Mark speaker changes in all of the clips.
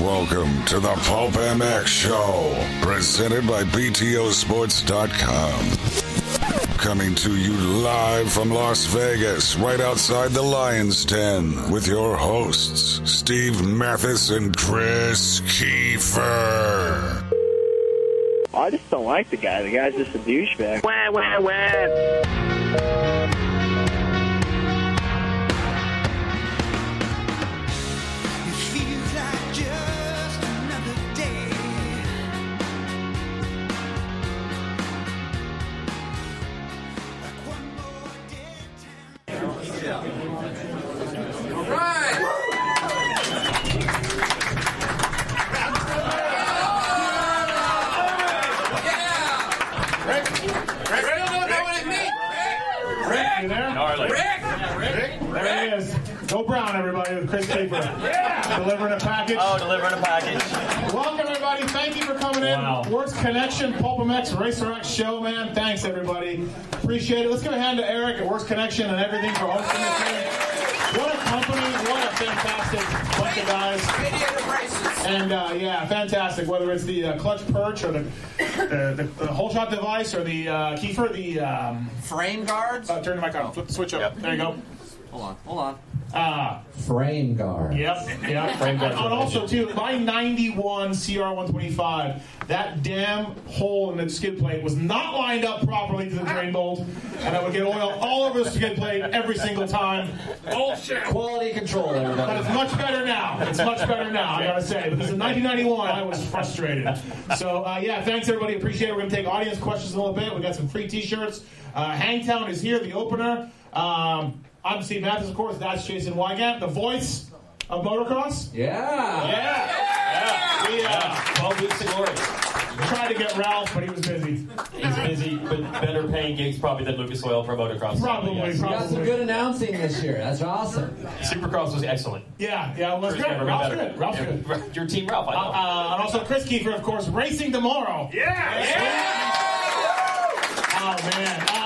Speaker 1: Welcome to the Pulp MX Show, presented by BTOsports.com. Coming to you live from Las Vegas, right outside the Lion's Den, with your hosts, Steve Mathis and Chris Kiefer.
Speaker 2: I just don't like the guy. The guy's just a douchebag.
Speaker 3: Wah, wah, wah.
Speaker 4: Racer Rock show, man. Thanks, everybody. Appreciate it. Let's give a hand to Eric at Worst Connection and everything for hosting this thing. What a company. What a fantastic bunch of guys. And uh, yeah, fantastic. Whether it's the uh, clutch perch or the, the, the, the, whole shot device or the uh, Kiefer, the um,
Speaker 5: frame guards.
Speaker 4: Uh, turn to my car. Flip the switch up. Yep. There you go.
Speaker 5: Hold on. Hold on.
Speaker 4: Uh,
Speaker 6: frame guard.
Speaker 4: Yep, yep. Frame guard. And also, too, my 91 CR125, that damn hole in the skid plate was not lined up properly to the drain bolt, and I would get oil all over the skid plate every single time.
Speaker 5: Bullshit.
Speaker 6: Quality control, everybody.
Speaker 4: But it's much better now. It's much better now, I gotta say. But this is 1991, I was frustrated. So, uh, yeah, thanks, everybody. Appreciate it. We're gonna take audience questions in a little bit. We got some free t shirts. Uh, Hangtown is here, the opener. Um, I'm Steve Mathis, of course. That's Jason Wygant, the voice of motocross.
Speaker 6: Yeah.
Speaker 4: Yeah. Yeah. yeah. We, uh, yeah.
Speaker 7: 12 weeks of glory.
Speaker 4: Tried to get Ralph, but he was busy.
Speaker 7: He's busy, but better paying gigs probably than Lucas Oil for motocross.
Speaker 4: Probably, yes. probably.
Speaker 6: You got some good announcing this year. That's awesome. Yeah.
Speaker 7: Supercross was excellent.
Speaker 4: Yeah, yeah, it was Chris good. Ralph's better. good. Ralph's yeah.
Speaker 7: good. Your team, Ralph, I know. Uh,
Speaker 4: uh, and also Chris Kiefer, of course, racing tomorrow.
Speaker 7: Yeah! yeah.
Speaker 4: Oh, man. Uh,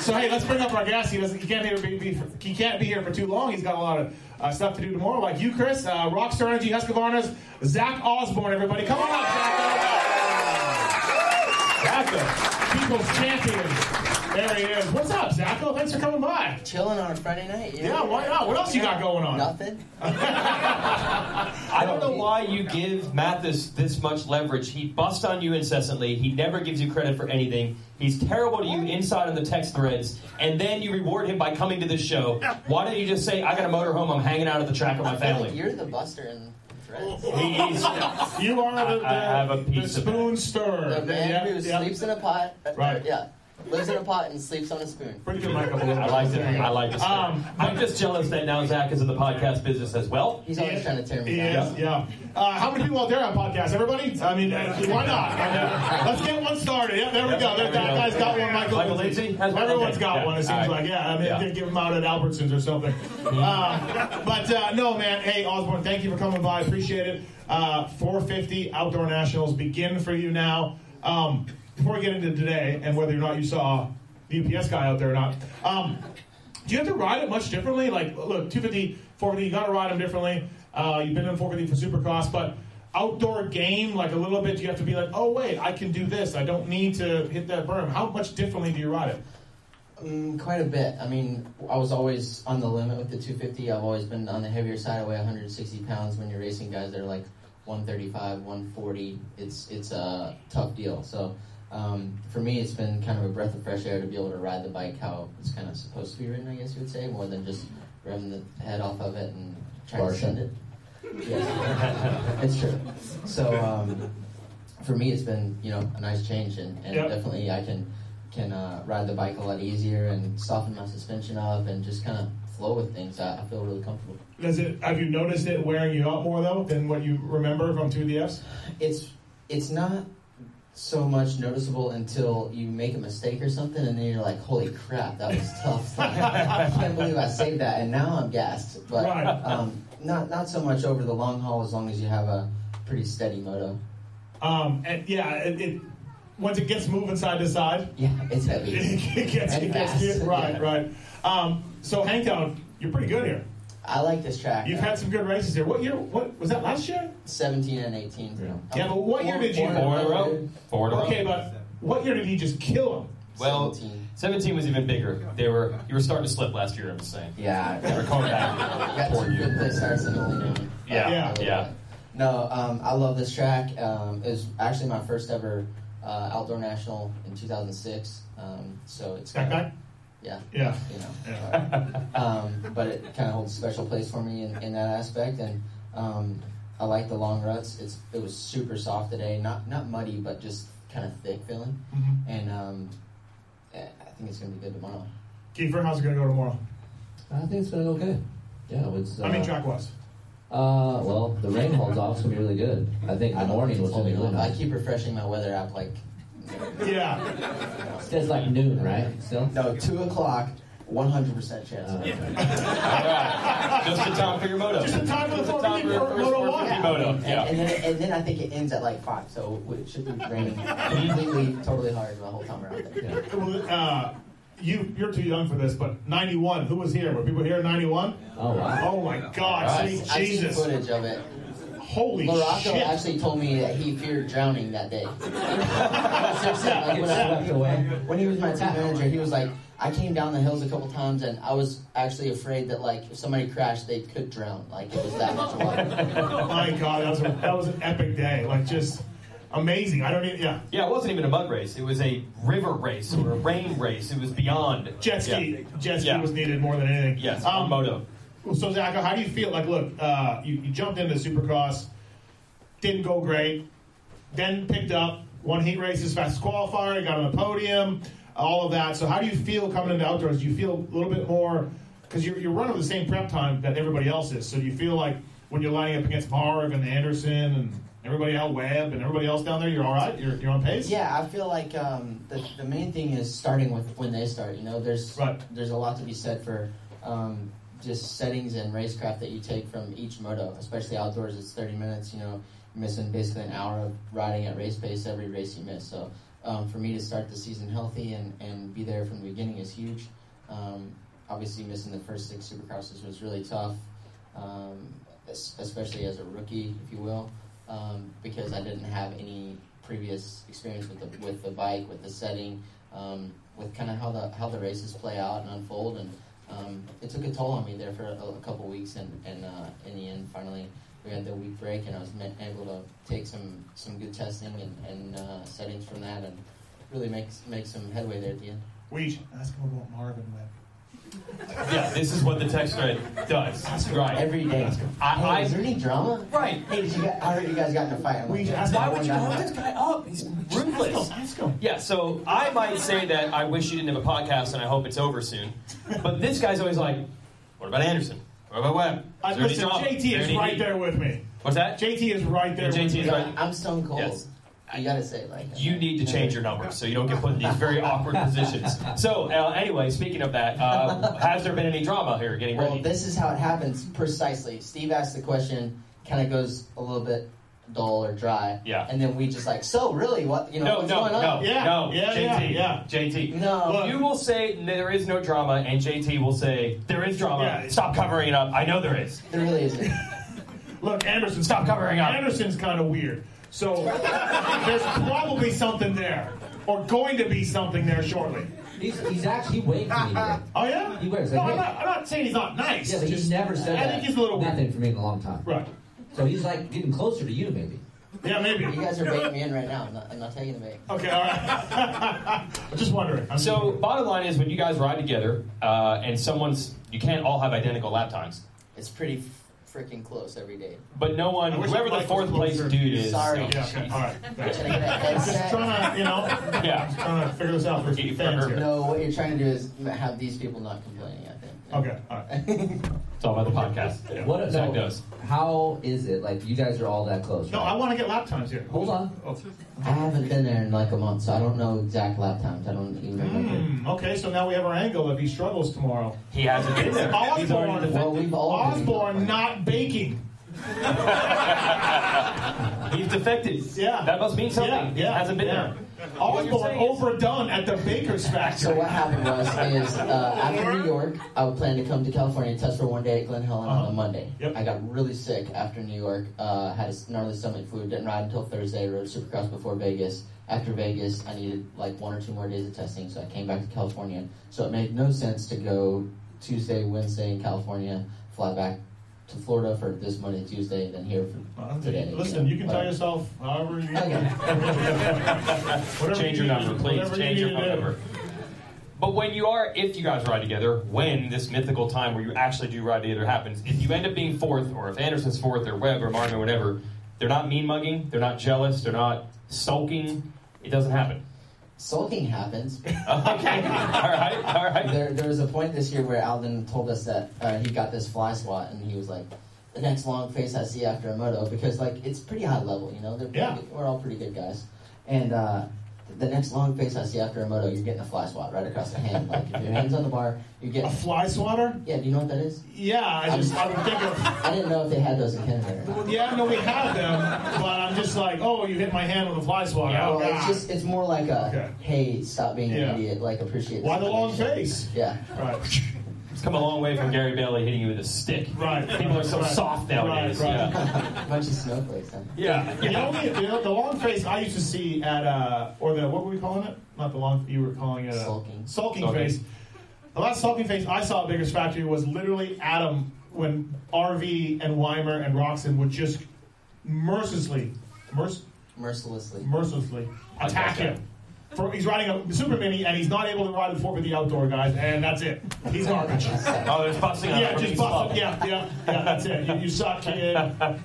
Speaker 4: So hey, let's bring up our guest. He doesn't. He can't be, be, he can't be here for too long. He's got a lot of uh, stuff to do tomorrow. Like you, Chris, uh, Rockstar Energy Husqvarna's Zach Osborne. Everybody, come on up, Zach. Zach, people's champion. There he is. What's up, Zacho? Thanks for coming by.
Speaker 8: Chilling on a Friday night.
Speaker 4: Yeah, yeah why not? What else you got going on?
Speaker 8: Nothing.
Speaker 7: I
Speaker 4: uh,
Speaker 7: don't know why you give Mathis this much leverage. He busts on you incessantly. He never gives you credit for anything. He's terrible to you inside of the text threads, and then you reward him by coming to this show. Why don't you just say, "I got a motor home. I'm hanging out at the track with my family."
Speaker 8: Like you're the buster in threads.
Speaker 4: you are the, the,
Speaker 7: I, I
Speaker 4: the spoon stirrer.
Speaker 8: The man yeah, who yeah. sleeps in a pot. Right. Yeah. Lives in a pot and sleeps on a spoon.
Speaker 4: Pretty good Michael. I
Speaker 7: like it. I like it. Um, I'm just jealous that now Zach is in the podcast business as well.
Speaker 8: He's always yeah. trying to tear me
Speaker 4: down. Yeah. Uh, how many people out there on podcasts? Everybody? I mean, uh, why not? And, uh, let's get one started. Yep, there we go. There, that guy's got one. Michael,
Speaker 7: Michael Lindsay
Speaker 4: has one. Everyone's got yeah. one, it seems right. like. Yeah, I mean, yeah. give them out at Albertsons or something. Uh, but no, man. Hey, Osborne, thank you for coming by. Appreciate it. 450 Outdoor Nationals begin for you now. Um, before we get into today and whether or not you saw the UPS guy out there or not, um, do you have to ride it much differently? Like, look, 250, 450, you got to ride them differently. Uh, you've been in 450 for Supercross, but outdoor game, like a little bit, you have to be like, oh, wait, I can do this. I don't need to hit that berm. How much differently do you ride it?
Speaker 8: Um, quite a bit. I mean, I was always on the limit with the 250. I've always been on the heavier side. I weigh 160 pounds when you're racing guys that are like 135, 140. It's, it's a tough deal. So um, for me, it's been kind of a breath of fresh air to be able to ride the bike how it's kind of supposed to be ridden, I guess you would say, more than just revving the head off of it and trying Barton. to send it. Yes. it's true. So um, for me, it's been you know a nice change, and, and yep. definitely I can can uh, ride the bike a lot easier and soften my suspension up and just kind of flow with things. I, I, feel really comfortable.
Speaker 4: Does it? Have you noticed it wearing you out more though than what you remember from two DFs?
Speaker 8: It's it's not so much noticeable until you make a mistake or something, and then you're like, "Holy crap, that was tough! Like, I can't believe I saved that." And now I'm gassed. But
Speaker 4: right.
Speaker 8: um, not not so much over the long haul, as long as you have a pretty steady moto.
Speaker 4: Um, and yeah, it, it, once it gets moving side to side,
Speaker 8: yeah, it's heavy.
Speaker 4: it gets, and it fast. gets right, yeah. right. Um, so Hangtown, you're pretty good here.
Speaker 8: I like this track.
Speaker 4: You've had some good races here. What year? What was that last year?
Speaker 8: 17 and 18.
Speaker 4: Yeah, yeah but what year did you?
Speaker 7: Four in a row. Four in a row.
Speaker 4: Okay, but what year did he just kill him?
Speaker 7: Well, 17. 17 was even bigger. They were you were starting to slip last year. I'm just saying.
Speaker 8: Yeah,
Speaker 7: they were coming back.
Speaker 8: Got
Speaker 7: for
Speaker 8: some
Speaker 7: you.
Speaker 8: good place starts in Illinois.
Speaker 7: Yeah, yeah,
Speaker 8: Uh,
Speaker 7: yeah.
Speaker 8: No, um, I love this track. Um, it was actually my first ever uh, outdoor national in 2006. Um, so it's
Speaker 4: That
Speaker 8: kinda-
Speaker 4: guy?
Speaker 8: Yeah.
Speaker 4: Yeah.
Speaker 8: You know, um, but it kind of holds a special place for me in, in that aspect, and um, I like the long ruts. It's it was super soft today, not not muddy, but just kind of thick feeling, and um, eh, I think it's gonna be good tomorrow.
Speaker 4: Kiefer, how's it gonna go tomorrow?
Speaker 6: I think it's been okay. Yeah, it was. Uh,
Speaker 4: I mean, track wise.
Speaker 6: Uh, well, the rain holds off. It's gonna be really good. I think the
Speaker 8: I don't
Speaker 6: morning
Speaker 8: think
Speaker 6: was
Speaker 8: it's
Speaker 6: gonna be
Speaker 8: holding
Speaker 6: really
Speaker 8: up. I
Speaker 6: nice.
Speaker 8: keep refreshing my weather app like
Speaker 4: Yeah.
Speaker 6: It's like noon, right? Still.
Speaker 8: no two o'clock, one hundred percent chance.
Speaker 6: Uh,
Speaker 7: All right. Just in time for your moto.
Speaker 4: Just in time for the
Speaker 7: Just in time for your
Speaker 4: 450
Speaker 7: first
Speaker 4: Moto one.
Speaker 7: 450
Speaker 8: I mean,
Speaker 7: moto.
Speaker 8: and,
Speaker 7: Yeah.
Speaker 8: and then, and then I think it ends at like five, so it should be raining completely, totally hard the whole time we're out there.
Speaker 4: Well, uh, you you're too young for this, but '91. Who was here? Were people here in '91?
Speaker 6: oh wow.
Speaker 4: Oh my God!
Speaker 7: Right.
Speaker 4: See,
Speaker 8: I've seen
Speaker 4: Jesus!
Speaker 8: footage of it.
Speaker 4: Holy
Speaker 8: Morocco
Speaker 4: shit!
Speaker 8: actually told me that he feared drowning that day. Seriously, like, when, I-
Speaker 6: Swept away.
Speaker 8: when he was my team manager, he was like, I came down the hills a couple times and I was actually afraid that like if somebody crashed, they could drown. Like it was that much water.
Speaker 4: my God, that was a, that was an epic day. Like just amazing. I don't even. Yeah.
Speaker 7: Yeah, it wasn't even a mud race. It was a river race or a rain race. It was beyond
Speaker 4: Jet ski,
Speaker 7: Yeah.
Speaker 4: jet ski
Speaker 7: Yeah.
Speaker 4: was needed more than anything.
Speaker 7: Yes, on
Speaker 4: Um,
Speaker 7: moto.
Speaker 4: so Zacho, how do you feel? Like, look, uh, you, you jumped into Supercross, didn't go great, then picked up, won heat races, fast qualifier, got on the podium, all of that. So how do you feel coming into outdoors? Do you feel a little bit more because you're, you're running with the same prep time that everybody else is. So do you feel like when you're lining up against Marv and Anderson and everybody else, Webb and everybody else down there, you're all right. You're you're on pace.
Speaker 8: yeah, I feel like um, the the main thing is starting with when they start. You know, there's
Speaker 4: Right.
Speaker 8: there's a lot to be said for um, just settings and racecraft that you take from each moto, especially outdoors. It's 30 minutes, you know, you're missing basically an hour of riding at race pace every race you miss. So um, for me to start the season healthy and, and be there from the beginning is huge. Um, obviously, missing the first six supercrosses was really tough, um, es- especially as a rookie, if you will, um, because I didn't have any previous experience with the, with the bike, with the setting, um, with kind of how the how the races play out and unfold, and um, it took a toll on me there for a, a couple weeks, and and uh, in the end, finally we had the week break, and I was me- able to take some some good testing and, and uh, settings from that, and really make make some headway there at the end.
Speaker 4: We should ask him about Marvin Webb.
Speaker 7: Yeah, this is what the text thread does. Right.
Speaker 8: Every day.
Speaker 7: I-
Speaker 8: hey,
Speaker 7: I-
Speaker 8: is there any drama?
Speaker 7: Right.
Speaker 8: Hey, did you guys, I heard you guys got in a fight. I'm
Speaker 4: We
Speaker 8: like,
Speaker 4: should ask
Speaker 7: Why
Speaker 4: him
Speaker 7: would
Speaker 4: about
Speaker 7: you
Speaker 4: Marvin
Speaker 7: hold
Speaker 4: Webb.
Speaker 7: this guy up? He's ruthless.
Speaker 4: Ask him.
Speaker 7: Yeah, so I might say that I wish you didn't have a podcast and I hope it's over soon. But this guy's always like, what about Anderson? What about Webb?
Speaker 4: Uh,
Speaker 7: Is there any
Speaker 4: listen,
Speaker 7: drama?
Speaker 4: JT
Speaker 7: there
Speaker 4: is
Speaker 7: any
Speaker 4: right
Speaker 7: heat?"
Speaker 4: there with me.
Speaker 7: What's that?
Speaker 4: JT is right there.
Speaker 7: JT
Speaker 4: with me.
Speaker 7: is
Speaker 8: I'm- I'm stone cold.
Speaker 7: Yes.
Speaker 8: You gotta say it like that.
Speaker 7: you need to change your number so you don't get put in these very awkward positions. So, uh, anyway, speaking of that, uh, has there been any drama here getting
Speaker 8: Well,
Speaker 7: ready?
Speaker 8: this is how it happens precisely. Steve asks the question, kind of goes a little bit dull or dry.
Speaker 7: Yeah.
Speaker 8: And then we just like, so really, what you know?
Speaker 7: no,
Speaker 8: what's
Speaker 7: no,
Speaker 8: going
Speaker 7: no,
Speaker 8: on?
Speaker 4: Yeah,
Speaker 7: no,
Speaker 4: yeah,
Speaker 7: JT,
Speaker 4: yeah, yeah.
Speaker 7: JT.
Speaker 8: No.
Speaker 7: you will say "No, there is no drama, and JT will say there is drama.
Speaker 4: Yeah.
Speaker 7: Stop covering it up. I know there is.
Speaker 8: There really isn't.
Speaker 4: Look, Anderson,
Speaker 7: Stop covering up.
Speaker 4: Anderson's kind of weird. So there's probably something there, or going to be something there shortly.
Speaker 6: He's, he's actually waiting for me. Today.
Speaker 4: Oh yeah.
Speaker 6: He wears
Speaker 4: no,
Speaker 6: a
Speaker 4: I'm
Speaker 6: hat.
Speaker 4: not, I'm not saying he's not nice.
Speaker 6: Yeah, but he's
Speaker 4: Just-
Speaker 6: never said
Speaker 4: I
Speaker 6: that.
Speaker 4: think he's a little weird.
Speaker 6: nothing for me in a long time.
Speaker 4: Right.
Speaker 6: So he's like getting closer to you, maybe.
Speaker 4: Yeah, maybe.
Speaker 8: You guys are baiting me in right now. I'm not, I'm not taking the bait.
Speaker 4: Okay, all right. I'm just wondering. I'm just
Speaker 7: So,
Speaker 4: wondering.
Speaker 7: bottom line is when you guys ride together uh, and someone's, you can't all have identical lap times,
Speaker 8: It's pretty f- freaking close every day.
Speaker 7: but no one,
Speaker 4: I wish
Speaker 7: whoever
Speaker 4: the
Speaker 7: the
Speaker 4: mic
Speaker 7: fourth
Speaker 4: was
Speaker 7: place
Speaker 4: closer.
Speaker 7: dude is.
Speaker 8: Sorry.
Speaker 7: no.
Speaker 4: yeah, okay, all right.
Speaker 8: Can I get a headset?
Speaker 4: Just trying to, you know,
Speaker 7: Yeah.
Speaker 4: trying to figure this out for
Speaker 7: Keep
Speaker 4: fans here.
Speaker 8: No, what you're trying to do is have these people not complaining. I think.
Speaker 4: Okay, all right.
Speaker 7: It's all about the podcast.
Speaker 6: What
Speaker 7: Zach
Speaker 6: no,
Speaker 7: does.
Speaker 6: How is it? Like you guys are all that close.
Speaker 4: No,
Speaker 6: right?
Speaker 4: I want to get lap times here.
Speaker 6: Hold on.
Speaker 4: Oh.
Speaker 8: I haven't been there in like a month, so I don't know exact lap times. I don't even remember.
Speaker 4: Hmm, okay, so now we have our angle if he struggles tomorrow.
Speaker 7: He hasn't been there. He's already
Speaker 4: Osborne,
Speaker 7: defended.
Speaker 8: Well, we've all been-
Speaker 4: Osborne not baking.
Speaker 7: He's defected.
Speaker 4: Yeah.
Speaker 7: That must mean something.
Speaker 4: Yeah, yeah,
Speaker 7: He hasn't been
Speaker 4: yeah.
Speaker 7: there.
Speaker 4: Osborne overdone at the Baker's factory.
Speaker 8: So what happened was is uh, after New York, I would plan to come to California and test for one day at Glen Helen on a Monday.
Speaker 4: Uh-huh. Yep.
Speaker 8: I got really sick after New York. Uh, had a gnarly stomach flu. Didn't ride until Thursday. Rode Supercross before Vegas. After Vegas, I needed like one or two more days of testing, so I came back to California. So it made no sense to go Tuesday, Wednesday in California, fly back to Florida for this Monday, Tuesday, and then here for
Speaker 4: Uh,
Speaker 8: today.
Speaker 4: Listen,
Speaker 8: know,
Speaker 4: you can
Speaker 8: but-
Speaker 4: tell yourself however you Whatever
Speaker 7: Change
Speaker 4: you
Speaker 7: your
Speaker 4: need
Speaker 7: number,
Speaker 4: to-
Speaker 7: please.
Speaker 4: whatever you
Speaker 7: Change your
Speaker 4: need
Speaker 7: phone
Speaker 4: to do.
Speaker 7: number. But when you are, if you guys ride together, when this mythical time where you actually do ride together happens, if you end up being fourth, or if Anderson's fourth, or Webb, or Martin, or whatever, they're not mean mugging, they're not jealous, they're not sulking. It doesn't happen.
Speaker 8: Sulking happens.
Speaker 7: Okay. all right. All right.
Speaker 8: There, there was a point this year where Alden told us that uh, he got this fly swat, and he was like, "The next long face I see after a moto," because like it's pretty high level, you know. They're pretty
Speaker 4: Yeah.
Speaker 8: good- we're all pretty good guys, and uh, the next long face I see after a moto, you're getting a fly swat right across the hand. Like if your hand's on the bar, you
Speaker 4: A
Speaker 8: get.
Speaker 4: fly swatter?
Speaker 8: Yeah, do you know what that is?
Speaker 4: Yeah, I just I'm thinking.
Speaker 8: I didn't know if they had those in Canada. Or not.
Speaker 4: Yeah, no, we have them, but I'm just like, oh, you hit my hand with a fly swatter.
Speaker 7: Yeah,
Speaker 4: oh,
Speaker 8: Well, it's
Speaker 4: God.
Speaker 8: just it's more like a
Speaker 4: Okay.
Speaker 8: hey, stop being
Speaker 4: Yeah.
Speaker 8: an idiot. Like appreciate.
Speaker 4: Why the long
Speaker 8: situation."
Speaker 4: face?
Speaker 8: Yeah.
Speaker 4: Right.
Speaker 7: It's come a long way from Gary Bailey hitting you with a stick.
Speaker 4: Right.
Speaker 7: People are so
Speaker 4: Right.
Speaker 7: soft nowadays.
Speaker 4: Right, right.
Speaker 8: bunch of snowflakes. Huh?
Speaker 7: Yeah. Yeah.
Speaker 4: The only you know, the long face I used to see at uh or the what were we calling it? Not the long you were calling it uh,
Speaker 8: Sulking.
Speaker 4: Sulking
Speaker 7: Sulking.
Speaker 4: face. The last sulking face I saw at Biggers Factory was literally Adam when RV and Weimer and Roxon would just mercilessly, merc-
Speaker 8: Mercilessly.
Speaker 4: mercilessly attack
Speaker 7: Okay.
Speaker 4: him. For, he's riding a super mini and he's not able to ride the four with the outdoor guys, and that's it. He's garbage.
Speaker 7: Oh, there's busting on
Speaker 4: Yeah,
Speaker 7: everybody's
Speaker 4: just
Speaker 7: club.
Speaker 4: bust it. Yeah, yeah, yeah. That's it. You, you suck, kid.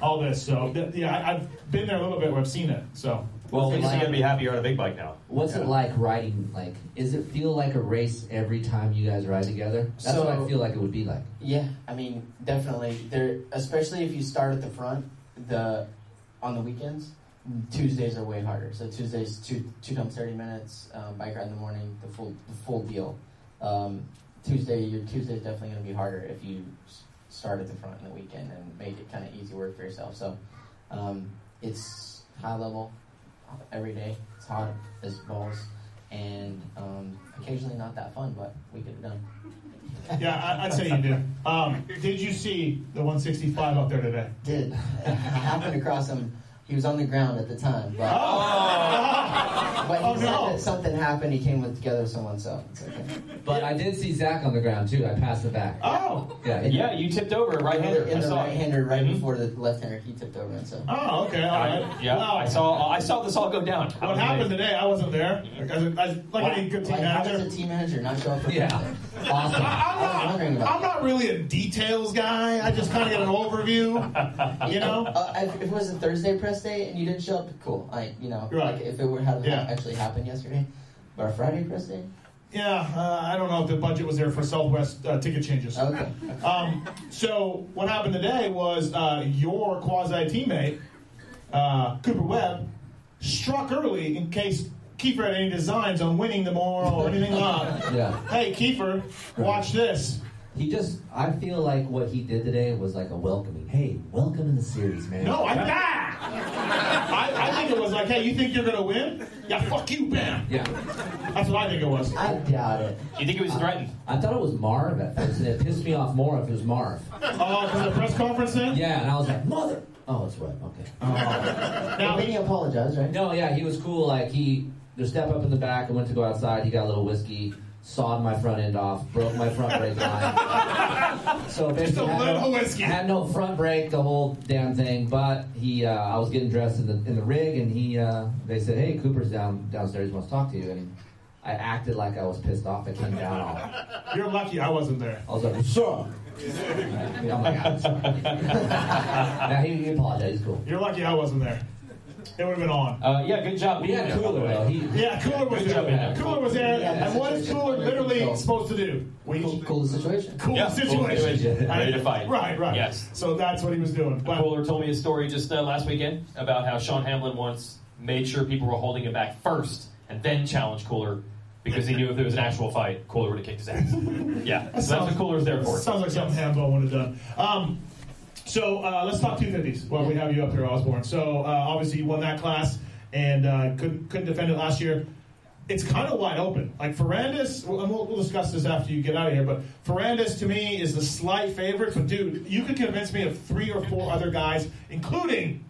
Speaker 4: All this. So th- yeah, I, I've been there a little bit where I've seen it. So
Speaker 7: Well, at least
Speaker 6: Like-
Speaker 7: you're gonna be happy you're on a big bike now.
Speaker 6: What's it like riding? Like, is it feel like a race every time you guys ride together? That's what I
Speaker 8: So-
Speaker 6: feel like it would be like.
Speaker 8: Yeah, I mean, definitely. There, especially if you start at the front, the on the weekends, Tuesdays are way harder. So Tuesdays two two times thirty minutes, um, bike ride in the morning, the full the full deal. Um, Tuesday, your Tuesday's definitely going to be harder if you s- start at the front in the weekend and make it kind of easy work for yourself. So um, it's high level every day. It's hot as balls. And um, occasionally not that fun, but we get it done.
Speaker 4: yeah, I, I'd say you do. Um, did you see the 165 out there today?
Speaker 8: did. I happened across him. He was on the ground at the time, but, but he
Speaker 4: Oh,
Speaker 8: said
Speaker 4: no.
Speaker 8: that something happened. He came with together with someone, so it's okay.
Speaker 6: But I did see Zach on the ground too. I passed it back.
Speaker 4: Oh,
Speaker 6: Yeah.
Speaker 7: Yeah, you tipped over right
Speaker 8: In the,
Speaker 7: hander. I saw it.
Speaker 8: right-hander, right
Speaker 7: Mhm.
Speaker 8: before the left-hander, he tipped over, and so
Speaker 4: oh, okay. All
Speaker 7: I,
Speaker 4: right.
Speaker 7: yeah,
Speaker 4: Well,
Speaker 7: I saw. I saw this all go down.
Speaker 4: What happened today? I wasn't there. Like, I, was- I, was- like any good team
Speaker 8: like, how does a
Speaker 4: manager.
Speaker 8: team manager not show up for
Speaker 6: Yeah.
Speaker 8: something?
Speaker 6: Awesome.
Speaker 4: I'm
Speaker 8: I was
Speaker 4: not,
Speaker 8: wondering about
Speaker 4: I'm not really a details guy. I just kind of get an overview, you know?
Speaker 8: Uh, if if it was a Thursday press day and you didn't show up, cool. Like you know,
Speaker 4: Right.
Speaker 8: like if it were had
Speaker 4: Yeah.
Speaker 8: actually happened yesterday, but a Friday press day,
Speaker 4: Yeah, uh, I don't know if the budget was there for Southwest uh, ticket changes.
Speaker 8: okay.
Speaker 4: Um, so what happened today was uh, your quasi teammate uh, Cooper Webb struck early in case Kiefer had any designs on winning tomorrow or anything like. that.
Speaker 6: Yeah.
Speaker 4: Hey Kiefer, watch this.
Speaker 6: He just, I feel like what he did today was like a welcoming. Hey, welcome in the series, man.
Speaker 4: No, I'm back. I, I think it was like, hey, you think you're gonna win? Yeah, fuck you, bam.
Speaker 6: Yeah.
Speaker 4: That's what I think it was.
Speaker 8: I doubt it.
Speaker 7: Do you think he was threatened?
Speaker 6: I thought it was Marv at first, and it pissed me off more if it was Marv.
Speaker 4: Oh, from the press conference then.
Speaker 6: Yeah, and I was like, mother. Oh, it's Webb. Okay.
Speaker 8: Now,
Speaker 4: Now
Speaker 8: he apologized, right?
Speaker 6: No, yeah, he was cool. Like he, the step up in the back, I went to go outside. He got a little whiskey, sawed my front end off, broke my front brake line. So basically,
Speaker 4: a
Speaker 6: had
Speaker 4: little
Speaker 6: no,
Speaker 4: whiskey.
Speaker 6: had no front brake the whole damn thing. But he, uh, I was getting dressed in the in the rig, and he, uh, they said, "Hey, Cooper's down downstairs. Wants to talk to you." And I acted like I was pissed off. I came down. All, I
Speaker 4: you're lucky I wasn't there.
Speaker 6: was like, "What's up?" And I'm like, "I'm sorry." now he, he apologized. He's cool.
Speaker 4: You're lucky I wasn't there. It would have been on.
Speaker 7: Uh, yeah, good job.
Speaker 6: We had cooler though. He,
Speaker 4: Yeah, Cooler was
Speaker 7: Good job,
Speaker 4: there.
Speaker 7: Adam.
Speaker 4: Cooler was there.
Speaker 8: Yeah.
Speaker 4: and what is Cooler literally supposed to do? We
Speaker 8: Cool, cool situation.
Speaker 4: cool
Speaker 7: Yeah,
Speaker 4: situation.
Speaker 7: cool situation.
Speaker 4: I-
Speaker 7: Ready to fight.
Speaker 4: Right, right.
Speaker 7: Yes.
Speaker 4: So that's what he was doing. But
Speaker 7: Kohler told me a story just uh, last weekend about how Sean Hamlin once made sure people were holding him back first and then challenged Cooler because he knew if there was an actual fight, Cooler would have kicked his ass. Yeah, so that's what Cooler's there for.
Speaker 4: sounds like something Hambo would have done. Um, so uh, let's talk 250s while we have you up here, Osborne. So uh, obviously you won that class and uh, couldn't couldn't defend it last year. it's kind of wide open. Like Ferrandis, and we'll, we'll discuss this after you get out of here, but Ferrandis to me is the slight favorite. But dude, you could convince me of three or four other guys, including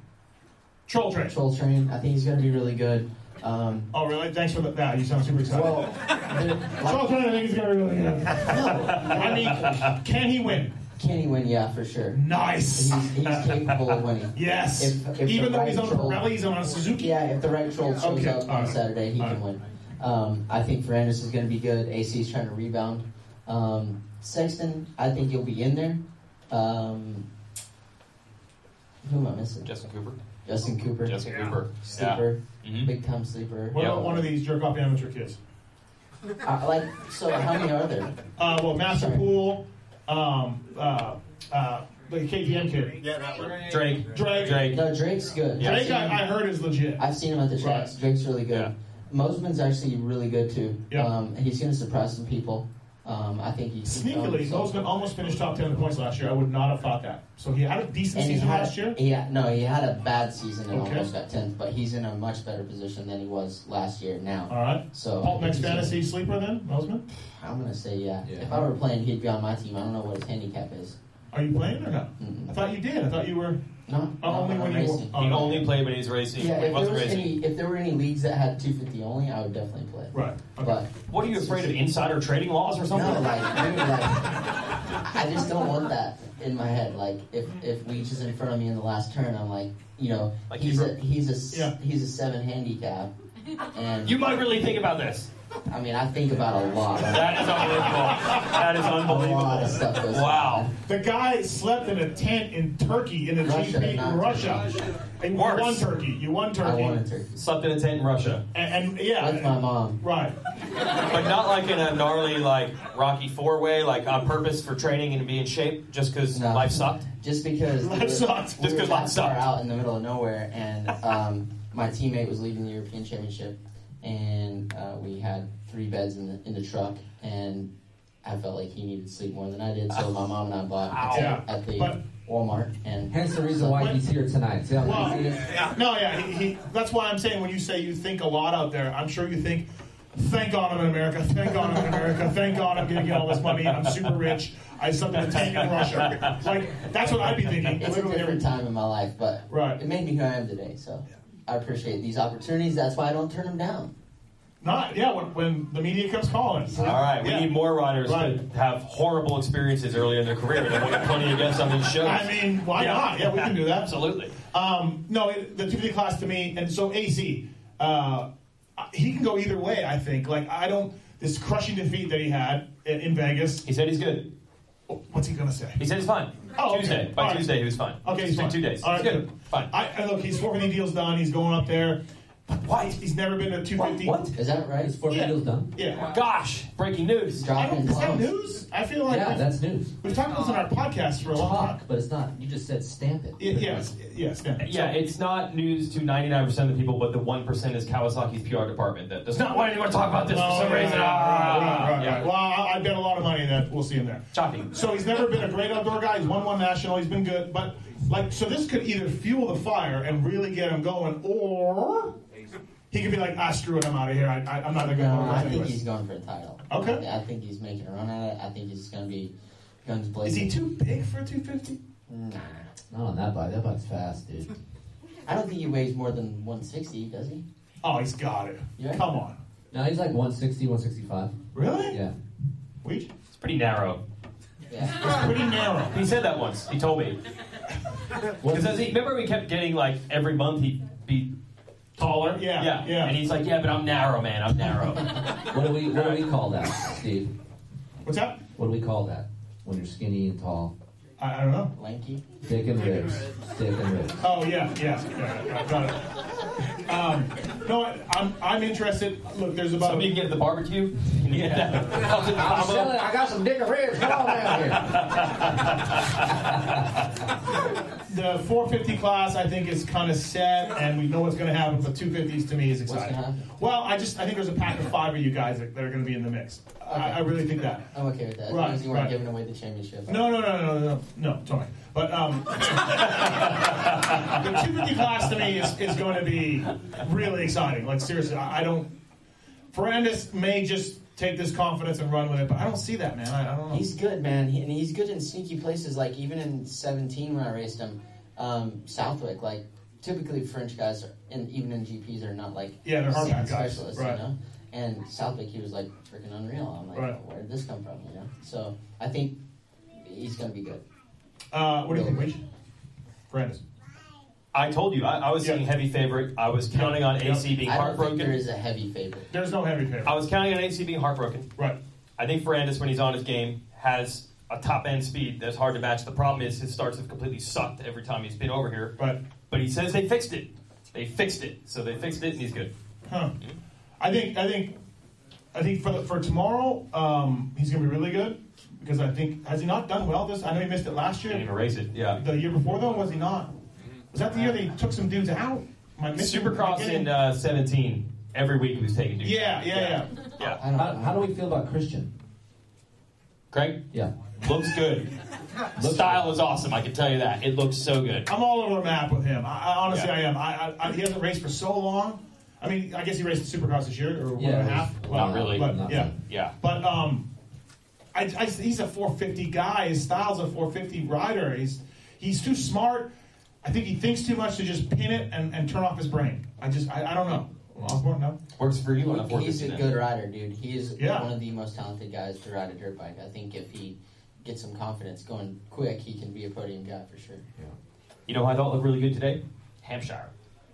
Speaker 4: Troll Train.
Speaker 8: Troll Train. I think he's going to be really good. Um,
Speaker 4: oh, really? Thanks for that. Nah, you sound super excited.
Speaker 8: Well,
Speaker 4: Troll Train, I think he's going to be really good. I mean, can he win?
Speaker 8: Can he win? Yeah, for sure.
Speaker 4: Nice.
Speaker 8: He's, he's capable of winning.
Speaker 4: yes. If, if Even though right he's on troll, Pirelli, he's on a Suzuki.
Speaker 8: Yeah, if the right troll shows okay. up on right. Saturday, he All can right. win. Um, I think Ferrandis is going to be good. AC is trying to rebound. Um, Sexton, I think he'll be in there. Um, who am I missing?
Speaker 7: Justin Cooper.
Speaker 8: Justin Cooper.
Speaker 7: Justin yeah. Cooper.
Speaker 8: Sleeper. Yeah. Mm-hmm. Big time sleeper.
Speaker 4: What about one of these jerk off amateur kids?
Speaker 8: Uh, like, so how many are there?
Speaker 4: Uh, well, Master Sorry. Pool um, uh, uh, the KTM kid.
Speaker 9: Yeah, that one. Drake.
Speaker 7: Drake.
Speaker 4: Drake.
Speaker 7: Drake.
Speaker 8: No, Drake's good.
Speaker 4: Yeah. Drake, I, I, heard, is legit.
Speaker 8: I've seen him at the tracks. Right. Drake's really good. Yeah. Mosman's actually really good, too.
Speaker 4: Yeah.
Speaker 8: Um, he's going to surprise some people. Um, I think he
Speaker 4: sneakily so Mosman almost finished top ten in points last year. I would not have thought that. So he had a decent
Speaker 8: and
Speaker 4: season
Speaker 8: had,
Speaker 4: last year.
Speaker 8: Yeah, no, he had a bad season and okay. almost got tenth, but he's in a much better position than he was last year now.
Speaker 4: All right.
Speaker 8: So
Speaker 4: Pulp next fantasy gonna, sleeper then Mosman.
Speaker 8: I'm gonna say yeah. yeah. If I were playing, he'd be on my team. I don't know what his handicap is.
Speaker 4: Are you playing or not? Mm-hmm. I thought you did. I thought you were.
Speaker 8: No,
Speaker 4: oh, only when you.
Speaker 7: He only played when he's racing.
Speaker 8: Yeah, if there, was
Speaker 7: racing.
Speaker 8: Any, if there were any leagues that had 250 only, I would definitely play.
Speaker 4: Right.
Speaker 8: Okay. But
Speaker 7: what are you afraid of? Insider trading laws or something?
Speaker 8: No, like, dude, like I just don't want that in my head. Like if if Weech is in front of me in the last turn, I'm like, you know, like he's a he's a yeah. he's a seven handicap, and
Speaker 7: you might really think about this.
Speaker 8: I mean, I think about a lot. Right?
Speaker 7: That is unbelievable. That is unbelievable. A
Speaker 8: lot of stuff goes
Speaker 7: wow.
Speaker 4: The guy slept in a tent in Turkey in the
Speaker 8: Russia,
Speaker 4: GP in Russia.
Speaker 8: Turkey.
Speaker 4: And Worse. you won Turkey. You won Turkey.
Speaker 8: I won in Turkey.
Speaker 7: Slept in a tent in Russia.
Speaker 4: And, and yeah.
Speaker 8: With my mom.
Speaker 4: Right.
Speaker 7: but not like in a gnarly, like, Rocky Four way, like on purpose for training and to be in shape just because no. life sucked?
Speaker 8: Just because.
Speaker 4: Life we were, sucked.
Speaker 8: We
Speaker 7: just because life sucked.
Speaker 8: out in the middle of nowhere, and um, my teammate was leading the European Championship and uh, we had three beds in the in the truck, and I felt like he needed sleep more than I did, so my mom and I bought a tent yeah. at the but, Walmart, and
Speaker 6: hence the reason why he's here tonight.
Speaker 4: well, yeah, no, yeah, he, he, that's why I'm saying when you say you think a lot out there, I'm sure you think. Thank God I'm in America. Thank God I'm in America. Thank God I'm going to get all this money. I'm super rich. I have something to take in Russia. Like that's what I'd be thinking.
Speaker 8: It's a different time in my life, but
Speaker 4: right.
Speaker 8: it made me who I am today. So. Yeah. I appreciate these opportunities. That's why I don't turn them down.
Speaker 4: Not yeah. When, when the media comes calling.
Speaker 7: All right, we
Speaker 4: yeah.
Speaker 7: need more riders right. that have horrible experiences early in their career that want to plenty against on these shows.
Speaker 4: I mean, why yeah. not? Yeah, we can do that.
Speaker 7: Absolutely.
Speaker 4: Um, no, it, the 250 class to me, and so AC, uh, he can go either way. I think. Like I don't this crushing defeat that he had in, in Vegas.
Speaker 7: He said he's good.
Speaker 4: What's he gonna say?
Speaker 7: He said he's fine.
Speaker 4: Oh,
Speaker 7: Tuesday.
Speaker 4: Okay.
Speaker 7: By
Speaker 4: right.
Speaker 7: Tuesday, he was fine.
Speaker 4: Okay,
Speaker 7: he's
Speaker 4: fine.
Speaker 7: two days.
Speaker 4: All right,
Speaker 7: he's good. Fine.
Speaker 4: I, I look, he's 450 deals done. He's going up there. But why? He's never been to 250.
Speaker 7: What?
Speaker 8: Is that right? Is 450
Speaker 4: yeah.
Speaker 8: deals done?
Speaker 4: Yeah. Wow.
Speaker 7: Gosh, breaking news.
Speaker 8: Dropping
Speaker 4: is that news? I feel like
Speaker 6: yeah, that's news.
Speaker 4: We've talked about this in our podcast for a
Speaker 6: Talk,
Speaker 4: long time,
Speaker 6: but it's not. You just said stamp it.
Speaker 4: it yes, yeah, stamp it.
Speaker 7: Yeah, it's not news to 99 percent of the people, but the one percent is Kawasaki's PR department that does not want anyone to talk about this
Speaker 4: oh,
Speaker 7: for some
Speaker 4: yeah,
Speaker 7: reason. Ah,
Speaker 4: Yeah, right, right, right, Well, I, I bet a lot of money that we'll see him there.
Speaker 7: Shocking.
Speaker 4: So he's never been a great outdoor guy. He's won one national. He's been good, but like so this could either fuel the fire and really get him going or he could be like ah screw it i'm out of here I, am not going to go
Speaker 8: no, i think
Speaker 4: anyways.
Speaker 8: he's going for a title
Speaker 4: okay
Speaker 8: i think he's making a run at it i think he's going to be guns
Speaker 4: blazing is he too big for 250
Speaker 8: nah
Speaker 6: not on that bike that bike's fast dude
Speaker 8: i don't think he weighs more than 160 does he
Speaker 4: oh he's got it yeah. come on
Speaker 6: no he's like 160 165
Speaker 4: really
Speaker 6: yeah
Speaker 4: Wait.
Speaker 7: it's pretty narrow
Speaker 8: yeah.
Speaker 4: it's pretty narrow
Speaker 7: he said that once he told me because remember we kept getting like every month he'd be taller.
Speaker 4: Yeah,
Speaker 7: yeah,
Speaker 4: yeah.
Speaker 7: And he's like, yeah, but I'm narrow, man. I'm narrow.
Speaker 6: what do we What do we call that, Steve?
Speaker 4: What's that?
Speaker 6: What do we call that when you're skinny and tall?
Speaker 4: I, I don't know.
Speaker 8: Lanky.
Speaker 6: Dick and ribs. Dick and ribs.
Speaker 4: Oh yeah, yeah. yeah I got it. Um, no, I, I'm I'm interested. Look, there's about.
Speaker 7: So you can get the barbecue.
Speaker 6: Yeah. I'm selling, I got some dick and ribs. Come on down here.
Speaker 4: the 450 class I think is kind of set, and we know what's going to happen. But 250s to me is exciting. Well, I just I think there's a pack of five of you guys that, that are going to be in the mix. Okay. I, I, really think that.
Speaker 8: I'm okay with that. Right, as you weren't right. giving away the championship.
Speaker 4: No, no, no, no, no, no, Tony. But um, the 250 class to me is, is going to be really exciting. Like seriously, I, I don't Ferrandis may just take this confidence and run with it, but I don't see that, man. I, I don't know.
Speaker 8: He's good, man, he, and he's good in sneaky places. Like even in 17 when I raced him, um, Southwick. Like typically French guys are, and even in GPs are not like
Speaker 4: Yeah, they're hard
Speaker 8: sand
Speaker 4: guys,
Speaker 8: specialists, you
Speaker 4: right.
Speaker 8: know. And Southwick, he was like freaking unreal. I'm like,
Speaker 4: Right.
Speaker 8: where did this come from, you know? So I think he's gonna be good.
Speaker 4: Uh, what do you think, Rich? Ferrandis.
Speaker 7: I told you, I, I was
Speaker 4: Yeah.
Speaker 7: seeing heavy favorite. I was counting on
Speaker 4: Yeah.
Speaker 7: AC being
Speaker 8: I don't think there
Speaker 7: heartbroken.
Speaker 8: is a heavy favorite.
Speaker 4: There's no heavy favorite.
Speaker 7: I was counting on AC being heartbroken.
Speaker 4: Right.
Speaker 7: I think Ferrandis, when he's on his game, has a top end speed that's hard to match. The problem is his starts have completely sucked every time he's been over here.
Speaker 4: Right.
Speaker 7: But he says they fixed it. They fixed it. So they fixed it, and he's good.
Speaker 4: Huh. I think I think I think for the, for tomorrow, um, he's gonna be really good because I think has he not done well this? I know he missed it last
Speaker 7: Didn't even
Speaker 4: year.
Speaker 7: race it. Yeah.
Speaker 4: The year before though, was he not? Was that the year they took some dudes out? Am I missing-
Speaker 7: Supercross in uh, 17. Every week he was taking. dudes.
Speaker 4: yeah, yeah, yeah.
Speaker 7: Yeah.
Speaker 8: I don't
Speaker 6: How,
Speaker 8: know.
Speaker 6: how do we feel about Christian?
Speaker 7: Craig
Speaker 6: Yeah.
Speaker 7: looks good. Style is awesome. I can tell you that. It looks so good.
Speaker 4: I'm all over the map with him. I, I honestly,
Speaker 7: Yeah.
Speaker 4: I am. I, I, I, he hasn't raced for so long. I mean, I guess he raced the Supercross this year or one
Speaker 6: Yeah,
Speaker 4: and a
Speaker 6: it was-
Speaker 4: half. but-
Speaker 7: not really.
Speaker 4: But
Speaker 6: Not
Speaker 4: yeah,
Speaker 6: really.
Speaker 7: Yeah.
Speaker 4: But um, I, I- he's a 450 guy. His style's a 450 rider. He's he's too smart. I think he thinks too much to just pin it and, and turn off his brain. I just I, I don't know. Osborne, no.
Speaker 7: Works for you on a 450.
Speaker 8: He's a
Speaker 7: then.
Speaker 8: good rider, dude. He is
Speaker 4: Yeah.
Speaker 8: one of the most talented guys to ride a dirt bike. I think if he gets some confidence going quick, he can be a podium guy for sure.
Speaker 7: You know who I thought looked really good today? Hampshire.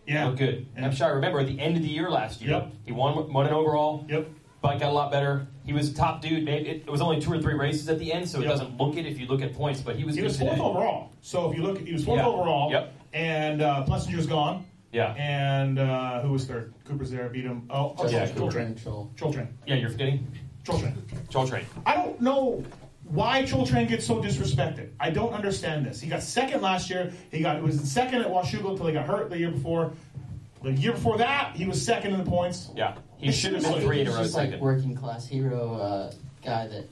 Speaker 4: Yeah.
Speaker 7: Looked Oh, good.
Speaker 4: Yeah.
Speaker 7: Hampshire, remember, at the end of the year last year,
Speaker 4: Yep.
Speaker 7: he won, won an overall.
Speaker 4: Yep.
Speaker 7: Bike got a lot better. He was a top dude. Maybe It, it was only two or three races at the end, so it
Speaker 4: Yep.
Speaker 7: doesn't look it if you look at points, but he was
Speaker 4: He
Speaker 7: good
Speaker 4: was
Speaker 7: today.
Speaker 4: fourth overall. So if you look, he was fourth
Speaker 7: Yeah.
Speaker 4: overall.
Speaker 7: Yep.
Speaker 4: And uh, Plessinger's gone.
Speaker 7: Yeah.
Speaker 4: And uh, who was third? Cooper's there. Beat him. Oh, oh
Speaker 7: Yeah,
Speaker 4: Troll Train.
Speaker 8: Control.
Speaker 4: Troll Train.
Speaker 7: Yeah, you're forgetting?
Speaker 4: Troll Train.
Speaker 7: Joel Train.
Speaker 4: I don't know why Troll Train gets so disrespected. I don't understand this. He got second last year. He got it was second at Washugo until he got hurt the year before. The year before that, he was second in the points.
Speaker 7: Yeah. He should have
Speaker 8: I
Speaker 7: been
Speaker 8: think
Speaker 7: three in
Speaker 8: he's
Speaker 7: a row
Speaker 8: just like
Speaker 7: second.
Speaker 8: working class hero uh, guy that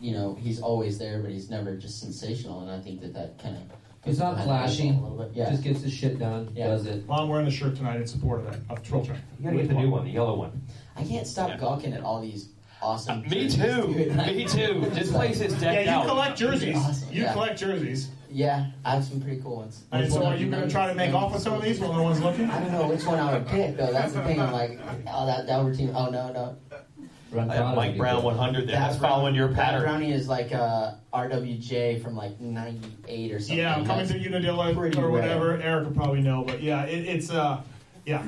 Speaker 8: you know he's always there, but he's never just sensational. And I think that that kind of
Speaker 6: He's not flashy.
Speaker 8: a little bit. Yeah,
Speaker 6: Just gets his shit done.
Speaker 8: Yeah.
Speaker 6: Does it.
Speaker 4: Well, I'm wearing the shirt tonight in support of that of Troll Train.
Speaker 7: You gotta get the new one, the yellow one.
Speaker 8: I can't stop
Speaker 7: Yeah.
Speaker 8: gawking at all these awesome.
Speaker 7: Uh, Me
Speaker 8: jerseys,
Speaker 7: too.
Speaker 8: dude.
Speaker 7: Me too. This place is decked
Speaker 4: Yeah,
Speaker 7: out.
Speaker 4: you collect jerseys.
Speaker 8: Awesome,
Speaker 4: You
Speaker 8: yeah.
Speaker 4: collect jerseys.
Speaker 8: Yeah, I have some pretty cool ones.
Speaker 4: And
Speaker 8: Which
Speaker 4: so,
Speaker 8: one
Speaker 4: are
Speaker 8: would
Speaker 4: you
Speaker 8: you
Speaker 4: going to
Speaker 8: pick?
Speaker 4: try to make off with some of these when no one's looking?
Speaker 8: I don't know which one I would pick though. That's the thing. I'm like, oh, that that routine. Oh no, no.
Speaker 6: Run
Speaker 7: I have Mike Brown 100 there. That's following your
Speaker 8: That
Speaker 7: pattern.
Speaker 8: brownie is like uh, RWJ from like '98 or something.
Speaker 4: Yeah, I'm coming
Speaker 8: That's-
Speaker 4: through Unadilla
Speaker 8: Pretty
Speaker 4: or
Speaker 8: rare.
Speaker 4: whatever. Eric will probably know, but yeah, it, it's uh, yeah.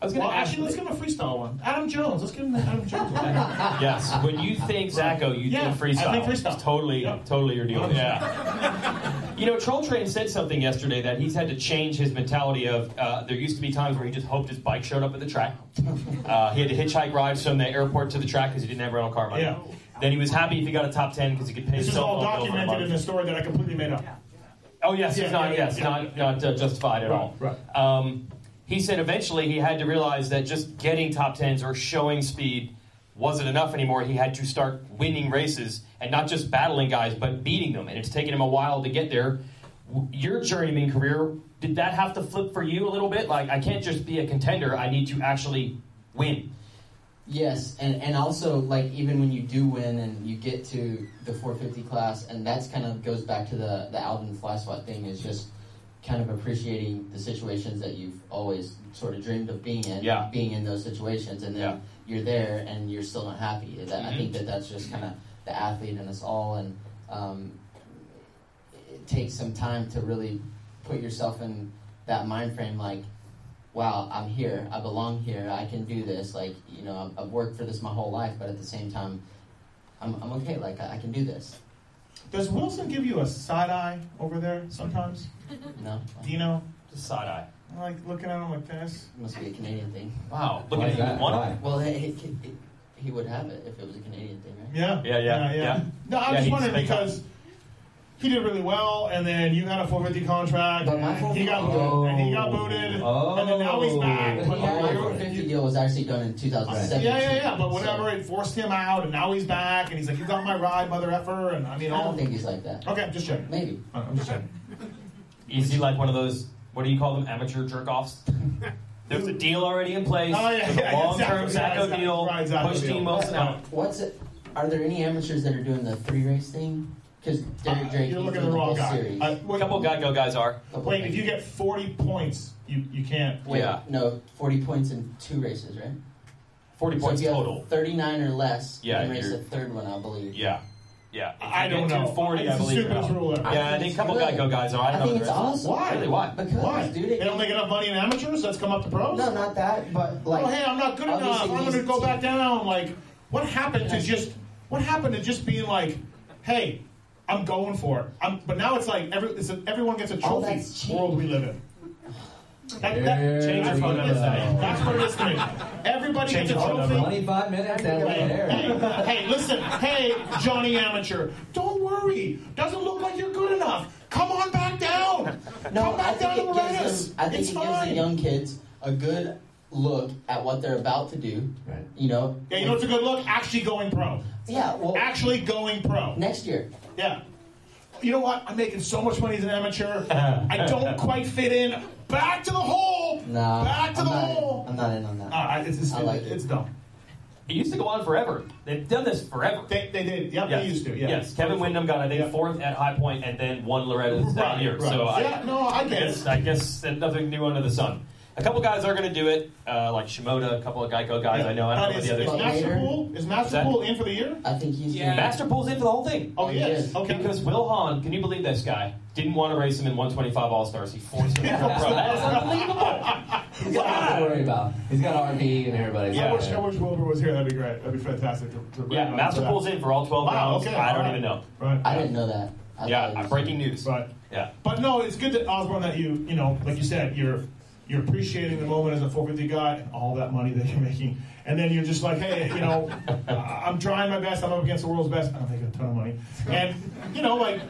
Speaker 7: I was gonna
Speaker 4: Well,
Speaker 7: ask
Speaker 4: actually, let's give him a freestyle one. Adam Jones. Let's give him the Adam Jones one.
Speaker 7: Yes, when you think Zacho, you
Speaker 4: Yeah,
Speaker 7: think freestyle.
Speaker 4: I think freestyle.
Speaker 7: It's totally,
Speaker 4: Yep.
Speaker 7: totally your deal. Yeah. you know, Troll Train said something yesterday that he's had to change his mentality of uh, there used to be times where he just hoped his bike showed up at the track. Uh, he had to hitchhike rides from the airport to the track because he didn't have rental car money.
Speaker 4: Yeah.
Speaker 7: Then he was happy if he got a top ten because he could pay
Speaker 4: This
Speaker 7: his
Speaker 4: is
Speaker 7: cell
Speaker 4: all
Speaker 7: phone bill for the
Speaker 4: documented in
Speaker 7: month.
Speaker 4: the story that I completely made up.
Speaker 7: Oh yes,
Speaker 4: Yeah,
Speaker 7: it's not
Speaker 4: yeah,
Speaker 7: yes,
Speaker 4: yeah.
Speaker 7: not not uh, justified at all.
Speaker 4: Right,
Speaker 7: Um, he said eventually he had to realize that just getting top tens or showing speed wasn't enough anymore. He had to start winning races and not just battling guys, but beating them. And it's taken him a while to get there. W- Your journeyman career did that have to flip for you a little bit? Like I can't just be a contender. I need to actually win.
Speaker 8: Yes, and, and also like even when you do win and you get to the 450 class, and that's kind of goes back to the the Alvin fly swat thing is just kind of appreciating the situations that you've always sort of dreamed of being in,
Speaker 7: Yeah.
Speaker 8: being in those situations, and then
Speaker 7: Yeah.
Speaker 8: you're there and you're still not happy. That, I think that that's just kind of the athlete in us all, and um, it takes some time to really put yourself in that mind frame like wow i'm here i belong here i can do this like you know i've, I've worked for this my whole life but at the same time i'm, I'm okay like I, I can do this
Speaker 4: Does Wilson give you a side eye over there sometimes?
Speaker 8: you know Like,
Speaker 4: Dino,
Speaker 7: Just side eye.
Speaker 4: I'm like looking at him like this.
Speaker 8: it must be a canadian thing
Speaker 7: Wow, look
Speaker 6: Why
Speaker 7: at
Speaker 6: is
Speaker 7: that.
Speaker 6: that?
Speaker 7: One
Speaker 6: Why?
Speaker 8: well he, he, he- he would have it if it was a canadian thing right
Speaker 4: Yeah.
Speaker 7: Yeah, yeah, yeah.
Speaker 4: No, I'm
Speaker 7: Yeah,
Speaker 4: just
Speaker 7: he's
Speaker 4: wondering
Speaker 7: big time.
Speaker 4: because he did really well, and then you had a 450 contract,
Speaker 8: But my
Speaker 4: and he got booted,
Speaker 8: 450
Speaker 4: and he got booted,
Speaker 6: Oh.
Speaker 4: and then now he's back.
Speaker 7: Oh.
Speaker 8: But
Speaker 4: But
Speaker 8: yeah,
Speaker 4: like,
Speaker 8: the
Speaker 4: you're-
Speaker 8: 450
Speaker 4: you-
Speaker 8: deal was actually done in 2007.
Speaker 4: yeah, yeah, yeah. But whatever,
Speaker 8: So,
Speaker 4: it forced him out, and now he's back, and he's like, "You got my ride, mother effer," and I mean,
Speaker 8: I
Speaker 4: all.
Speaker 8: don't think he's like that.
Speaker 4: Okay, just checking.
Speaker 8: Maybe.
Speaker 4: Uh, I'm just checking.
Speaker 7: Is he like one of those? What do you call them? Amateur jerk offs? There's a deal already in place.
Speaker 4: Oh, yeah,
Speaker 7: There's a
Speaker 4: yeah,
Speaker 7: long-term
Speaker 4: exactly,
Speaker 7: Sacco
Speaker 4: yeah, exactly.
Speaker 7: deal.
Speaker 4: Right, exactly,
Speaker 7: Push
Speaker 4: deal.
Speaker 7: Dean Wilson
Speaker 4: Right.
Speaker 7: out.
Speaker 8: What's it? Are there any amateurs that are doing the three race thing? Because Derek Drake,
Speaker 4: Uh, You're
Speaker 8: he's
Speaker 4: looking
Speaker 8: doing
Speaker 4: at the wrong
Speaker 8: whole
Speaker 4: guy.
Speaker 8: series.
Speaker 4: Uh,
Speaker 7: A
Speaker 4: wait,
Speaker 7: couple Geico guys are.
Speaker 4: wait, if you get 40 points, you, you can't.
Speaker 8: Wait,
Speaker 7: Yeah.
Speaker 8: no, forty points in two races, right? So
Speaker 7: 40
Speaker 8: if
Speaker 7: points
Speaker 8: you have
Speaker 7: total.
Speaker 8: Thirty-nine or less,
Speaker 7: Yeah,
Speaker 8: you can race
Speaker 7: you're-
Speaker 8: the third one, I believe.
Speaker 7: Yeah. Yeah. If you
Speaker 4: I don't
Speaker 7: get to
Speaker 4: know.
Speaker 7: 40,
Speaker 4: It's
Speaker 7: I
Speaker 4: the
Speaker 7: believe. you're
Speaker 4: stupidest
Speaker 7: out.
Speaker 4: rule ever.
Speaker 7: Yeah, I think a couple
Speaker 8: Really?
Speaker 7: Geico guys are. I,
Speaker 8: I
Speaker 7: don't know
Speaker 8: think
Speaker 7: the
Speaker 8: it's
Speaker 7: rest.
Speaker 8: awesome.
Speaker 4: Why?
Speaker 7: Really, why?
Speaker 8: Because,
Speaker 4: Why?
Speaker 8: dude,
Speaker 4: They
Speaker 8: it,
Speaker 4: don't make enough money in amateurs? That's come up to pros?
Speaker 8: no, not that, but like.
Speaker 4: oh, hey, I'm not good enough.
Speaker 8: obviously
Speaker 4: I'm going to
Speaker 8: these
Speaker 4: go
Speaker 8: two-
Speaker 4: back down. Like, what happened to
Speaker 8: Yeah.
Speaker 4: just what happened to just being like, hey, I'm going for it. I'm, but now it's like every, it's a, everyone gets a
Speaker 8: Oh,
Speaker 4: trophy.
Speaker 8: that's cheap.
Speaker 4: world we live in. That,
Speaker 6: There
Speaker 4: that, that's
Speaker 6: we
Speaker 4: what it is to me.
Speaker 6: go.
Speaker 4: That's what it is to me. Everybody
Speaker 7: Change
Speaker 4: gets a
Speaker 7: the phone
Speaker 4: trophy.
Speaker 7: number.
Speaker 6: 25 minutes and we're
Speaker 4: Hey,
Speaker 6: there.
Speaker 4: hey, listen. Hey, Johnny Amateur. Don't worry. Doesn't look like you're good enough. Come on back down.
Speaker 8: No,
Speaker 4: Come
Speaker 8: I
Speaker 4: back down
Speaker 8: think
Speaker 4: to
Speaker 8: it gives
Speaker 4: Loretta's.
Speaker 8: them, I think
Speaker 4: it's
Speaker 8: it gives
Speaker 4: fine.
Speaker 8: the young kids a good look at what they're about to do.
Speaker 6: Right.
Speaker 8: You know.
Speaker 4: yeah, you know it's a good look? Actually going pro.
Speaker 8: Yeah. Well,
Speaker 4: Actually going pro.
Speaker 8: next year.
Speaker 4: Yeah. You know what? I'm making so much money as an amateur. I don't quite fit in. Back to the hole.
Speaker 8: Nah.
Speaker 4: Back to
Speaker 8: I'm
Speaker 4: the
Speaker 8: not in-
Speaker 4: hole.
Speaker 8: I'm not in on that.
Speaker 4: Ah, it's, it's,
Speaker 8: I like it.
Speaker 4: it's dumb.
Speaker 7: It used to go on forever. They've done this forever.
Speaker 4: They, they did. Yep,
Speaker 7: Yes.
Speaker 4: they used to. Yeah.
Speaker 7: Yes, Kevin Wyndham got I think
Speaker 4: Yeah.
Speaker 7: fourth at High Point and then won Loretta's that
Speaker 4: Right,
Speaker 7: year.
Speaker 4: right.
Speaker 7: So
Speaker 4: Yeah,
Speaker 7: I,
Speaker 4: no, I get it.
Speaker 7: guess I guess that nothing new under the sun. A couple guys are going to do it, uh, like Shimoda, a couple of Geico guys. I know. I don't
Speaker 4: But
Speaker 7: know
Speaker 4: is,
Speaker 7: the
Speaker 4: is
Speaker 7: others.
Speaker 8: But
Speaker 4: Master
Speaker 8: later-
Speaker 4: Pool is Master
Speaker 7: that-
Speaker 4: Pool in for the year?
Speaker 8: I think he's.
Speaker 5: Yeah.
Speaker 8: Gonna,
Speaker 7: Master pulls in for the whole thing.
Speaker 4: Oh, he
Speaker 8: He
Speaker 4: is.
Speaker 8: is.
Speaker 4: Okay.
Speaker 7: Because Will Hahn, can you believe this guy? Didn't want to race him in 125 All Stars. He forced him. to go pro. That is unbelievable.
Speaker 6: He's got nothing to worry about. He's got RV and everybody.
Speaker 4: I
Speaker 7: Yeah.
Speaker 4: wish, I wish Wilbur was here. That'd be great. That'd be fantastic. To, to
Speaker 7: Yeah, Master pulls in for all 12
Speaker 4: Wow.
Speaker 7: rounds.
Speaker 4: Okay.
Speaker 7: I don't
Speaker 4: all right.
Speaker 7: even know.
Speaker 4: Right.
Speaker 8: I didn't know that. I thought
Speaker 7: Yeah,
Speaker 8: he was-
Speaker 7: breaking news.
Speaker 4: Right.
Speaker 7: Yeah.
Speaker 4: But no, it's good that Osborne that you you know, like you said, you're you're appreciating the moment as a 450 guy and all that money that you're making, and then you're just like, hey, you know, I- I'm trying my best. I'm up against the world's best. I'm making a ton of money, and you know, like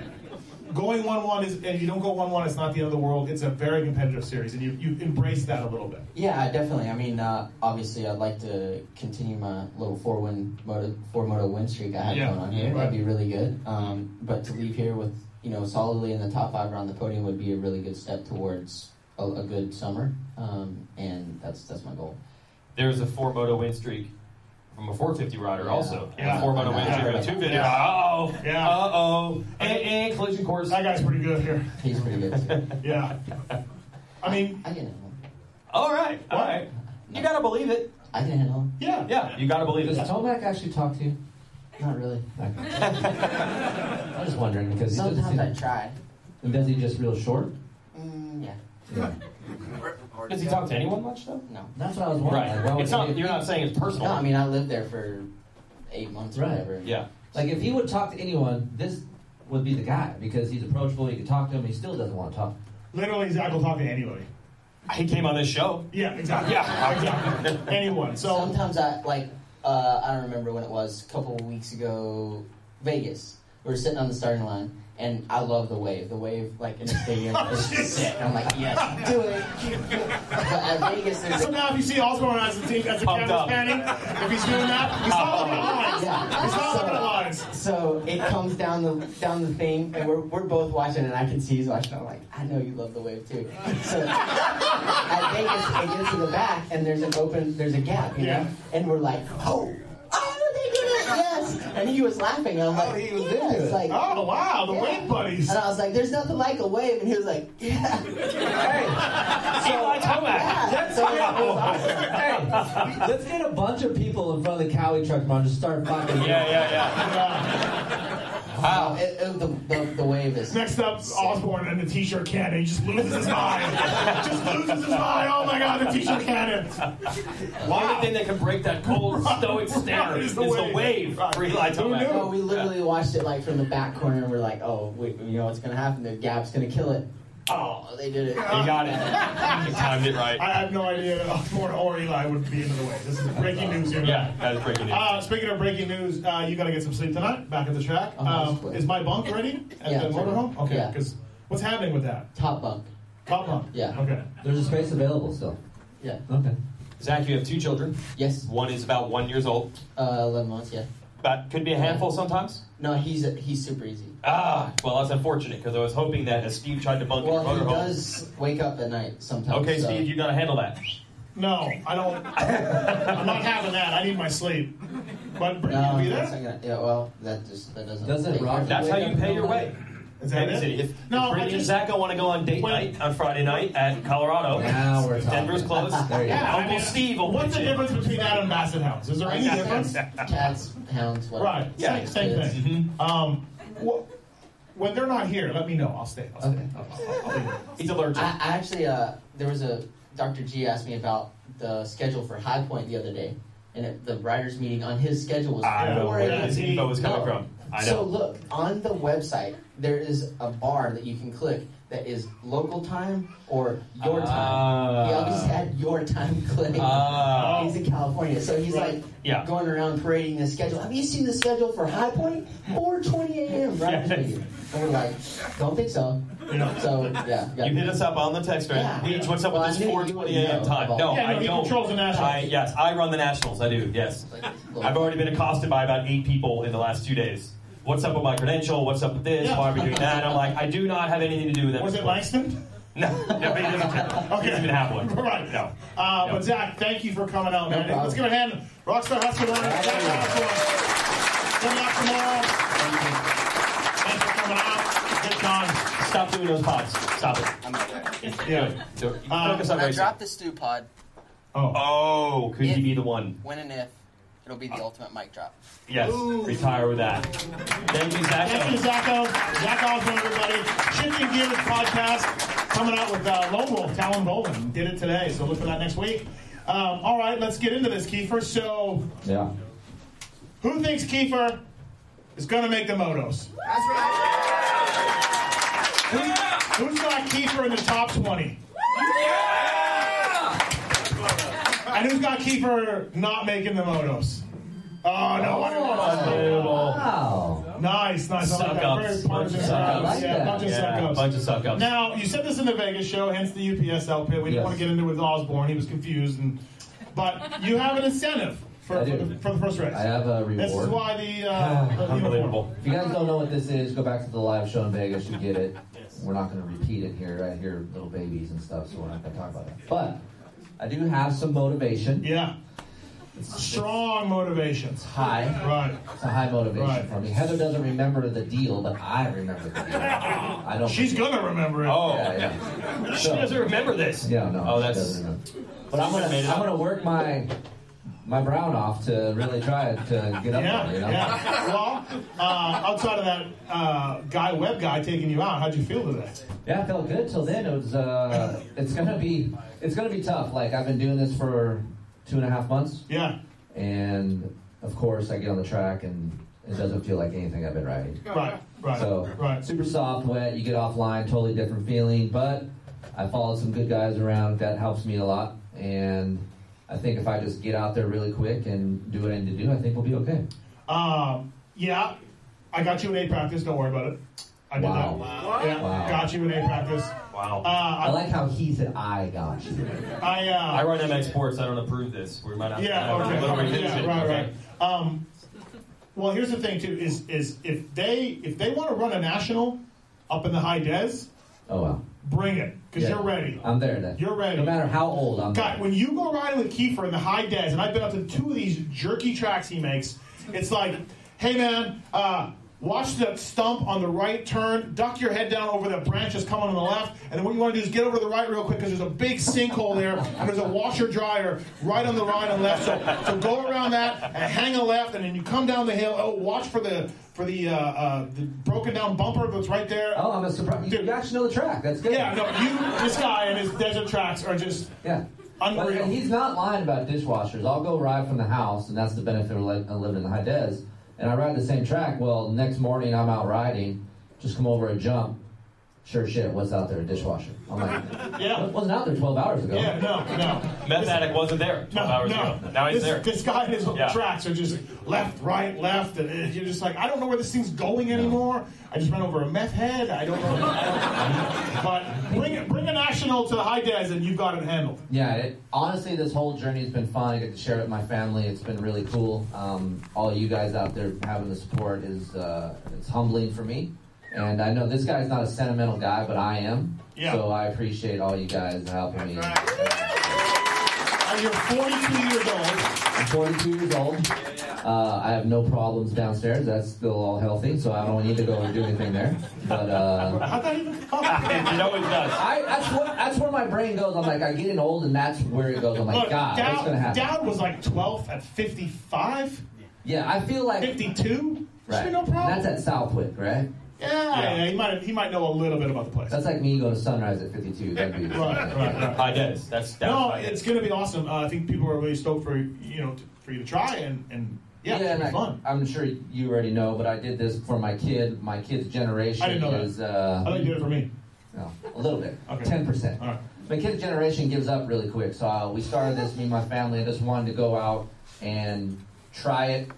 Speaker 4: going one one is, and if you don't go one one, it's not the end of the world. It's a very competitive series, and you you embrace that a little bit.
Speaker 8: Yeah, I definitely. I mean, uh, obviously, I'd like to continue my little four win moto, four moto win streak I have
Speaker 4: Yeah,
Speaker 8: going on here.
Speaker 4: right.
Speaker 8: That'd be really good. Um, but to leave here with you know solidly in the top five around the podium would be a really good step towards a, a good summer. Um, and that's that's my goal.
Speaker 7: There's a four moto win streak from a 450 rider
Speaker 8: Yeah.
Speaker 7: also. And
Speaker 4: Yeah.
Speaker 7: a four moto win
Speaker 8: Yeah.
Speaker 7: streak from a 250.
Speaker 4: Yeah.
Speaker 7: Uh-oh.
Speaker 4: Yeah.
Speaker 7: Uh-oh. And, and collision course.
Speaker 4: That guy's pretty good here.
Speaker 8: He's pretty good. Too.
Speaker 4: Yeah, I mean,
Speaker 8: I can handle him.
Speaker 7: All right. All right. You got to believe it.
Speaker 8: I can handle him.
Speaker 4: yeah,
Speaker 7: Yeah, you got to believe
Speaker 6: Does
Speaker 7: it.
Speaker 6: Tomac actually talk to you?
Speaker 8: Not really.
Speaker 6: I'm just wondering because he doesn't
Speaker 8: Sometimes I
Speaker 6: seem,
Speaker 8: try.
Speaker 6: and does he just real short?
Speaker 8: Mm, yeah.
Speaker 7: Does he talk to anyone much, though?
Speaker 8: No.
Speaker 6: That's what I was wondering. Like, why
Speaker 7: Right.
Speaker 6: would
Speaker 7: It's
Speaker 6: he
Speaker 7: not,
Speaker 6: do-
Speaker 7: you're not saying it's
Speaker 8: No,
Speaker 7: personal.
Speaker 8: I mean I lived there for eight months or
Speaker 6: Right.
Speaker 8: whatever.
Speaker 7: yeah.
Speaker 6: Like if he would talk to anyone, this would be the guy because he's approachable. You can talk to him. He still doesn't want to talk.
Speaker 4: literally, Zach will talk to anybody.
Speaker 7: He came on this show.
Speaker 4: Yeah, exactly.
Speaker 7: Yeah.
Speaker 4: exactly. Anyone. So
Speaker 8: Sometimes I like uh, I don't remember when it was. A couple of weeks ago, Vegas. We were sitting on the starting line, and I love the wave. The wave, like in the stadium, is sick. I'm like, yes, do it. but at Vegas, there's
Speaker 4: So
Speaker 8: a,
Speaker 4: now if you see Osborne as the team as the
Speaker 7: Pumped
Speaker 4: camera's
Speaker 7: up.
Speaker 4: panning, if he's doing that, he's not looking at lines.
Speaker 8: yeah.
Speaker 4: He's not
Speaker 8: So-
Speaker 4: looking at lines.
Speaker 8: So it comes down the down the thing, and we're, we're both watching, and I can see he's watching. I'm like, I know you love the wave too. So I think it gets to the back, and there's an open, there's a gap, you
Speaker 4: Yeah.
Speaker 8: know, and we're like, oh, oh, they did it, yes. And he was laughing, and I'm like, he was
Speaker 6: into it.
Speaker 8: like.
Speaker 4: Oh wow, the wave buddies.
Speaker 8: And I was like, "There's nothing like a wave," and he was like, "Yeah." Hey,
Speaker 7: Eli Tomac.
Speaker 8: yeah. So it was awesome.
Speaker 6: Hey, let's get a bunch of people in front of the Cowie truck tomorrow and just start fucking.
Speaker 7: Yeah, yeah, yeah.
Speaker 4: uh,
Speaker 8: Wow, it, it, the, the, the wave is
Speaker 4: Next up, Osborne and the t-shirt cannon. He just loses his mind. just loses his mind. Oh my god, the t-shirt cannon. Wow.
Speaker 7: Everything that can break that cold, stoic stare
Speaker 4: Right,
Speaker 7: is the wave,
Speaker 4: Right.
Speaker 7: for Eli
Speaker 4: Who
Speaker 7: Tomac.
Speaker 4: knew?
Speaker 8: Well, we literally watched it like from the back corner, and we're like, "Oh, we, you know what's gonna happen? The gap's gonna kill it." Oh, they did it.
Speaker 7: You got it. You timed it right.
Speaker 4: I have no idea that Osborne or Eli would be into the wave. This is breaking news here.
Speaker 7: Yeah, that is breaking news.
Speaker 4: Uh, speaking of breaking news, uh, you got to get some sleep tonight. Back at the track.
Speaker 8: Oh, that's
Speaker 4: Um,
Speaker 8: quick.
Speaker 4: is my bunk ready at
Speaker 8: Yeah,
Speaker 4: the
Speaker 8: it's ready.
Speaker 4: motorhome? Okay,
Speaker 8: Yeah.
Speaker 4: because what's happening with that?
Speaker 8: Top bunk.
Speaker 4: Top bunk.
Speaker 8: Yeah.
Speaker 4: Okay.
Speaker 6: There's a space available still.
Speaker 8: Yeah.
Speaker 6: Okay.
Speaker 7: Zach, you have two children.
Speaker 8: Yes.
Speaker 7: One is about one years old.
Speaker 8: Uh, eleven months. Yeah.
Speaker 7: But could be a handful sometimes.
Speaker 8: No, he's he's super easy.
Speaker 7: Ah, well, that's unfortunate because I was hoping that as Steve tried to bunk
Speaker 8: Well,
Speaker 7: your
Speaker 8: he
Speaker 7: motorhome.
Speaker 8: does wake up at night sometimes.
Speaker 7: Okay,
Speaker 8: so.
Speaker 7: Steve, you gotta handle that.
Speaker 4: No, I don't. I'm not having that. I need my sleep. But Brittany,
Speaker 8: No,
Speaker 4: will be
Speaker 8: that's
Speaker 4: there?
Speaker 8: not gonna- yeah, well, that just that doesn't.
Speaker 6: Doesn't
Speaker 8: take-
Speaker 6: rock-
Speaker 7: That's how you pay your way.
Speaker 4: Is that
Speaker 7: Kansas City.
Speaker 4: it?
Speaker 7: If,
Speaker 4: No,
Speaker 7: if
Speaker 4: I
Speaker 7: Brittany and
Speaker 4: just.
Speaker 7: Zach want to go on date night on Friday night at Colorado,
Speaker 6: Now we're talking.
Speaker 7: Denver's closed.
Speaker 6: There you go.
Speaker 4: Yeah, I
Speaker 7: Uncle
Speaker 4: mean,
Speaker 7: Steve will
Speaker 4: What's the
Speaker 7: pitch in.
Speaker 4: difference between that and Basset Hounds? Is there any difference?
Speaker 8: Cats, hounds, whatever.
Speaker 4: Right. Yeah. Same,
Speaker 8: It's-
Speaker 4: thing.
Speaker 7: Mm-hmm.
Speaker 4: Um, wh- when they're not here, let me know. I'll stay. I'll stay. I'll- I'll- I'll be here.
Speaker 7: He's allergic.
Speaker 8: I, I actually, uh, there was a Dr. G asked me about the schedule for High Point the other day, and it, the writers' meeting on his schedule was
Speaker 7: I know
Speaker 8: 4
Speaker 7: where
Speaker 8: a.m.
Speaker 7: this info is coming from. I
Speaker 8: So
Speaker 7: know.
Speaker 8: look on the website. There is a bar that you can click that is local time or your time.
Speaker 7: Uh,
Speaker 8: He always had your time click.
Speaker 7: Ah.
Speaker 4: Uh,
Speaker 8: he's in California, so he's
Speaker 4: Right.
Speaker 8: like
Speaker 7: Yeah.
Speaker 8: going around parading the schedule. Have you seen the schedule for High Point? 4:20 a.m. Right.
Speaker 7: Yes.
Speaker 8: And we're like, don't think so. So yeah, yeah.
Speaker 7: You hit us up on the text thread.
Speaker 8: Yeah.
Speaker 7: Beach, what's up
Speaker 8: Well, I
Speaker 7: with this
Speaker 8: knew you
Speaker 7: 4:20
Speaker 8: would
Speaker 7: a.m.
Speaker 8: know
Speaker 7: time?
Speaker 8: about
Speaker 7: No,
Speaker 4: Yeah, no,
Speaker 7: I
Speaker 4: he
Speaker 7: don't.
Speaker 4: controls the Nationals.
Speaker 7: I, yes, I run the Nationals. I do. Yes, I've already been accosted by about eight people in the last two days. What's up with my credential? What's up with this?
Speaker 4: Yeah.
Speaker 7: Why are we doing that? I'm like, I do not have anything to do with that.
Speaker 4: Was it Langston?
Speaker 7: No, no, he doesn't, he doesn't even have one.
Speaker 4: Right.
Speaker 7: No.
Speaker 4: Uh,
Speaker 7: No.
Speaker 4: But Zach, thank you for coming out, man.
Speaker 8: problem.
Speaker 4: Let's give a hand. Rockstar Hustler. Zach Hustler. Good luck tomorrow. Thanks for coming out.
Speaker 7: Stop doing those pods. Stop it.
Speaker 9: I'm not there.
Speaker 4: Good con. Yeah.
Speaker 7: Do-
Speaker 8: Uh,
Speaker 7: Focus on
Speaker 9: When I
Speaker 7: racing.
Speaker 9: drop the stew pod,
Speaker 4: Oh.
Speaker 7: Oh, could he be the one?
Speaker 9: when and if, it'll be
Speaker 7: Uh.
Speaker 9: the ultimate mic drop.
Speaker 7: Yes. Retire with that. Thank you, Zach.
Speaker 4: Thank you, Zacho. Zach Osborne, everybody. Shifting Gears podcast coming out with uh, Lone Wolf, Talon Bowman. Did it today, so look for that next week. Um, all right, let's get into this, Kiefer. So,
Speaker 6: Yeah.
Speaker 4: who thinks Kiefer is going to make the motos? That's right. Who, who's got Kiefer in the top 20? And who's got Kiefer not making the motos? Oh, no wonder one of us made the motos.
Speaker 6: Wow.
Speaker 4: Nice, nice. I like
Speaker 7: Suck
Speaker 4: that.
Speaker 7: ups.
Speaker 4: Very punch and
Speaker 7: Suck
Speaker 4: suck
Speaker 6: ups. I
Speaker 4: ups.
Speaker 6: like
Speaker 4: Yeah,
Speaker 6: that.
Speaker 4: punch and
Speaker 7: Yeah,
Speaker 4: suck ups.
Speaker 7: bunch of suck ups.
Speaker 4: Now, you said this in the Vegas show, hence the UPS outfit. We didn't
Speaker 6: Yes.
Speaker 4: want to get into it with Osborne. He was confused. and But you have an incentive for,
Speaker 6: I
Speaker 4: for,
Speaker 6: do.
Speaker 4: the, for the first race.
Speaker 6: I have a reward.
Speaker 4: This is why the, uh, the
Speaker 7: Unbelievable.
Speaker 6: If you guys don't know what this is, go back to the live show in Vegas. You get it. We're not going to repeat it here. I hear little babies and stuff, so we're not going to talk about that. But I do have some motivation.
Speaker 4: uniform. Yeah. Strong motivations.
Speaker 6: High.
Speaker 4: Right.
Speaker 6: It's a high motivation
Speaker 4: Right.
Speaker 6: for me. Heather doesn't remember the deal, but I remember the deal. I don't.
Speaker 4: She's going to remember it.
Speaker 7: Oh,
Speaker 6: Yeah, yeah.
Speaker 7: she
Speaker 6: So-
Speaker 7: doesn't remember this.
Speaker 6: Yeah, no.
Speaker 7: Oh,
Speaker 6: she
Speaker 7: that's.
Speaker 6: doesn't remember. But I'm gonna,
Speaker 7: Made it
Speaker 6: I'm
Speaker 7: up.
Speaker 6: gonna work my my brown off to really try to get up
Speaker 4: Yeah,
Speaker 6: there. You know?
Speaker 4: yeah. Well, uh, outside of that uh, guy, web guy, taking you out, how'd you feel today?
Speaker 6: Yeah, it felt good till then. It was. Uh, it's gonna be. It's gonna be tough. Like I've been doing this for two and a half months,
Speaker 4: Yeah,
Speaker 6: and of course I get on the track and it doesn't feel like anything I've been riding.
Speaker 4: right, right,
Speaker 6: So
Speaker 4: right.
Speaker 6: super soft, wet. You get offline, totally different feeling. But I followed some good guys around. That helps me a lot. And I think if I just get out there really quick and do what I need to do, I think we'll be okay.
Speaker 4: Um, yeah, I got you an A practice. Don't worry about it. I did
Speaker 6: Wow.
Speaker 4: that. Yeah,
Speaker 6: Wow.
Speaker 4: got you an A practice.
Speaker 7: Wow.
Speaker 4: Uh, I,
Speaker 6: I like how he said, "I got you."
Speaker 4: I, uh,
Speaker 7: I run MX Sports. I don't approve this. We might have
Speaker 4: Yeah,
Speaker 7: to have
Speaker 4: okay.
Speaker 7: a little
Speaker 4: yeah,
Speaker 7: revision.
Speaker 4: right,
Speaker 7: Okay.
Speaker 4: right. Um, well, here's the thing too: is is if they if they want to run a national up in the high des,
Speaker 6: Oh well.
Speaker 4: bring it because
Speaker 6: Yeah.
Speaker 4: you're ready.
Speaker 6: I'm there then.
Speaker 4: You're ready.
Speaker 6: No matter how old I'm.
Speaker 4: God,
Speaker 6: there.
Speaker 4: when you go riding with Kiefer in the high des, and I've been up to two of these jerky tracks he makes, it's like, hey man, uh, watch that stump on the right turn, duck your head down over that branch that's coming on the left, and then what you want to do is get over to the right real quick because there's a big sinkhole there, and there's a washer dryer right on the right and left. So, so go around that and hang a left, and then you come down the hill. Oh, watch for the for the, uh, uh, the broken down bumper that's right there.
Speaker 6: Oh, I'm a surprise. You,
Speaker 4: Dude.
Speaker 6: you actually know the track. That's good.
Speaker 4: Yeah, no, you, this guy and his desert tracks are just.
Speaker 6: Yeah.
Speaker 4: Unreal.
Speaker 6: But uh, he's not lying about dishwashers. I'll go ride from the house, and that's the benefit of li- of living in the high des. And I ride the same track. Well, next morning I'm out riding, just come over a jump. Sure shit, what's out there? A dishwasher. I'm like,
Speaker 4: Yeah.
Speaker 6: it wasn't out there 12 hours ago.
Speaker 4: Yeah, no, no.
Speaker 7: Meth addict wasn't there 12 hours ago. Now he's
Speaker 4: this,
Speaker 7: there.
Speaker 4: This guy and his
Speaker 7: Yeah.
Speaker 4: tracks are just left, right, left, and uh, you're just like, I don't know where this thing's going anymore. I just ran over a meth head. I don't know. but bring it, bring a national to the high des, and you've got it handled.
Speaker 6: Yeah, it, honestly, this whole journey has been fun. I get to share it with my family. It's been really cool. Um, all you guys out there having the support is uh, it's humbling for me. And I know this guy's not a sentimental guy, but I am.
Speaker 4: Yeah.
Speaker 6: So I appreciate all you guys helping me.
Speaker 4: And you're 42 years old.
Speaker 6: I'm 42 years old. Uh, I have no problems downstairs. That's still all healthy, so I don't need to go and do anything there. But uh,
Speaker 4: How'd that even come? it
Speaker 7: always does.
Speaker 6: I, that's what that's where my brain goes. I'm like, I'm getting old, and that's where it goes. I'm like,
Speaker 4: Look,
Speaker 6: God, what's gonna
Speaker 4: Dowd,
Speaker 6: happen?
Speaker 4: Dowd was like 12 at 55,
Speaker 6: Yeah, I feel like
Speaker 4: 52. Should be
Speaker 6: right.
Speaker 4: no problem.
Speaker 6: That's at Southwick, right?
Speaker 4: yeah, yeah. he might he might know a little bit about the place.
Speaker 6: That's like me going to Sunrise at 52. That'd be
Speaker 4: right, right, right.
Speaker 7: I did. That's that
Speaker 4: No,
Speaker 7: was my-
Speaker 4: it's going to be awesome. Uh, I think people are really stoked for you know t- for you to try and and yeah, it's
Speaker 6: and
Speaker 4: gonna
Speaker 6: I,
Speaker 4: be fun.
Speaker 6: I'm sure you already know, but I did this for my kid. My kid's generation
Speaker 4: I didn't know that.
Speaker 6: is
Speaker 4: I
Speaker 6: uh,
Speaker 4: thought you did it for me.
Speaker 6: no, a little bit,
Speaker 4: Okay.
Speaker 6: ten percent.
Speaker 4: All right.
Speaker 6: My kid's generation gives up really quick, so uh, we started this. Me and my family I just wanted to go out and try it.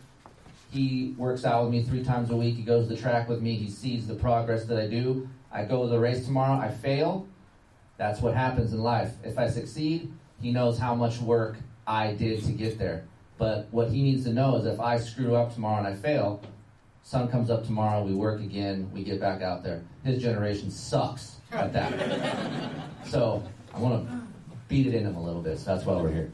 Speaker 6: He works out with me three times a week. He goes to the track with me. He sees the progress that I do. I go to the race tomorrow. I fail. That's what happens in life. If I succeed, he knows how much work I did to get there. But what he needs to know is if I screw up tomorrow and I fail, sun comes up tomorrow, we work again, we get back out there. His generation sucks at that. so I want to beat it in him a little bit. So that's why we're here.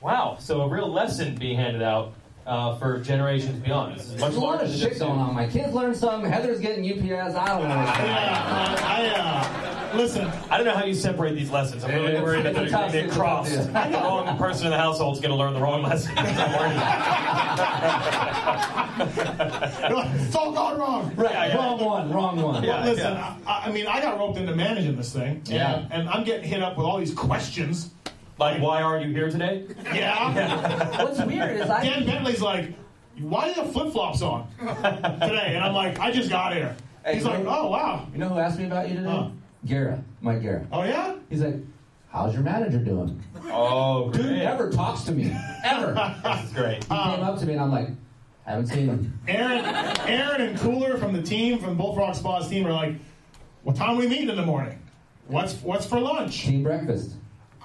Speaker 7: Wow. So a real lesson being handed out uh, for generations beyond. This is much
Speaker 6: There's a lot
Speaker 7: larger
Speaker 6: of
Speaker 7: than
Speaker 6: shit
Speaker 7: just-
Speaker 6: going on. My kids learned some. Heather's getting UPS. I don't know.
Speaker 4: Yeah, I, I uh, listen.
Speaker 7: I don't know how you separate these lessons. I'm really
Speaker 6: It's-
Speaker 7: worried that
Speaker 6: it's a tough
Speaker 7: they're, they're
Speaker 6: thing to
Speaker 7: crossed.
Speaker 6: do.
Speaker 7: The wrong person in the household is going to learn the wrong lesson. I'm worried about
Speaker 4: it's all gone wrong.
Speaker 7: Right, yeah, yeah.
Speaker 6: Wrong one. Wrong one.
Speaker 7: Yeah.
Speaker 4: Listen, I, I mean, I got roped into managing this thing,
Speaker 6: Yeah.
Speaker 4: and, and I'm getting hit up with all these questions.
Speaker 7: it. Like, why are you here today?
Speaker 4: Yeah.
Speaker 6: What's weird is I
Speaker 4: Dan Bentley's like, why do you have flip flops on today? And I'm like, I just got here.
Speaker 6: Hey,
Speaker 4: He's like,
Speaker 6: you-
Speaker 4: oh wow.
Speaker 6: You know who asked me about you today?
Speaker 4: Huh.
Speaker 6: Gara, Mike Gara.
Speaker 4: Oh yeah.
Speaker 6: He's like, "How's your manager doing?"
Speaker 7: Oh, Uh,
Speaker 6: Dude
Speaker 7: great.
Speaker 6: never talks to me ever. he
Speaker 7: That's great.
Speaker 6: came up to me and I'm like, "Haven't seen him."
Speaker 4: Aaron, Aaron and Cooler from the team from Bullfrog Spa's team are like, "What time we meeting in the morning? What's what's for lunch?
Speaker 6: Team breakfast.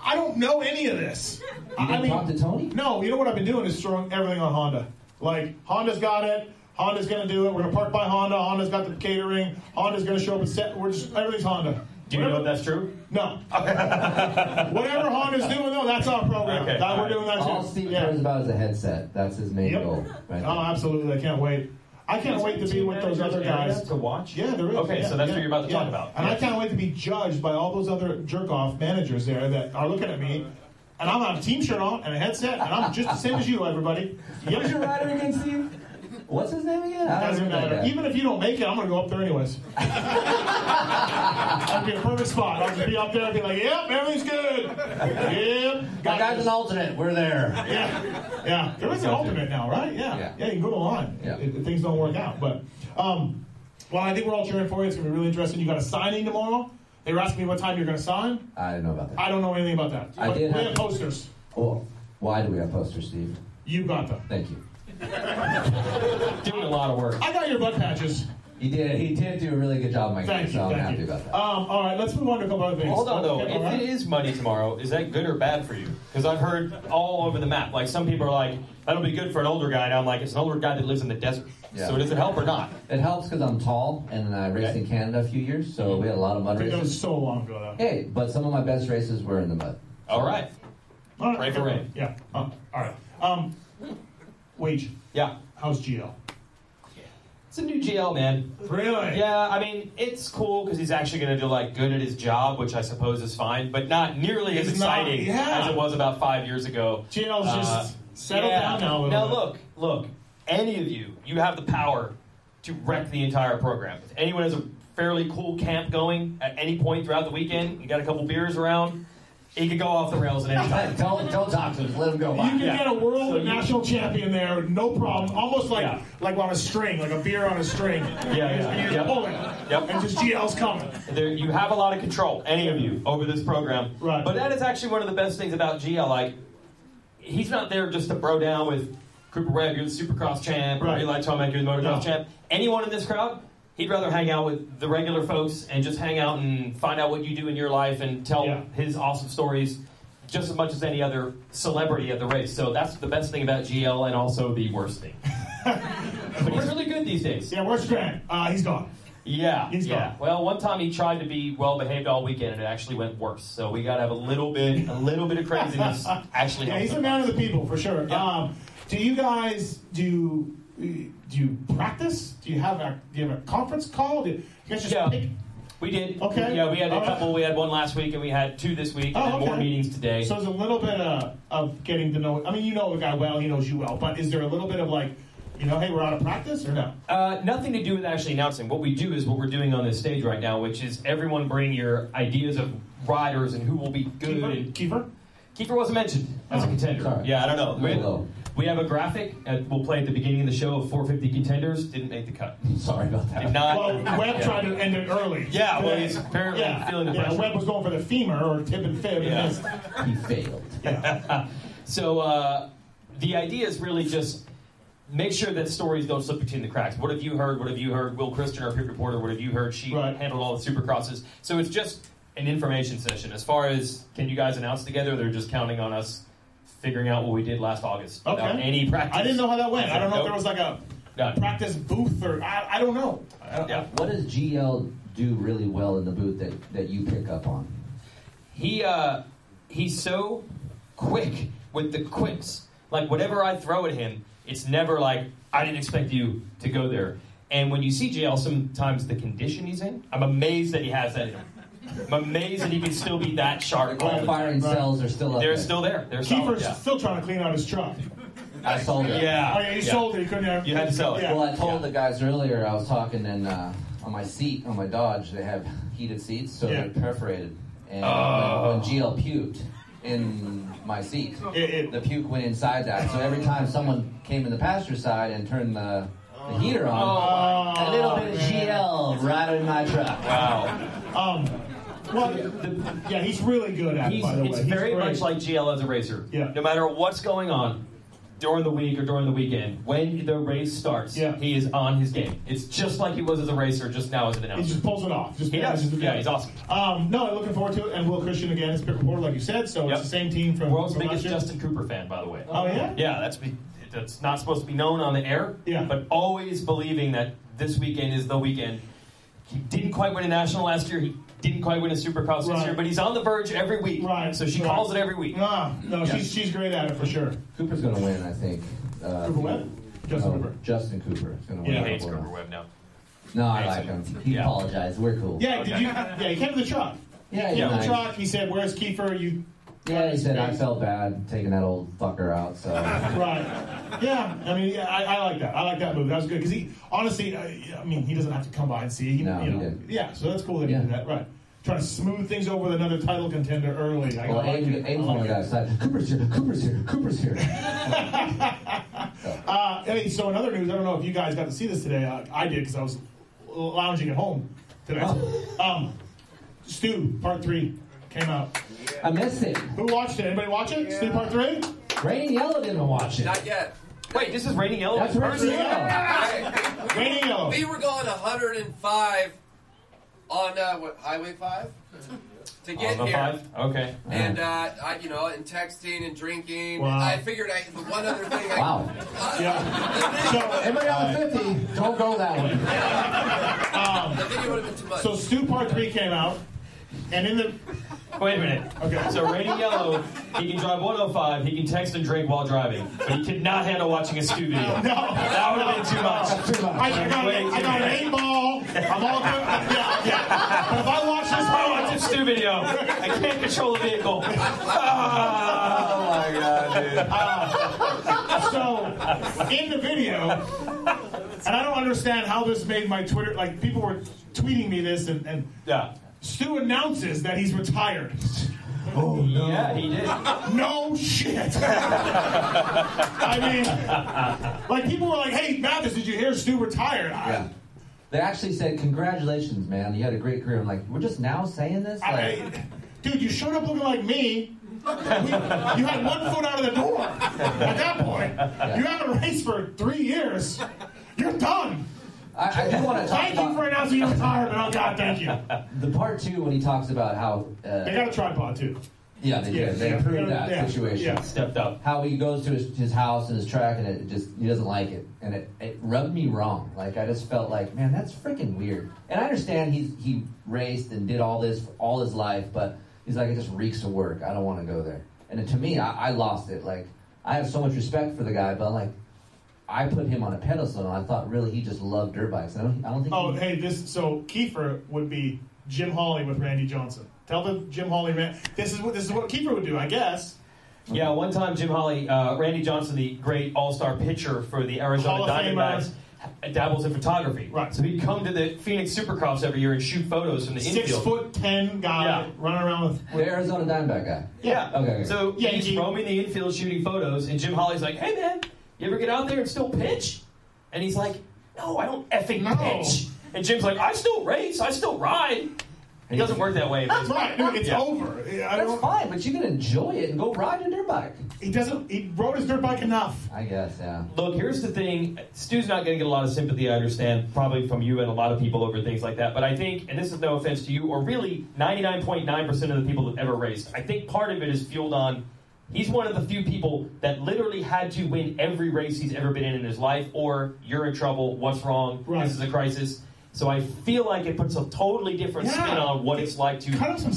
Speaker 4: I don't know any of this.
Speaker 6: You
Speaker 4: I
Speaker 6: didn't
Speaker 4: mean,
Speaker 6: talk to Tony?
Speaker 4: no. You know what I've been doing is throwing everything on Honda. Like Honda's got it. Honda's gonna do it. We're gonna park by Honda. Honda's got the catering. Honda's gonna show up at set. We're just everything's Honda.
Speaker 7: Do you know if that's true?
Speaker 4: No. Whatever Honda's doing, though, that's our program.
Speaker 7: Okay,
Speaker 4: That- we're
Speaker 7: alright.
Speaker 4: doing that too.
Speaker 6: All Steve
Speaker 4: Yeah.
Speaker 6: cares about is a headset. That's his main
Speaker 4: Yep.
Speaker 6: goal. Right
Speaker 4: Oh,
Speaker 6: there.
Speaker 4: absolutely. I can't wait. I can't wait to be with those other guys.
Speaker 7: to watch.
Speaker 4: Yeah, there is.
Speaker 7: Okay,
Speaker 4: Yeah,
Speaker 7: so that's
Speaker 4: yeah,
Speaker 7: what you're about to
Speaker 4: yeah.
Speaker 7: talk about.
Speaker 4: And I
Speaker 7: Yeah.
Speaker 4: can't wait to be judged by all those other jerk off managers there that are looking at me. And I'm on a team shirt on and a headset, and I'm just the same as you, everybody. Yep.
Speaker 6: Who's your rider again, Steve? What's his name again? I don't
Speaker 4: Doesn't
Speaker 6: remember
Speaker 4: matter.
Speaker 6: that.
Speaker 4: Even if you don't make it, I'm gonna go up there anyways. I'll be a perfect spot. I'll just be up there and be like, "Yep, everything's good. Yep,
Speaker 6: My
Speaker 4: got
Speaker 6: guy's
Speaker 4: this."
Speaker 6: an alternate. We're there.
Speaker 4: Yeah, yeah. There is an alternate now, right? Yeah.
Speaker 6: Yeah.
Speaker 4: yeah, You can go to line
Speaker 6: Yeah.
Speaker 4: if, if things don't work out. But um, well, I think we're all cheering for you. It's gonna be really interesting. You got a signing tomorrow. They were asking me what time you're gonna sign.
Speaker 6: I didn't know about that.
Speaker 4: I don't know anything about that.
Speaker 6: I
Speaker 4: But
Speaker 6: did
Speaker 4: we
Speaker 6: have-
Speaker 4: have posters.
Speaker 6: Well, why do we have posters, Steve?
Speaker 4: You got them.
Speaker 6: Thank you.
Speaker 7: Doing a lot of work.
Speaker 4: I got your butt patches.
Speaker 6: He did. He did do a really good job, Mike.
Speaker 4: Thank you.
Speaker 6: so I'm
Speaker 4: thank
Speaker 6: happy
Speaker 4: you.
Speaker 6: about that.
Speaker 4: Um, all right, let's move on to a couple other things.
Speaker 7: Hold on though.
Speaker 4: Okay, all
Speaker 7: If
Speaker 4: right.
Speaker 7: it is money tomorrow, is that good or bad for you? Because I've heard all over the map. Like some people are like, "That'll be good for an older guy." And I'm like, "It's an older guy that lives in the desert."
Speaker 6: Yeah.
Speaker 7: So does it help or not?
Speaker 6: It helps because I'm tall and I raced in Canada a few years, so we had a lot of mud
Speaker 4: Dude, that was
Speaker 6: races.
Speaker 4: so long ago. Though.
Speaker 6: Hey, but some of my best races were in the mud.
Speaker 7: All right.
Speaker 4: All right.
Speaker 7: Pray for rain.
Speaker 4: Yeah. Um, all right. Um, wage.
Speaker 7: Yeah.
Speaker 4: How's GL?
Speaker 7: It's a new GL man.
Speaker 4: Really?
Speaker 7: Yeah, I mean, it's cool because he's actually going to do like good at his job, which I suppose is fine, but not nearly as
Speaker 4: It's not-
Speaker 7: exciting
Speaker 4: yeah.
Speaker 7: as it was about five years ago. Uh,
Speaker 4: GL's just settled
Speaker 7: yeah.
Speaker 4: down now a little
Speaker 7: Now
Speaker 4: bit.
Speaker 7: look, look, any of you, you have the power to wreck the entire program. If anyone has a fairly cool camp going at any point throughout the weekend, you got a couple beers around, it could go off the rails at any time.
Speaker 6: Don't don't talk to him. Let him go.
Speaker 4: You can
Speaker 7: Yeah.
Speaker 4: get a world
Speaker 7: So you-
Speaker 4: national champion there, no problem. Almost like
Speaker 7: Yeah.
Speaker 4: like on a string, like a beer on a string. Yeah,
Speaker 7: yeah,
Speaker 4: You're
Speaker 7: yeah.
Speaker 4: pulling,
Speaker 7: Yep.
Speaker 4: and just GL's coming.
Speaker 7: there, you have a lot of control, any of you, over this program.
Speaker 4: Right.
Speaker 7: But that is actually one of the best things about GL. Like, he's not there just to bro down with Cooper Webb, you're the Supercross champ, or
Speaker 4: Right.
Speaker 7: Eli Tomac, you're the Motocross
Speaker 4: No.
Speaker 7: champ. Anyone in this crowd, he'd rather hang out with the regular folks and just hang out and find out what you do in your life and tell
Speaker 4: Yeah.
Speaker 7: his awesome stories just as much as any other celebrity at the race. So that's the best thing about GL and also the worst thing. but he's really good these days.
Speaker 4: Yeah, where's Grant? Uh, he's gone.
Speaker 7: Yeah,
Speaker 4: He's
Speaker 7: yeah.
Speaker 4: gone.
Speaker 7: Well, one time he tried to be well behaved all weekend, and it actually went worse. So we got to have a little bit, a little bit of craziness. Actually,
Speaker 4: Yeah,
Speaker 7: helps
Speaker 4: he's a
Speaker 7: him.
Speaker 4: man of the people for sure. Um, do you guys do? Do you practice? Do you have a do you have a conference call? Do you guys just
Speaker 7: Yeah.
Speaker 4: pick?
Speaker 7: We did.
Speaker 4: Okay.
Speaker 7: Yeah, we had a
Speaker 4: All right.
Speaker 7: couple. We had one last week, and we had two this week, and
Speaker 4: Oh,
Speaker 7: then more
Speaker 4: okay.
Speaker 7: meetings today.
Speaker 4: So there's a little bit of, of getting to know. I mean, you know the guy well. He knows you well. But is there a little bit of like, you know, hey, we're out of practice or no?
Speaker 7: Uh, nothing to do with actually announcing. What we do is what we're doing on this stage right now, which is everyone bring your ideas of riders and who will be good.
Speaker 4: Keeper,
Speaker 7: And
Speaker 4: keeper.
Speaker 7: Keeper wasn't mentioned as
Speaker 4: Oh,
Speaker 7: a contender.
Speaker 6: Sorry.
Speaker 7: Yeah, I don't know.
Speaker 6: Hello.
Speaker 7: We, we have a graphic that we'll play at the beginning of the show of 450 contenders. Didn't make the cut.
Speaker 6: Sorry about
Speaker 7: Did
Speaker 6: that.
Speaker 7: not.
Speaker 4: Well, Webb tried to end it early.
Speaker 7: Yeah, well,
Speaker 4: today.
Speaker 7: he's apparently
Speaker 4: yeah,
Speaker 7: feeling the
Speaker 4: yeah,
Speaker 7: pressure.
Speaker 4: Webb was going for the femur or tip and fib.
Speaker 7: Yeah.
Speaker 4: And missed.
Speaker 6: He failed.
Speaker 7: So uh, the idea is really just make sure that stories don't slip between the cracks. What have you heard? What have you heard? Will Christian, our pit reporter, what have you heard? She
Speaker 4: Right.
Speaker 7: handled all the supercrosses. So it's just an information session. As far as can you guys announce together, they're just counting on us figuring out what we did last August without
Speaker 4: Okay.
Speaker 7: any practice.
Speaker 4: I didn't know how that went. I don't know if
Speaker 7: Nope.
Speaker 4: there was like a
Speaker 7: None.
Speaker 4: practice booth or I, I don't know. I don't-
Speaker 7: Yeah.
Speaker 6: What does GL do really well in the booth that, that you pick up on?
Speaker 7: He uh, he's so quick with the quips. Like whatever I throw at him, it's never like I didn't expect you to go there. And when you see JL, sometimes the condition he's in, I'm amazed that he has that in him. I'm amazed that he can still be that
Speaker 6: The
Speaker 7: sharp. all the time.
Speaker 6: qualifying cells are still up
Speaker 7: They're
Speaker 6: there.
Speaker 7: still there. They're solid.
Speaker 4: Kiefer's
Speaker 7: Yeah.
Speaker 4: still trying to clean out his truck.
Speaker 6: I sold it.
Speaker 7: Yeah.
Speaker 4: Oh, yeah, he
Speaker 7: Yeah.
Speaker 4: sold it. He couldn't have.
Speaker 7: You had to sell it.
Speaker 4: Yeah.
Speaker 6: Well, I told the guys earlier I was talking and uh, on my seat on my Dodge they have heated seats, so
Speaker 4: Yeah. Uh.
Speaker 6: they're perforated. And when
Speaker 7: Oh.
Speaker 6: GL puked in my seat,
Speaker 4: It-
Speaker 6: the
Speaker 4: it-
Speaker 6: puke went inside that. So every time someone came in the passenger side and turned the, the heater
Speaker 4: Oh,
Speaker 6: on, a little bit of GL right in my truck.
Speaker 7: Wow.
Speaker 4: Um, well, yeah, he's really good at it,
Speaker 7: He's,
Speaker 4: by the way.
Speaker 7: it's
Speaker 4: He's
Speaker 7: very
Speaker 4: great.
Speaker 7: much like GL as a racer.
Speaker 4: Yeah.
Speaker 7: No matter what's going on during the week or during the weekend, when the race starts,
Speaker 4: Yeah.
Speaker 7: he is on his game. It's just like he was as a racer, just now as an
Speaker 4: He
Speaker 7: announcer.
Speaker 4: just pulls it off. Just
Speaker 7: He does.
Speaker 4: manages to do
Speaker 7: Yeah,
Speaker 4: it.
Speaker 7: he's awesome.
Speaker 4: Um, no, I'm looking forward to it. And Will Christian again is pick reporter, like you said. So
Speaker 7: Yep.
Speaker 4: it's the same team from
Speaker 7: World's
Speaker 4: from
Speaker 7: biggest
Speaker 4: last year.
Speaker 7: Justin Cooper fan, by the way.
Speaker 4: Oh yeah.
Speaker 7: Yeah, that's be- that's not supposed to be known on the air.
Speaker 4: Yeah.
Speaker 7: But always believing that this weekend is the weekend. He didn't quite win a national last year. He didn't quite win a Supercross this
Speaker 4: Right.
Speaker 7: year, but he's on the verge every week.
Speaker 4: Right.
Speaker 7: So she
Speaker 4: right.
Speaker 7: calls it every week.
Speaker 4: Ah, no, she's she's great at it for sure.
Speaker 6: Cooper's gonna win, I think. Uh,
Speaker 4: Cooper Webb? Justin
Speaker 6: no,
Speaker 4: Cooper.
Speaker 6: Justin Cooper is gonna win.
Speaker 7: He
Speaker 4: Yeah.
Speaker 7: hates
Speaker 6: Couple
Speaker 7: Cooper
Speaker 6: of-
Speaker 7: Webb now.
Speaker 6: No, I
Speaker 7: Hates
Speaker 6: like
Speaker 7: him.
Speaker 6: him. He
Speaker 7: Yeah.
Speaker 6: apologized. We're cool.
Speaker 4: Yeah, did
Speaker 7: Okay.
Speaker 4: you? Yeah, he came to the truck.
Speaker 6: yeah,
Speaker 4: He
Speaker 6: you're
Speaker 4: came to the
Speaker 6: nice.
Speaker 4: truck. He said, "Where's Kiefer?" You.
Speaker 6: Yeah, he said I felt bad taking that old fucker out. So
Speaker 4: Right. Yeah. I mean, yeah, I, I like that. I like that move. That was good because he honestly, I, I mean, he doesn't have to come by and see. He,
Speaker 6: No,
Speaker 4: you
Speaker 6: he
Speaker 4: know,
Speaker 6: didn't.
Speaker 4: Yeah. So that's cool that
Speaker 6: Yeah.
Speaker 4: he did that. Right. Trying to smooth things over with another title contender early. I
Speaker 6: well,
Speaker 4: like
Speaker 6: Aiden,
Speaker 4: it. I
Speaker 6: Aiden's
Speaker 4: like
Speaker 6: one of
Speaker 4: it.
Speaker 6: the guys. Like, Cooper's here. Cooper's here. Cooper's here.
Speaker 4: Uh, hey, so in other news, I don't know if you guys got to see this today. Uh, I did because I was lounging at home today.
Speaker 6: Oh.
Speaker 4: Um, Stu, part three came out.
Speaker 6: I missed it.
Speaker 4: Who watched it? Anybody watch it? Stu, part three?
Speaker 6: Rain Yellow didn't watch it.
Speaker 5: Not yet.
Speaker 7: Wait, this is raining yellow.
Speaker 6: That's Rain
Speaker 7: Person-
Speaker 6: Yellow.
Speaker 4: Raining Yellow.
Speaker 5: We were going 105 on uh, what Highway 5 to get
Speaker 7: On the
Speaker 5: here.
Speaker 7: Oh, five? Okay.
Speaker 5: And uh, I, you know, and texting and drinking.
Speaker 4: Wow.
Speaker 5: I figured I the one other thing. I,
Speaker 6: Wow.
Speaker 4: Yeah. So,
Speaker 6: Everybody on the fifty, don't go that way.
Speaker 5: The video would have been too much.
Speaker 4: so Stu, part three came out, and in the
Speaker 7: Wait a minute.
Speaker 4: Okay.
Speaker 7: So raining yellow, he can drive 105, he can text and drink while driving, but he cannot handle watching a Scooby. video. That would have been too much.
Speaker 4: I, I got,
Speaker 7: Way
Speaker 4: I
Speaker 7: too
Speaker 4: got an
Speaker 7: bad.
Speaker 4: eight ball. I'm all good. Yeah, yeah. But if I watch this,
Speaker 7: I
Speaker 4: I
Speaker 7: watch a Scooby video. I can't control the vehicle. Ah.
Speaker 4: So, in the video, and I don't understand how this made my Twitter. Like people were tweeting me this, and, and
Speaker 7: Yeah.
Speaker 4: Stu announces that he's retired.
Speaker 7: Yeah, he did.
Speaker 4: No shit. I mean, like people were like, "Hey, Mathis, did you hear Stu retired?" I-
Speaker 6: Yeah. They actually said, "Congratulations, man! You had a great career." I'm like, "We're just now saying this."
Speaker 4: I,
Speaker 6: Like,
Speaker 4: I- dude, you showed up looking like me. We- you had one foot out of the door at that point. You haven't raced for three years. You're done.
Speaker 6: I, I do want to talk
Speaker 4: Thank you for
Speaker 6: about
Speaker 4: announcing your retirement. Oh God, thank you.
Speaker 6: the part two when he talks about how uh,
Speaker 4: They got a tripod too.
Speaker 6: Yeah, they
Speaker 7: Yeah,
Speaker 6: did. They
Speaker 7: yeah.
Speaker 6: improved that
Speaker 7: Yeah,
Speaker 6: situation.
Speaker 7: yeah. Stepped up.
Speaker 6: How he goes to his, his house and his truck, and it just he doesn't like it, and it, it rubbed me wrong. Like I just felt like, man, that's freaking weird. And I understand he's he raced and did all this for all his life, but he's like, it just reeks of work. I don't want to go there. And to me, I, I lost it. Like I have so much respect for the guy, but like. I put him on a pedestal, and I thought really he just loved dirt bikes. I don't, I don't think.
Speaker 4: Oh,
Speaker 6: he,
Speaker 4: hey, this so Kiefer would be Jim Hawley with Randy Johnson. Tell the Jim Hawley man this is what this is what Kiefer would do, I guess.
Speaker 7: Yeah, one time Jim Holly, uh, Randy Johnson, the great all-star pitcher for the Arizona
Speaker 4: Hall of
Speaker 7: Diamondbacks, dabbles in photography. Right. So he'd come to the Phoenix Supercross every year and shoot photos from the
Speaker 4: Six
Speaker 7: infield.
Speaker 4: foot ten guy running around with,
Speaker 6: the Arizona Diamondback guy.
Speaker 7: Yeah.
Speaker 6: Okay.
Speaker 7: So he's roaming the infield shooting photos, and Jim Holly's like, "Hey man, you ever get out there and still pitch?" And he's like, "No, I don't effing pitch." And Jim's like, "I still race. I still ride." It doesn't work that way.
Speaker 4: That's right. It's over. I
Speaker 6: That's fine, but you can enjoy it and go ride your dirt bike.
Speaker 4: He doesn't. He rode his dirt bike enough.
Speaker 6: I guess, yeah.
Speaker 7: Look, here's the thing. Stu's not going to get a lot of sympathy, I understand, probably from you and a lot of people over things like that. But I think, and this is no offense to you, or really 99.9% of the people that ever raced, I think part of it is fueled on he's one of the few people that literally had to win every race he's ever been in in his life, or you're in trouble, what's wrong, this is a crisis. So I feel like it puts a totally different spin on what it's like to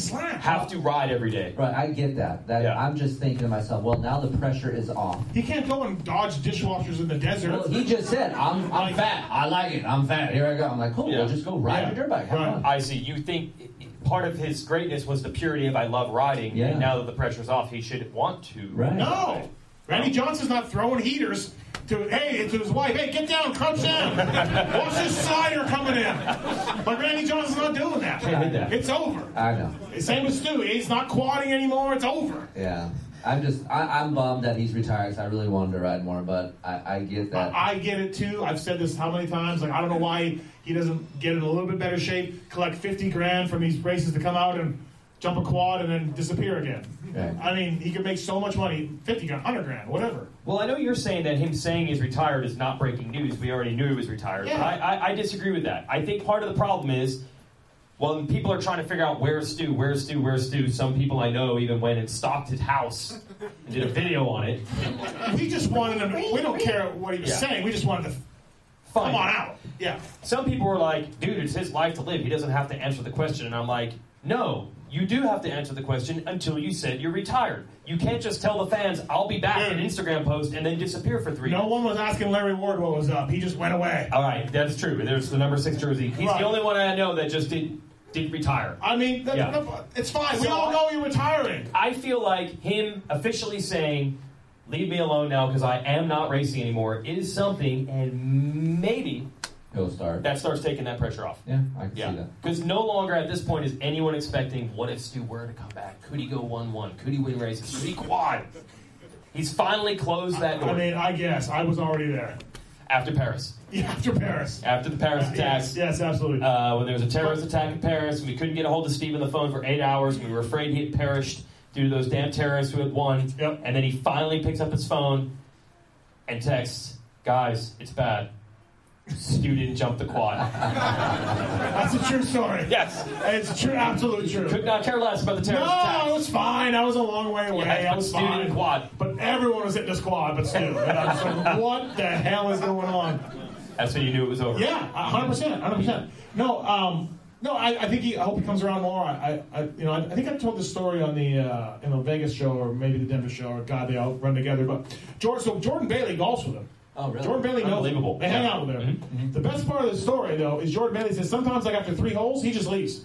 Speaker 7: have to ride every day.
Speaker 6: Right, I get that. That I'm just thinking to myself, well, now the pressure is off.
Speaker 4: He can't go and dodge dishwashers in the desert.
Speaker 6: Well, he just said, "I'm I'm fat. I like it. I'm fat. Here I go." I'm like, cool. Well, just go ride your dirt bike. Have fun.
Speaker 7: I see. You think part of his greatness was the purity of I love riding,
Speaker 6: Yeah.
Speaker 7: and now that the pressure's off, he should want to.
Speaker 6: Right.
Speaker 4: No, Randy Johnson's not throwing heaters to hey to his wife. Hey, get down, crunch down. Watch this slider coming in. But Randy Johnson's not doing that.
Speaker 6: Can't do that.
Speaker 4: It's over.
Speaker 6: I know.
Speaker 4: Same with Stu. He's not quadding anymore. It's over.
Speaker 6: Yeah. I'm just I, I'm bummed that he's retired. 'cause I really wanted to ride more, but I, I get that.
Speaker 4: I get it too. I've said this how many times. Like I don't know why he doesn't get in a little bit better shape, collect fifty grand from these races to come out and jump a quad and then disappear again.
Speaker 6: Right.
Speaker 4: I mean, he could make so much money, fifty grand, hundred grand, whatever.
Speaker 7: Well, I know you're saying that him saying he's retired is not breaking news. We already knew he was retired.
Speaker 4: Yeah.
Speaker 7: But I, I, I disagree with that. I think part of the problem is, well, people are trying to figure out where's Stu, where's Stu, where's Stu. Some people I know even went and stalked his house and did a video on it.
Speaker 4: We just wanted him. We don't care what he was
Speaker 7: Yeah.
Speaker 4: saying. We just wanted to
Speaker 7: Fine.
Speaker 4: come on out. Yeah.
Speaker 7: Some people were like, dude, it's his life to live. He doesn't have to answer the question. And I'm like, no, you do have to answer the question until you said you're retired. You can't just tell the fans, I'll be back in an Instagram post and then disappear for three
Speaker 4: No one was asking Larry Ward what was up. He just went away.
Speaker 7: All right, that's true. There's the number six jersey. He's the only one I know that just did did retire.
Speaker 4: I mean, that-
Speaker 7: Yeah.
Speaker 4: that- it's fine. We all know you're retiring.
Speaker 7: I feel like him officially saying, "Leave me alone now because I am not racing anymore" is something, and maybe
Speaker 6: go start.
Speaker 7: that starts taking that pressure off.
Speaker 6: Yeah, I can see
Speaker 7: Yeah,
Speaker 6: that.
Speaker 7: because no longer at this point is anyone expecting what if Stu were to come back? Could he go one-one? Could he win races? Could he quad? He's finally closed that door
Speaker 4: I mean, I guess I was already there
Speaker 7: after Paris.
Speaker 4: Yeah, after Paris.
Speaker 7: After the Paris
Speaker 4: Yeah,
Speaker 7: attacks.
Speaker 4: yes, yes, absolutely.
Speaker 7: Uh, when there was a terrorist attack in Paris, and we couldn't get a hold of Steve on the phone for eight hours, and we were afraid he had perished due to those damn terrorists who had won. Yep. And then he finally picks up his phone and texts, Guys, it's bad. Stu didn't jump the quad.
Speaker 4: That's a true story.
Speaker 7: Yes.
Speaker 4: It's true, absolute true.
Speaker 7: Could not care less about the terrorist
Speaker 4: no,
Speaker 7: attacks.
Speaker 4: I was fine. I was a long way away. I
Speaker 7: Yeah, but
Speaker 4: was
Speaker 7: Stu didn't
Speaker 4: fine.
Speaker 7: quad.
Speaker 4: But everyone was hitting the squad, but Stu. And I was like, what the hell is going on?
Speaker 7: That's when you knew it was over.
Speaker 4: Yeah, hundred percent, hundred percent. No, um, no, I, I think he. I hope he comes around more. I, I, I you know, I, I think I told this story on the uh, in the Vegas show or maybe the Denver show or God, they all run together. But Jordan, so Jordan Bailey golfs with him.
Speaker 6: Oh, really?
Speaker 4: Jordan Bailey knows.
Speaker 7: Unbelievable. Mm-hmm.
Speaker 4: They hang out with him. The best part of the story though is Jordan Bailey says sometimes like after three holes he just leaves.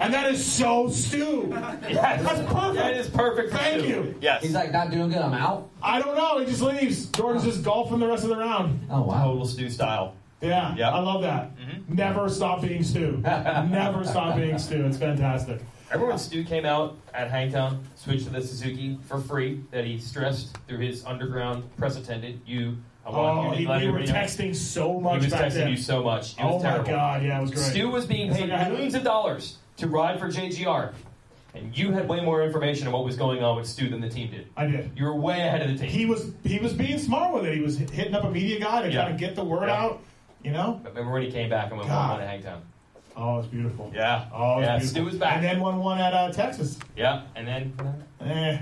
Speaker 4: And that is so Stu.
Speaker 7: Yes.
Speaker 4: That's perfect.
Speaker 7: That is perfect for
Speaker 4: Thank
Speaker 7: Stu.
Speaker 4: you.
Speaker 7: Yes.
Speaker 6: He's like not doing good. I'm out.
Speaker 4: I don't know. He just leaves. Jordan's just golfing the rest of the round.
Speaker 6: Oh wow.
Speaker 7: Total Stu style.
Speaker 4: Yeah,
Speaker 7: Yep. Mm-hmm.
Speaker 4: I love that. Never stop being Stu. Never stop being Stu. It's fantastic.
Speaker 7: Remember when Stu came out at Hangtown, switched to the Suzuki for free that he stressed through his underground press attendant, you, I want
Speaker 4: Oh,
Speaker 7: you to
Speaker 4: he,
Speaker 7: let
Speaker 4: we were
Speaker 7: everybody know.
Speaker 4: texting so
Speaker 7: He
Speaker 4: much
Speaker 7: was
Speaker 4: back
Speaker 7: texting
Speaker 4: then.
Speaker 7: you so much. It
Speaker 4: oh
Speaker 7: was terrible.
Speaker 4: my god, yeah, it was great.
Speaker 7: Stu was being
Speaker 4: It's
Speaker 7: paid
Speaker 4: like I had-
Speaker 7: millions of dollars to ride for JGR, and you had way more information on what was going on with Stu than the team did.
Speaker 4: I did.
Speaker 7: You were way ahead of the team.
Speaker 4: He was he was being smart with it. He was hit- hitting up a media guy to
Speaker 7: Yeah.
Speaker 4: kind of get the word
Speaker 7: Yeah.
Speaker 4: out. You know,
Speaker 7: But remember when he came back and went
Speaker 4: God.
Speaker 7: one to Hangtown?
Speaker 4: Oh, it's beautiful.
Speaker 7: Yeah.
Speaker 4: Oh, it's
Speaker 7: yeah.
Speaker 4: beautiful.
Speaker 7: Stu was back.
Speaker 4: And then one one at uh, Texas.
Speaker 7: yeah, and then uh,
Speaker 4: Eh,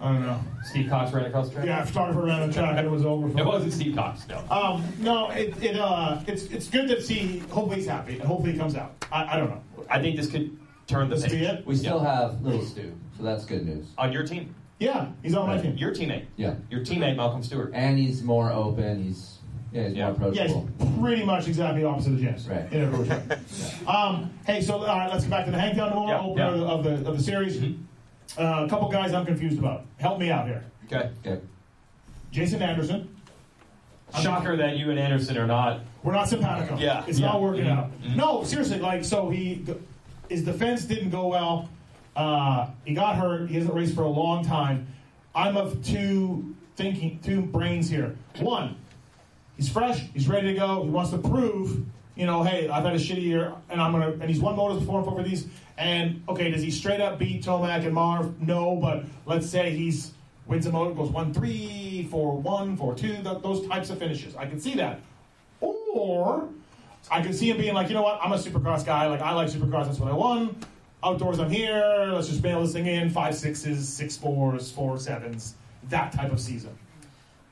Speaker 4: I don't know.
Speaker 7: Steve Cox ran across the track.
Speaker 4: Yeah, I started around the track and it was over. For
Speaker 7: It wasn't Steve Cox, no.
Speaker 4: Um, no, it, it uh, it's it's good to see. Hopefully he's happy. and Hopefully he comes out. I, I don't know.
Speaker 7: I think this could turn the
Speaker 4: This
Speaker 7: page.
Speaker 4: be it?
Speaker 6: We still have Little Stu, so that's good news.
Speaker 7: On your team.
Speaker 4: Yeah, he's on my team.
Speaker 7: Your teammate.
Speaker 6: Yeah.
Speaker 7: Your teammate, Malcolm Stewart.
Speaker 6: And he's more open. He's yeah, he's
Speaker 7: Yeah.
Speaker 6: more
Speaker 4: Yeah,
Speaker 6: approachable.
Speaker 4: he's pretty much exactly opposite of James.
Speaker 6: Right.
Speaker 4: In every way. um, hey, so all right, let's get back to the Hangtown tomorrow
Speaker 7: Yeah,
Speaker 4: opener
Speaker 7: yeah. Mm-hmm.
Speaker 4: Of, the, of the of the series. Uh, a couple guys I'm confused about. Help me out here.
Speaker 7: Okay.
Speaker 6: Okay.
Speaker 4: Jason Anderson.
Speaker 7: Shocker that you and Anderson are not.
Speaker 4: We're not simpatico.
Speaker 7: Yeah,
Speaker 4: It's
Speaker 7: yeah. Mm-hmm.
Speaker 4: not working out. No, seriously, like, so he, his defense didn't go well. Uh, he got hurt. He hasn't raced for a long time. I'm of two thinking, two brains here. One, he's fresh. He's ready to go. He wants to prove, you know, hey, I've had a shitty year, and I'm gonna. And he's won motos before and over these. And okay, does he straight up beat Tomac and Marv? No, but let's say he's wins a motor, goes one three, four one, four two, th- those types of finishes. I can see that. Or I could see him being like, you know what, I'm a supercross guy. Like, I like supercross. That's what I won. Outdoors, I'm here. Let's just mail this thing in. Five sixes, six fours, four sevens. That type of season.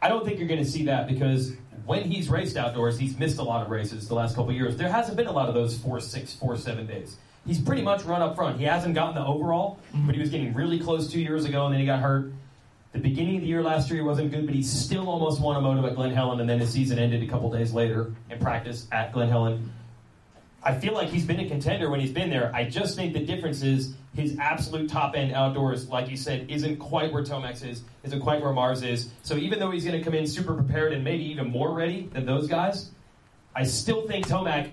Speaker 7: I don't think you're going to see that because when he's raced outdoors, he's missed a lot of races the last couple of years. There hasn't been a lot of those four, six, four, seven days. He's pretty much run up front. He hasn't gotten the overall, but he was getting really close two years ago, and then he got hurt. The beginning of the year last year wasn't good, but he still almost won a moto at Glen Helen, and then his season ended a couple days later in practice at Glen Helen. I feel like he's been a contender when he's been there. I just think the difference is his absolute top end outdoors, like you said, isn't quite where Tomax is, isn't quite where Mars is. So even though he's going to come in super prepared and maybe even more ready than those guys, I still think Tomac,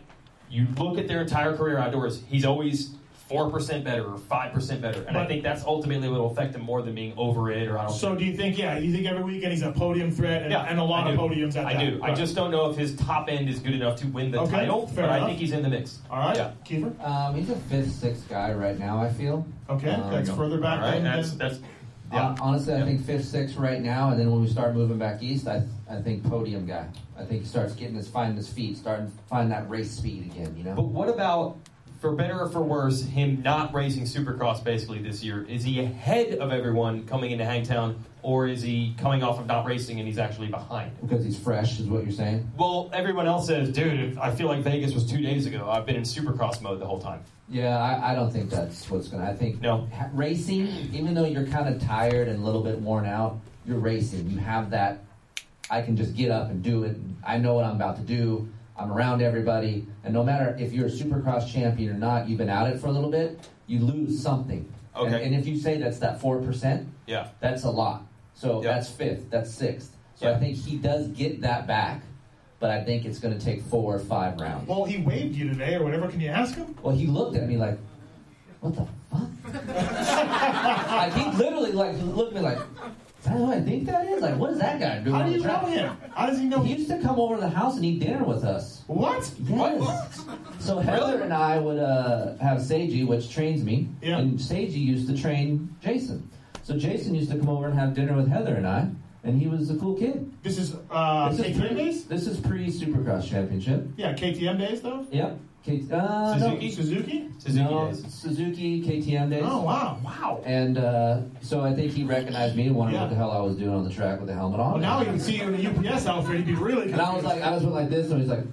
Speaker 7: you look at their entire career outdoors, he's always 4% better or 5% better. And I think that's ultimately what will affect him more than being over it or I don't
Speaker 4: So do you think, yeah, you think every weekend he's a podium threat and, and a lot
Speaker 7: I
Speaker 4: of
Speaker 7: do.
Speaker 4: podiums at
Speaker 7: I
Speaker 4: that?
Speaker 7: do. I just don't know if his top end is good enough to win the
Speaker 4: Okay,
Speaker 7: title,
Speaker 4: fair
Speaker 7: but I
Speaker 4: enough.
Speaker 7: think he's in the mix.
Speaker 4: All right,
Speaker 7: Yeah.
Speaker 4: Kiefer.
Speaker 6: Um, he's a fifth, sixth guy right now. I feel.
Speaker 4: Okay,
Speaker 6: Um,
Speaker 4: that's further back
Speaker 7: All right,
Speaker 4: than-
Speaker 7: that's
Speaker 4: than-
Speaker 7: that's
Speaker 6: hon-
Speaker 7: Uh, um,
Speaker 6: Honestly, I think fifth, sixth right now, and then when we start moving back east, I I think podium guy. I think he starts getting his finding his feet, starting to find that race speed again. You
Speaker 7: But
Speaker 6: know.
Speaker 7: what about, for better or for worse, him not racing Supercross basically this year? Is he ahead of everyone coming into Hangtown, or is he coming off of not racing and he's actually behind?
Speaker 6: Because he's fresh, is what you're saying.
Speaker 7: Well, everyone else says, dude, if- I feel like Vegas was two days ago. I've been in Supercross mode the whole time.
Speaker 6: Yeah, I, I don't think that's what's gonna. I think
Speaker 7: No.
Speaker 6: ha- racing, even though you're kind of tired and a little bit worn out, you're racing. You have that. I can just get up and do it. I know what I'm about to do. I'm around everybody, and no matter if you're a Supercross champion or not, you've been at it for a little bit. You lose something. And-
Speaker 7: Okay.
Speaker 6: And, if you say that's that four percent,
Speaker 7: Yeah.
Speaker 6: that's a lot. So
Speaker 7: Yeah.
Speaker 6: that's fifth. That's sixth. So
Speaker 7: Yeah.
Speaker 6: I think he does get that back, but I think it's going to take four or five rounds.
Speaker 4: Well, he waved you today or whatever. Can you ask him?
Speaker 6: Well, he looked at me like, what the fuck? like, he literally, like, looked at me like, is that who I think that is? Like, what is that guy doing?
Speaker 4: How
Speaker 6: on
Speaker 4: do
Speaker 6: the
Speaker 4: you know
Speaker 6: track?"
Speaker 4: him? How does he know?
Speaker 6: He used to come over to the house and eat dinner with us.
Speaker 4: What?
Speaker 6: Yes. So Heather and I would uh, have Seiji, which trains me,
Speaker 4: Yeah.
Speaker 6: and Seiji used to train Jason. So Jason used to come over and have dinner with Heather and I, and he was a cool kid.
Speaker 4: This is uh,
Speaker 6: This is
Speaker 4: KTM
Speaker 6: pre,
Speaker 4: days.
Speaker 6: this is pre Supercross Championship.
Speaker 4: Yeah, KTM days though.
Speaker 6: Yep. K- uh, no.
Speaker 7: Suzuki?
Speaker 4: Suzuki.
Speaker 7: Suzuki
Speaker 6: no,
Speaker 7: days.
Speaker 6: Suzuki KTM days.
Speaker 4: Oh wow, wow.
Speaker 6: And uh, so I think he recognized me and wondered
Speaker 4: Yeah.
Speaker 6: what the hell I was doing on the track with the helmet on.
Speaker 4: Well, now he can see you in a UPS outfit. He'd be really.
Speaker 6: and I was like, I was like this, and he's like,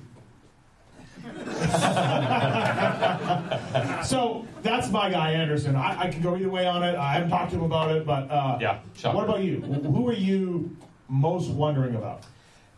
Speaker 4: so that's my guy Anderson. I, I can go either way on it. I haven't talked to him about it, but uh,
Speaker 7: Yeah, shocker.
Speaker 4: What about you? Who are you most wondering about?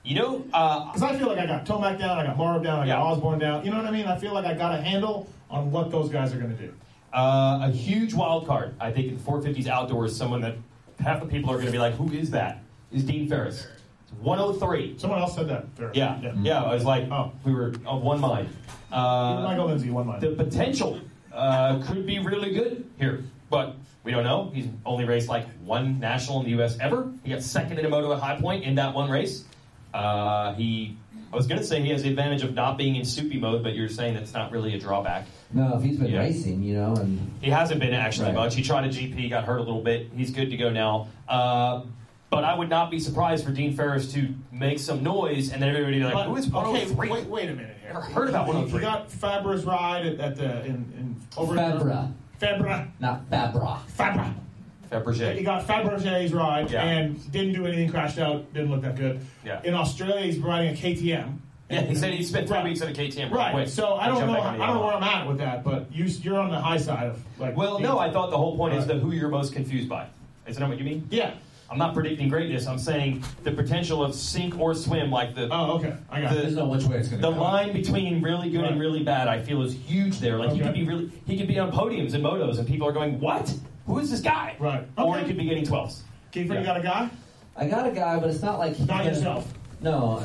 Speaker 7: You know, uh,
Speaker 4: Because I feel like I got Tomac down, I got Morrow down, I got
Speaker 7: Yeah.
Speaker 4: Osborne down. You know what I mean? I feel like I got a handle on what those guys are going to do.
Speaker 7: Uh, a huge wild card, I think, in 450s outdoors, someone that half the people are going to be like, who is that? Is Dean Ferris. It's 103.
Speaker 4: Someone else said that. Fair.
Speaker 7: Yeah, yeah, I was like,
Speaker 4: Oh.
Speaker 7: we were of one mind. Uh,
Speaker 4: Michael Lindsay, one line.
Speaker 7: the potential uh, could be really good here, but we don't know. He's only raced like one national in the U.S. ever. He got second in a moto at High Point in that one race. Uh, he, I was going to say he has the advantage of not being in soupy mode, but you're saying that's not really a drawback.
Speaker 6: no, if he's been
Speaker 7: Yeah.
Speaker 6: racing, you know, and
Speaker 7: He hasn't been actually
Speaker 6: Right.
Speaker 7: much. He tried a GP, got hurt a little bit. He's good to go now. Uh, But I would not be surprised for Dean Ferris to make some noise and then everybody be like,
Speaker 4: But-
Speaker 7: who is
Speaker 4: okay,
Speaker 7: 103?
Speaker 4: wait, wait a minute here.
Speaker 7: Never heard about
Speaker 4: He
Speaker 7: 103.
Speaker 4: got Fabra's ride at, at the in, in over
Speaker 6: Fabra,
Speaker 4: Fabra.
Speaker 6: not Fabra.
Speaker 4: Fabra. He
Speaker 7: Fabergé.
Speaker 4: got Fabergé's ride
Speaker 7: Yeah.
Speaker 4: and didn't do anything. Crashed out. Didn't look that good.
Speaker 7: Yeah.
Speaker 4: In Australia, he's riding a KTM.
Speaker 7: Yeah, he said he spent three
Speaker 4: Right.
Speaker 7: weeks at a KTM.
Speaker 4: Right.
Speaker 7: Wait,
Speaker 4: so I don't
Speaker 7: jump
Speaker 4: know.
Speaker 7: back on
Speaker 4: I don't
Speaker 7: the
Speaker 4: know
Speaker 7: other
Speaker 4: where
Speaker 7: one.
Speaker 4: I'm at with that, but you you're on the high side of like.
Speaker 7: Well, no, I thought the whole point is
Speaker 4: Right.
Speaker 7: that who you're most confused by. Isn't that what you mean?
Speaker 4: Yeah.
Speaker 7: I'm not predicting greatness. I'm saying the potential of sink or swim, like the
Speaker 4: Oh, okay. I got
Speaker 7: The-
Speaker 4: it.
Speaker 6: There's no which way it's gonna
Speaker 7: The
Speaker 6: go.
Speaker 7: line between really good and
Speaker 4: Right.
Speaker 7: really bad, I feel, is huge there. Like he
Speaker 4: Okay.
Speaker 7: could be really, he could be on podiums and motos, and people are going, "What? Who is this guy?"
Speaker 4: Right.
Speaker 7: Or
Speaker 4: Okay.
Speaker 7: he could be getting twelves.
Speaker 4: Kiefer,
Speaker 7: Yeah.
Speaker 4: you got a guy?
Speaker 6: I got a guy, but it's not like he's
Speaker 4: Not
Speaker 6: gonna-
Speaker 4: yourself.
Speaker 6: No,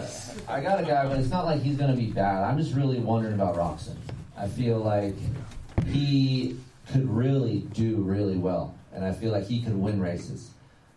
Speaker 6: I got a guy, but it's not like he's gonna be bad. I'm just really wondering about Roxon. I feel like he could really do really well, and I feel like he could win races.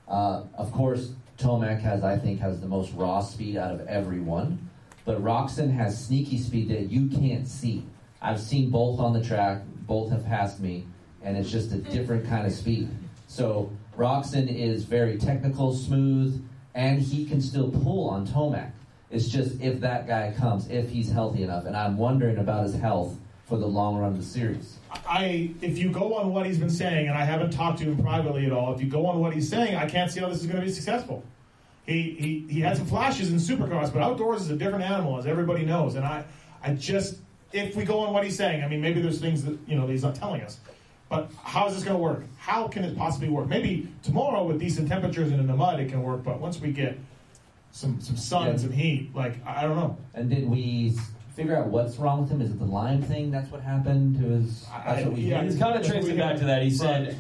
Speaker 6: Uh, of course, Tomac has, I think, has the most raw speed out of everyone, but Roxon has sneaky speed that you can't see. I've seen both on the track; both have passed me, and it's just a different kind of speed. So Roxon is very technical, smooth, and he can still pull on Tomac. It's just if that guy comes, if he's healthy enough, and I'm wondering about his health for the long run of the series.
Speaker 4: I if you go on what he's been saying, and I haven't talked to him privately at all. If you go on what he's saying, I can't see how this is going to be successful. He, he he had some flashes in supercars, but outdoors is a different animal, as everybody knows. And I I just if we go on what he's saying, I mean maybe there's things that you know that he's not telling us. But how is this going to work? How can it possibly work? Maybe tomorrow with decent temperatures and in the mud, it can work. But once we get some some sun and
Speaker 6: Yeah.
Speaker 4: some heat, like I I don't know.
Speaker 6: And did we s- figure out what's wrong with him? Is it the Lyme thing? That's what happened to his.
Speaker 4: I-
Speaker 6: That's what we
Speaker 4: yeah.
Speaker 6: hear?
Speaker 7: He's kind of traced it back to that. He said,
Speaker 4: Right.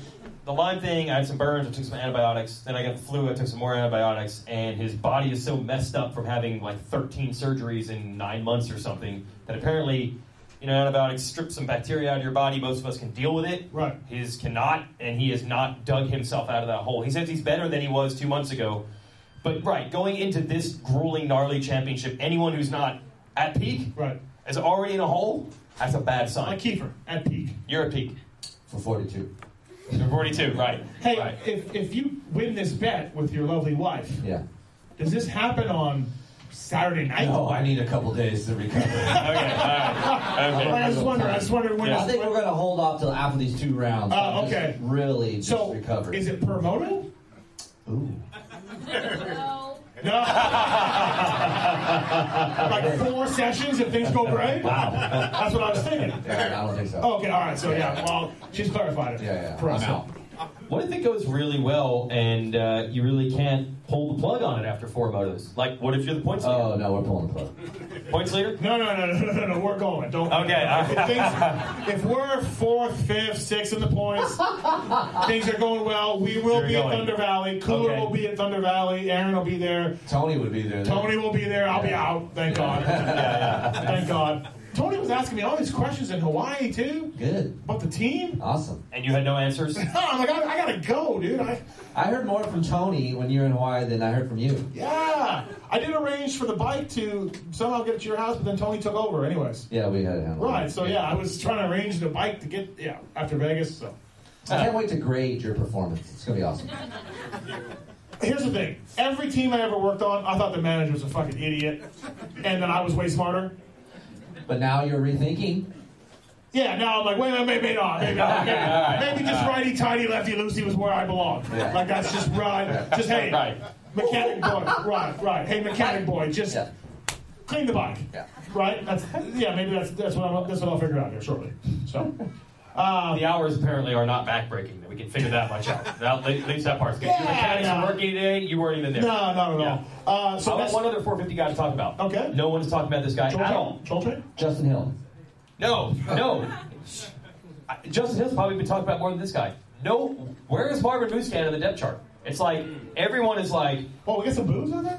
Speaker 7: "The Lyme thing. I had some burns. I took some antibiotics. Then I got the flu. I took some more antibiotics. And his body is so messed up from having like 13 surgeries in nine months or something that apparently." You know, antibiotics strip some bacteria out of your body. Most of us can deal with it.
Speaker 4: Right.
Speaker 7: His cannot, and he has not dug himself out of that hole. He says he's better than he was two months ago. But, right, going into this grueling, gnarly championship, anyone who's not at peak
Speaker 4: Right,
Speaker 7: is already in a hole. That's a bad sign.
Speaker 4: like Kiefer at peak.
Speaker 7: You're at peak.
Speaker 6: for 42.
Speaker 7: You're 42, right.
Speaker 4: Hey,
Speaker 7: right.
Speaker 4: if, if you win this bet with your lovely wife,
Speaker 6: Yeah.
Speaker 4: does this happen on Saturday night?
Speaker 6: need a couple days to recover.
Speaker 7: Okay, all right.
Speaker 4: Like,
Speaker 7: Okay.
Speaker 4: I was wondering. I was wondering when.
Speaker 6: I
Speaker 4: this-
Speaker 6: think we're going to hold off till after these two rounds.
Speaker 4: Oh,
Speaker 6: I'm just
Speaker 4: okay.
Speaker 6: Really just
Speaker 4: so
Speaker 6: recover.
Speaker 4: is it per moto?
Speaker 6: Ooh.
Speaker 10: No.
Speaker 4: No. like four sessions if things go great.
Speaker 6: Wow.
Speaker 4: That's what I was thinking.
Speaker 6: Yeah, I don't think so.
Speaker 4: Okay, all right. So yeah, well, she's clarified it
Speaker 6: Yeah, yeah.
Speaker 4: Oh, for us.
Speaker 6: I'm out.
Speaker 7: What if it goes really well and uh, you really can't pull the plug on it after four motos? Like, what if you're the points leader?
Speaker 6: Oh, no, we're pulling the plug.
Speaker 4: Uh.
Speaker 7: points leader?
Speaker 4: No, no, no, no, no, no. We're going. Don't.
Speaker 7: Okay, all right.
Speaker 4: If, things, if we're fourth, fifth, sixth in the points, things are going well. We will
Speaker 7: You're
Speaker 4: be at
Speaker 7: going.
Speaker 4: Thunder Valley. Cooler
Speaker 7: Okay.
Speaker 4: will be at Thunder Valley. Aaron will be there.
Speaker 6: Tony would be there.
Speaker 4: Tony will be there. I'll be out. Thank God. Thank God. Tony was asking me all these questions in Hawaii too
Speaker 6: Good.
Speaker 4: about the team.
Speaker 6: Awesome.
Speaker 7: And you had no answers?
Speaker 4: No, I'm like, I, I gotta go, dude. I,
Speaker 6: I heard more from Tony when you were in Hawaii than I heard from you.
Speaker 4: yeah, I did arrange for the bike to somehow get to your house, but then Tony took over, anyways.
Speaker 6: Yeah, we had it handled.
Speaker 4: Right. So yeah, I was trying to arrange the bike to get yeah after Vegas. So.
Speaker 6: I can't wait to grade your performance. It's going to be awesome.
Speaker 4: Here's the thing. Every team I ever worked on, I thought the manager was a fucking idiot, and then I was way smarter.
Speaker 6: But now you're rethinking.
Speaker 4: Yeah, now I'm like, wait, wait, maybe not, maybe not. Maybe, maybe just righty tighty, lefty loosey was where I belong.
Speaker 6: Yeah.
Speaker 4: Like that's just right. Just hey,
Speaker 7: Right.
Speaker 4: mechanic boy, right, right. Hey, mechanic boy, just
Speaker 6: Yeah.
Speaker 4: clean the bike.
Speaker 6: Yeah.
Speaker 4: Right. That's yeah. Maybe that's that's what I'm, that's what I'll figure out here shortly. So.
Speaker 7: Uh, the hours apparently are not backbreaking. We can figure that much out. Now, leave, leave that part.
Speaker 4: Yeah,
Speaker 7: your mechanics
Speaker 4: no.
Speaker 7: are working today. You weren't even there.
Speaker 4: No, not at all. Uh, so
Speaker 7: I want
Speaker 4: that's
Speaker 7: one other 450 guy to talk about.
Speaker 4: Okay.
Speaker 7: No one's talking about this guy
Speaker 4: Troll
Speaker 7: at
Speaker 4: Train.
Speaker 7: all.
Speaker 4: Troll Train?
Speaker 6: Justin Hill.
Speaker 7: No, no. I- Justin Hill's probably been talked about more than this guy. No, where is Marvin Muskan in the depth chart? It's like everyone is like,
Speaker 4: Oh, we got some booze on there.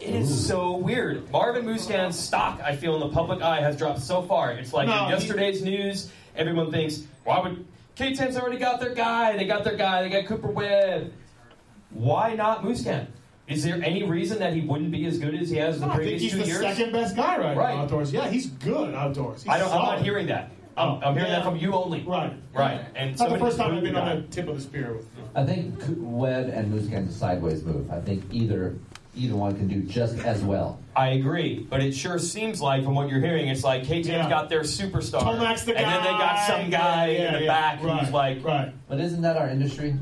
Speaker 7: it is so weird. Marvin Muskan's stock, I feel, in the public eye has dropped so far. It's like
Speaker 4: No,
Speaker 7: in yesterday's news, everyone thinks, why would K-Ten's already got their guy? They got their guy. They got Cooper Webb. Why not Muskan? Is there any reason that he wouldn't be as good as he has in the
Speaker 4: I think
Speaker 7: previous
Speaker 4: he's
Speaker 7: two
Speaker 4: the
Speaker 7: years?
Speaker 4: second best guy right,
Speaker 7: Right.
Speaker 4: now outdoors. Yeah, he's good outdoors. He's
Speaker 7: I don't, I'm
Speaker 4: solid.
Speaker 7: not hearing that. I'm, I'm hearing that from you only.
Speaker 4: Right.
Speaker 7: Right. And
Speaker 4: It's not the
Speaker 7: somebody
Speaker 4: first
Speaker 7: just
Speaker 4: time I've
Speaker 7: threw
Speaker 4: been
Speaker 7: the
Speaker 4: on the
Speaker 7: guy.
Speaker 4: tip of the spear with.
Speaker 6: I think Coo- Webb and Moose Can's a sideways move. I think either either one can do just as well.
Speaker 7: I agree, but it sure seems like from what you're hearing, it's like KTM's
Speaker 4: Yeah.
Speaker 7: got their superstar,
Speaker 4: Tomac's the
Speaker 7: and then they got
Speaker 4: guy.
Speaker 7: some guy
Speaker 4: Yeah,
Speaker 7: in the
Speaker 4: yeah,
Speaker 7: back
Speaker 4: right,
Speaker 7: who's like,
Speaker 4: right.
Speaker 6: But isn't that our industry?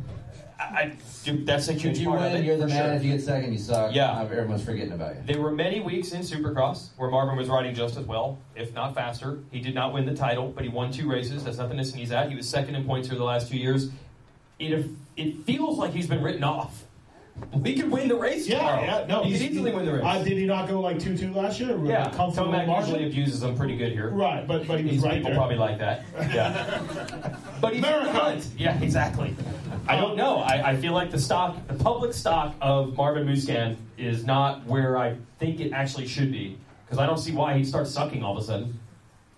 Speaker 7: I, I- dude, that's a huge
Speaker 6: If you
Speaker 7: part of
Speaker 6: win,
Speaker 7: it.
Speaker 6: you're the
Speaker 7: for
Speaker 6: man.
Speaker 7: sure.
Speaker 6: If you get second, you suck.
Speaker 7: Yeah.
Speaker 6: Uh, everyone's forgetting about you.
Speaker 7: There were many weeks in Supercross where Marvin was riding just as well, if not faster. He did not win the title, but he won two races. That's nothing to sneeze at. He was second in points over the last two years. It it feels like he's been written off. We could win the race tomorrow.
Speaker 4: Yeah, yeah, no.
Speaker 7: he could
Speaker 4: he's-
Speaker 7: easily win the race.
Speaker 4: Uh, did he not go like two two last year? With a
Speaker 7: yeah,
Speaker 4: comfortable
Speaker 7: Tomac
Speaker 4: margin?
Speaker 7: usually abuses them pretty good here.
Speaker 4: Right, but but he was
Speaker 7: These
Speaker 4: right
Speaker 7: people
Speaker 4: there.
Speaker 7: probably like that. Yeah. but he's
Speaker 4: America.
Speaker 7: not. Yeah, exactly. I don't know. I, I feel like the stock, the public stock of Marvin Muskan is not where I think it actually should be because I don't see why he starts sucking all of a sudden.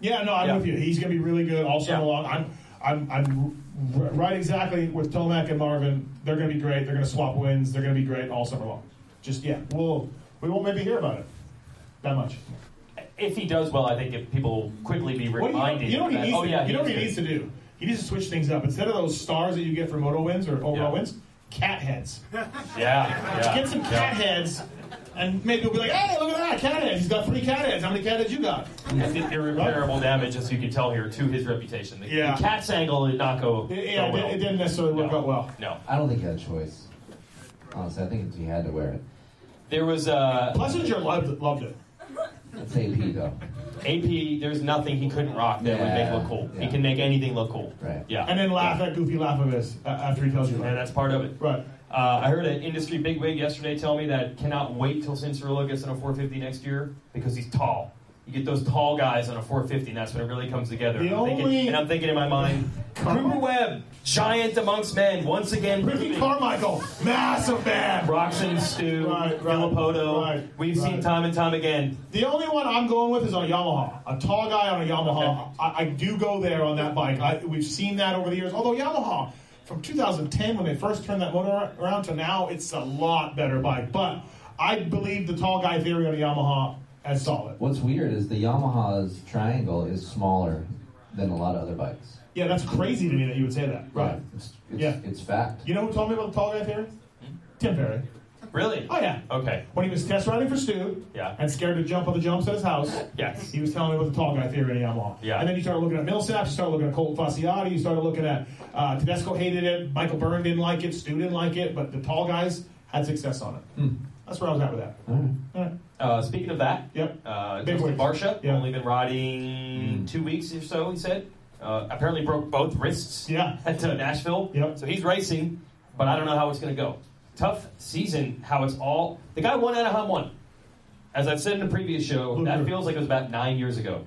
Speaker 4: Yeah, no, I'm
Speaker 7: Yeah.
Speaker 4: with you. He's going to be really good all summer
Speaker 7: Yeah.
Speaker 4: long. I'm, I'm, I'm r- right exactly with Tomac and Marvin. They're going to be great. They're going to swap wins. They're going to be great all summer long. Just yeah, we'll we won't maybe hear about it that much.
Speaker 7: If he does well, I think if people will quickly be
Speaker 4: What do you,
Speaker 7: reminded.
Speaker 4: you know what he
Speaker 7: that,
Speaker 4: needs?
Speaker 7: oh
Speaker 4: to,
Speaker 7: yeah,
Speaker 4: you know what he needs
Speaker 7: is
Speaker 4: to do. He needs to switch things up. Instead of those stars that you get for moto wins or overall
Speaker 7: Yeah.
Speaker 4: wins, cat heads.
Speaker 7: good. Yeah, yeah.
Speaker 4: Get some
Speaker 7: yeah.
Speaker 4: cat heads, and maybe we'll be like, hey, look at that cat heads. He's got three cat heads. How many cat heads you got?
Speaker 7: He did irreparable damage, as you can tell here, to his reputation. The,
Speaker 4: Yeah.
Speaker 7: the cat's angle did not go.
Speaker 4: Yeah,
Speaker 7: go
Speaker 4: it,
Speaker 7: well.
Speaker 4: didn't- it didn't necessarily work
Speaker 7: No.
Speaker 4: out well.
Speaker 7: No,
Speaker 6: I don't think he had a choice. Honestly, I think he had to wear it.
Speaker 7: there was uh,
Speaker 4: Plessinger loved it. Loved it.
Speaker 6: It's AP though.
Speaker 7: AP, there's nothing he couldn't rock that would make
Speaker 6: Yeah,
Speaker 7: look cool. He
Speaker 6: yeah.
Speaker 7: can make anything look cool.
Speaker 6: Right.
Speaker 7: Yeah.
Speaker 4: And then laugh that goofy laugh of his uh, after he tells you
Speaker 7: And
Speaker 4: that.
Speaker 7: that's part of it.
Speaker 4: Right.
Speaker 7: Uh, I heard an industry bigwig yesterday tell me that cannot wait till Cincerillo gets on a 450 next year because he's tall. You get those tall guys on a 450, and that's when it really comes together.
Speaker 4: The
Speaker 7: and, I'm
Speaker 4: only-
Speaker 7: thinking, and I'm thinking in my mind, Cooper Webb, giant amongst men, once again.
Speaker 4: Ricky
Speaker 7: proving-
Speaker 4: Carmichael, massive man.
Speaker 7: Roxon, Stu,
Speaker 4: Right, right,
Speaker 7: Filippo.
Speaker 4: right,
Speaker 7: We've
Speaker 4: right.
Speaker 7: seen time and time again.
Speaker 4: The only one I'm going with is on a Yamaha. A tall guy on a Yamaha. I, I do go there on that bike. I, we've seen that over the years. Although Yamaha, from 2010 when they first turned that motor around to now, it's a lot better bike. But I believe the tall guy theory on a Yamaha as solid.
Speaker 6: What's weird is the Yamaha's triangle is smaller than a lot of other bikes.
Speaker 4: Yeah, that's crazy to me that you would say that. Right.
Speaker 6: It's, it's,
Speaker 4: Yeah.
Speaker 6: it's fact.
Speaker 4: You know who told me about the tall guy theory? Tim Perry.
Speaker 7: Really?
Speaker 4: Oh yeah.
Speaker 7: Okay.
Speaker 4: When he was test riding for Stu
Speaker 7: Yeah.
Speaker 4: and scared to jump on the jumps at his house,
Speaker 7: Yes.
Speaker 4: he was telling me about the tall guy theory at Yamaha.
Speaker 7: Yeah.
Speaker 4: And then you started looking at Millsap, you started looking at Colt Fasciotti, you started looking at uh, Tedesco hated it, Michael Byrne didn't like it, Stu didn't like it, but the tall guys had success on it. That's where I was at with that. Hmm. All right.
Speaker 7: Uh, speaking of that,
Speaker 4: Yep.
Speaker 7: uh,
Speaker 4: Big
Speaker 7: Justin
Speaker 4: wins.
Speaker 7: Barsha
Speaker 4: Yeah.
Speaker 7: only been riding two weeks or so. He said uh, apparently broke both wrists.
Speaker 4: Yeah.
Speaker 7: at uh, Nashville.
Speaker 4: Yep.
Speaker 7: So he's racing, but I don't know how it's going to go. Tough season. How it's all the guy won Anaheim one. As I've said in the previous show, that
Speaker 4: Mhm.
Speaker 7: feels like it was about nine years ago.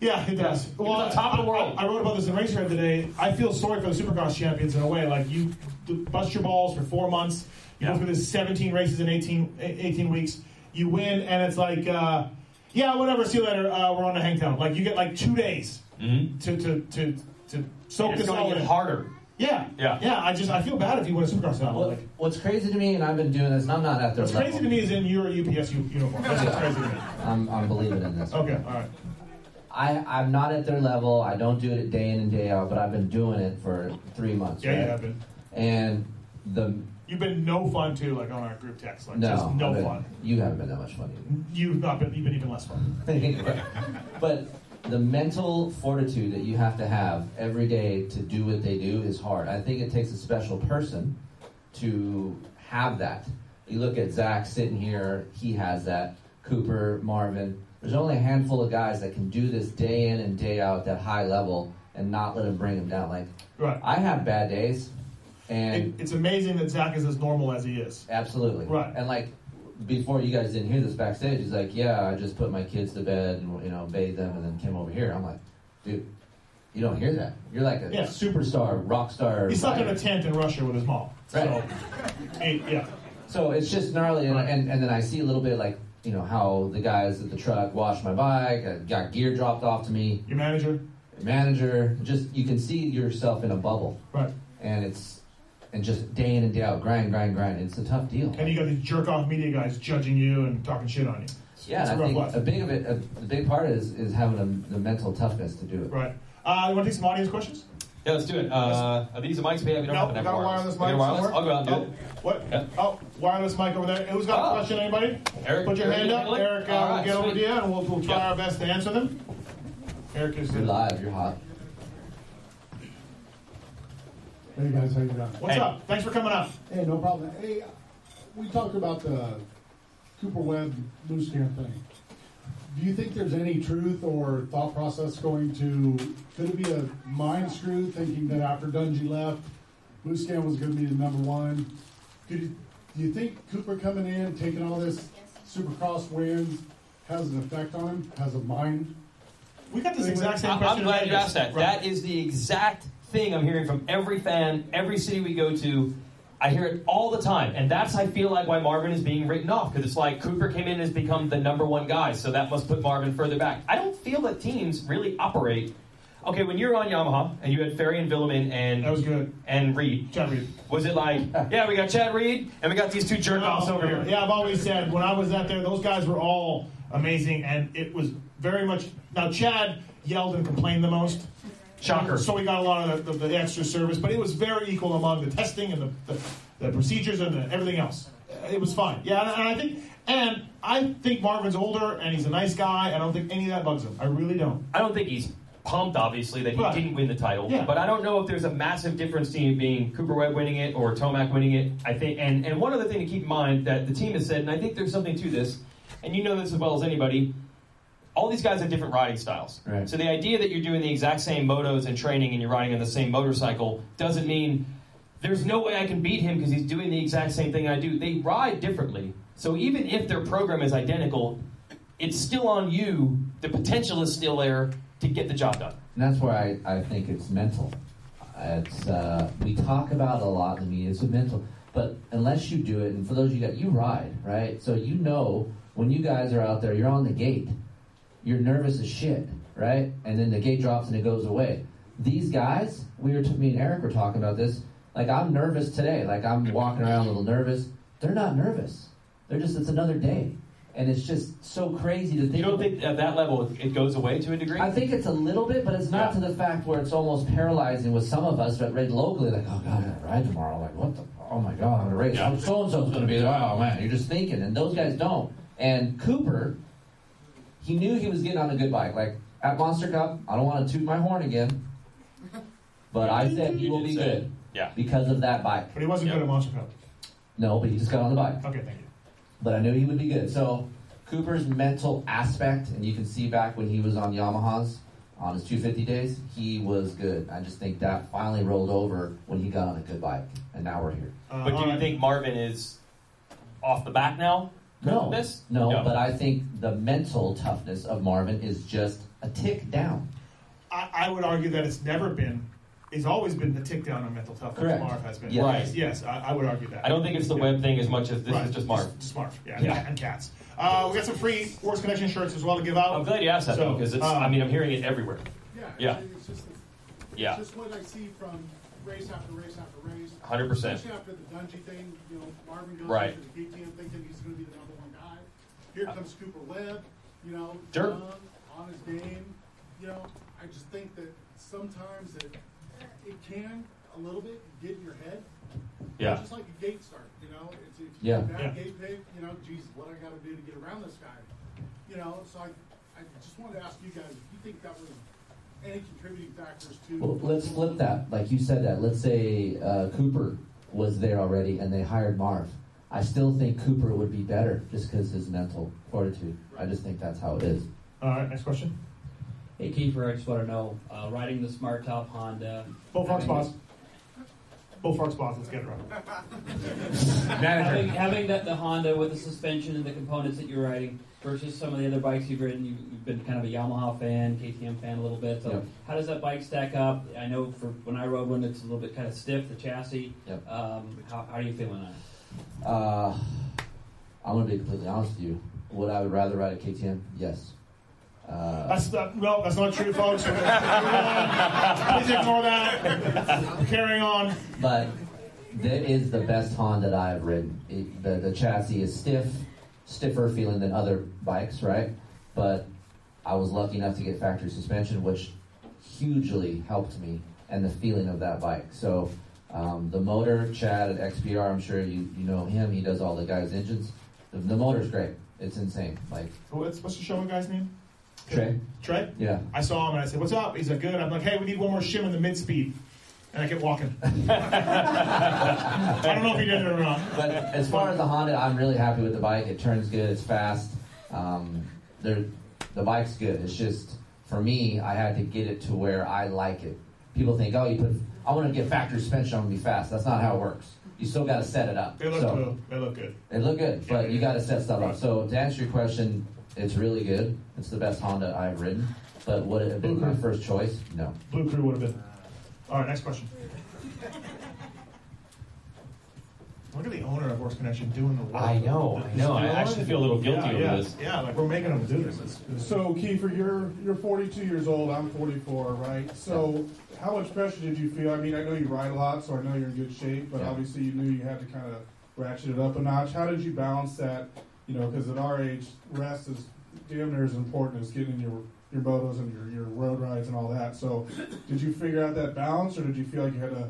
Speaker 4: Yeah, it does.
Speaker 7: Yeah. He was on top of the world.
Speaker 4: I, I wrote about this in Race Red today. I feel sorry for the Supercross champions in a way. Like, you d- bust your balls for four months. You
Speaker 7: Yeah.
Speaker 4: go through this 17 races in 18, eh, 18 weeks. You win, and it's like, uh, yeah, whatever, see you later. Uh, we're on to Hangtown. Like, you get like two days to, to, to, to soak
Speaker 7: Mm-hmm. It's
Speaker 4: this
Speaker 7: going
Speaker 4: all
Speaker 7: to
Speaker 4: in.
Speaker 7: get harder.
Speaker 4: Yeah.
Speaker 7: Yeah.
Speaker 4: Yeah, I just, I feel bad if you win a Supercross now.
Speaker 6: What,
Speaker 4: Like,
Speaker 6: what's crazy to me, and I've been doing this, and I'm not at their
Speaker 4: what's
Speaker 6: level.
Speaker 4: crazy to me is in your UPS u- uniform. That's what's crazy to me.
Speaker 6: I'm, I'm believing in this.
Speaker 4: Okay, all right.
Speaker 6: I, I'm not at their level. I don't do it day in and day out, but I've been doing it for three months.
Speaker 4: Yeah,
Speaker 6: right?
Speaker 4: you have been.
Speaker 6: And the
Speaker 4: You've been no fun, too, like on our group text. Like,
Speaker 6: no,
Speaker 4: just no
Speaker 6: I've been-
Speaker 4: fun.
Speaker 6: You haven't been that much fun. Either.
Speaker 4: You've not been, you've been even less fun.
Speaker 6: but the mental fortitude that you have to have every day to do what they do is hard. I think it takes a special person to have that. You look at Zach sitting here, he has that. Cooper, Marvin. There's only a handful of guys that can do this day in and day out at that high level and not let it bring them down. Like,
Speaker 4: Right.
Speaker 6: I have bad days,
Speaker 4: It,
Speaker 6: and
Speaker 4: it's amazing that Zach is as normal as he is.
Speaker 6: Absolutely.
Speaker 4: Right.
Speaker 6: And like before you guys didn't hear this backstage, he's like, Yeah, I just put my kids to bed and you know, bathed them and then came over here. I'm like, dude, you don't hear that. You're like a
Speaker 4: Yeah.
Speaker 6: superstar, rock star.
Speaker 4: He slept in a
Speaker 6: writer.
Speaker 4: tent in Russia with his mom.
Speaker 6: Right.
Speaker 4: So, he- yeah.
Speaker 6: So it's just gnarly, and, and and then I see a little bit like you know how the guys at the truck washed my bike, I got gear dropped off to me,
Speaker 4: Your manager?
Speaker 6: manager. Just you can see yourself in a bubble,
Speaker 4: Right.
Speaker 6: and it's and just day in and day out, grind, grind, grind. It's a tough deal.
Speaker 4: And you got these jerk off media guys judging you and talking shit on you. It's-
Speaker 6: Yeah,
Speaker 4: it's a
Speaker 6: and I
Speaker 4: rough life.
Speaker 6: think a big of it, a, a big part is is having the the mental toughness to do it.
Speaker 4: Right. Uh, you want to take some audience questions?
Speaker 7: Yeah, let's do it. Uh, are these the mics we have? We don't
Speaker 4: No,
Speaker 7: have
Speaker 4: we
Speaker 7: enough
Speaker 4: got a wireless
Speaker 7: wireless.
Speaker 4: mic
Speaker 7: We got wireless?
Speaker 4: somewhere.
Speaker 7: I'll go out and do
Speaker 4: Oh,
Speaker 7: it.
Speaker 4: What?
Speaker 7: Yeah.
Speaker 4: Oh, wireless mic over there. Who's got
Speaker 7: Oh.
Speaker 4: a question? Anybody?
Speaker 7: Eric,
Speaker 4: Put your
Speaker 7: Eric
Speaker 4: hand up.
Speaker 7: Nicolay?
Speaker 4: Eric, uh,
Speaker 7: All
Speaker 4: we'll
Speaker 7: right,
Speaker 4: get over to
Speaker 7: sweet.
Speaker 4: you and we'll, we'll try
Speaker 7: Yeah.
Speaker 4: our best to answer them. Eric is
Speaker 6: You're live. You're hot.
Speaker 11: Hey guys, how you doing?
Speaker 4: What's up? Thanks for coming up.
Speaker 11: Hey, no problem. Hey, we talked about the Cooper Webb loose hair thing. Do you think there's any truth or thought process going to? Could it be a mind screw thinking that after Dungy left, Loose Scan was going to be the number one? Could you, do you think Cooper coming in, taking all this Supercross wins, has an effect on him? Has a mind?
Speaker 4: We got this exact
Speaker 7: I- I'm glad you asked that. That is the exact thing I'm hearing from every fan, every city we go to. I hear it all the time, and that's I feel like why Marvin is being written off because it's like Cooper came in and has become the number one guy, so that must put Marvin further back. I don't feel that teams really operate. Okay, when you were on Yamaha and you had Ferry and Villeman and that was
Speaker 4: good
Speaker 7: and Reed,
Speaker 4: Chad Reed.
Speaker 7: Was it like yeah, we got Chad Reed and we got these two jerk offs
Speaker 4: No,
Speaker 7: over here?
Speaker 4: Yeah, I've always said when I was out there, those guys were all amazing, and it was very much. Now Chad yelled and complained the most.
Speaker 7: Shocker.
Speaker 4: So we got a lot of the, the, the extra service, but it was very equal among the testing and the, the, the procedures and the, everything else. It was fine. Yeah, and, and I think and I think Marvin's older and he's a nice guy. I don't think any of that bugs him. I really don't.
Speaker 7: I don't think he's pumped, obviously, that he
Speaker 4: Right.
Speaker 7: didn't win the title.
Speaker 4: Yeah.
Speaker 7: But I don't know if there's a massive difference to it being Cooper Webb winning it or Tomac winning it. I think, and, and one other thing to keep in mind that the team has said, and I think there's something to this, and you know this as well as anybody. All these guys have different riding styles.
Speaker 6: Right.
Speaker 7: So the idea that you're doing the exact same motos and training and you're riding on the same motorcycle doesn't mean there's no way I can beat him because he's doing the exact same thing I do. They ride differently. So even if their program is identical, it's still on you. The potential is still there to get the job done.
Speaker 6: And that's where I, I think it's mental. It's uh, we talk about it a lot in the media. It's mental, but unless you do it, and for those of you that you ride, right? So you know when you guys are out there, you're on the gate. You're nervous as shit, right? And then the gate drops and it goes away. These guys, we were me and Eric were talking about this. Like I'm nervous today. Like I'm walking around a little nervous. They're not nervous. They're just it's another day, and it's just so crazy to think.
Speaker 7: You don't think at that level it goes away to a degree?
Speaker 6: I think it's a little bit, but it's not to the fact where it's almost paralyzing with some of us, but right locally, like, oh god, I gotta ride tomorrow. Like, what the? Oh my god, I'm gonna race.
Speaker 7: Yeah.
Speaker 6: So and so's gonna be there. Oh man, you're just thinking, and those guys don't. And Cooper, he knew he was getting on a good bike. Like at Monster Cup, I don't want to toot my horn again, but I said he will be good
Speaker 7: Yeah.
Speaker 6: because of that bike.
Speaker 4: But he wasn't good at Monster Cup.
Speaker 6: No, but he just got on the bike
Speaker 4: Okay, thank you.
Speaker 6: but I knew he would be good. So Cooper's mental aspect, and you can see back when he was on Yamaha's on his 250 days, he was good. I just think that finally rolled over when he got on a good bike, and now we're here.
Speaker 4: Uh,
Speaker 7: but do you think Marvin is off the back now? 'cause
Speaker 6: No,
Speaker 7: of this?
Speaker 6: no, but I think the mental toughness of Marvin is just a tick down.
Speaker 4: I, I would argue that it's never been. It's always been the tick down on mental toughness.
Speaker 6: Correct.
Speaker 4: Marv has been. Yes,
Speaker 7: Yes.
Speaker 4: yes, I, I would argue that.
Speaker 7: I don't think it's the
Speaker 4: Yeah.
Speaker 7: web thing as much as this
Speaker 4: Right.
Speaker 7: is just Marv.
Speaker 4: Just, just Marv, yeah,
Speaker 7: Yeah.
Speaker 4: and cats. Uh, we got some free Wars Connection shirts as well to give out.
Speaker 7: I'm glad you asked that
Speaker 4: So,
Speaker 7: though, because it's.
Speaker 4: um,
Speaker 7: I mean, I'm hearing it everywhere. Yeah.
Speaker 11: It's just,
Speaker 7: Yeah.
Speaker 11: just what I see from race after race after race.
Speaker 7: 100%.
Speaker 11: Especially after the Dungey thing, you know, Marvin goes
Speaker 7: Right. Uh,
Speaker 11: into the KTM thinking he's going to be the number one guy. Here comes Cooper Webb, you know,
Speaker 7: Sure.
Speaker 11: John on his game. You know, I just think that sometimes it, it can a little bit get in your head.
Speaker 7: Yeah.
Speaker 11: Just like a gate start, you know, it's, it's
Speaker 7: Yeah.
Speaker 11: that
Speaker 7: Yeah.
Speaker 11: gate pay, you know, geez, what I got to do to get around this guy. You know, so I, I just wanted to ask you guys, do you think that was any contributing factors to?
Speaker 6: Well, let's flip that. Like you said that. Let's say uh, Cooper was there already and they hired Marv. I still think Cooper would be better just because his mental fortitude. I just think that's how it is.
Speaker 4: All right, next question.
Speaker 12: Hey, Kiefer, I just want to know, uh, riding the smart top Honda.
Speaker 4: Bullfrog's
Speaker 12: having-
Speaker 4: boss. Bullfrog's boss. Let's get it right.
Speaker 12: Having, having that the Honda with the suspension and the components that you're riding versus some of the other bikes you've ridden, you've, you've been kind of a Yamaha fan, KTM fan a little bit. So
Speaker 6: Yep.
Speaker 12: how does that bike stack up? I know for when I rode one, it's a little bit kind of stiff, the chassis.
Speaker 6: Yep.
Speaker 12: Um, how, how are you feeling on it?
Speaker 6: Uh, I'm gonna be completely honest with you. Would I rather ride a KTM? Yes. Uh,
Speaker 4: That's not, no, that's not true, folks. We're gonna- we're on. Please ignore that. Carrying on.
Speaker 6: but that is the best Honda that I've ridden. It, the, the chassis is stiff, stiffer feeling than other bikes, right? But I was lucky enough to get factory suspension, which hugely helped me and the feeling of that bike. So um, the motor, Chad at XPR, I'm sure you, you know him. He does all the guys' engines. The, the motor's great. It's insane. Like
Speaker 4: What's, what's the Sherman guy's name?
Speaker 6: Trey.
Speaker 4: Trey?
Speaker 6: Yeah.
Speaker 4: I saw him and I said, What's up? He's like, Good. I'm like, Hey, we need one more shim in the mid speed. And I kept walking. I don't know if he did it or not.
Speaker 6: But as far as the Honda, I'm really happy with the bike. It turns good. It's fast. Um, there, the bike's good. It's just for me, I had to get it to where I like it. People think, oh, you put. I want to get factory suspension. I'm gonna be fast. That's not how it works. You still got to set it up.
Speaker 4: They look
Speaker 6: so,
Speaker 4: good. They look good.
Speaker 6: They look good, but you got to set stuff up. So to answer your question, it's really good. It's the best Honda I've ridden. But would it have been my first choice? No.
Speaker 4: Blue Crew would have been. All right, next question. Look at the owner of Horse Connection doing the work.
Speaker 7: I know, I know. I actually feel a little guilty
Speaker 4: yeah,
Speaker 7: over
Speaker 4: yeah,
Speaker 7: this.
Speaker 4: Yeah, like we're making them do this. It's- it's-
Speaker 11: So, Kiefer, you're you're 42 years old. I'm 44, right? So, how much pressure did you feel? I mean, I know you ride a lot, so I know you're in good shape. But
Speaker 6: Yeah.
Speaker 11: obviously, you knew you had to kind of ratchet it up a notch. How did you balance that? You know, because at our age, rest is damn near as important as getting your your motos and your, your road rides and all that. So, did you figure out that balance, or did you feel like you had to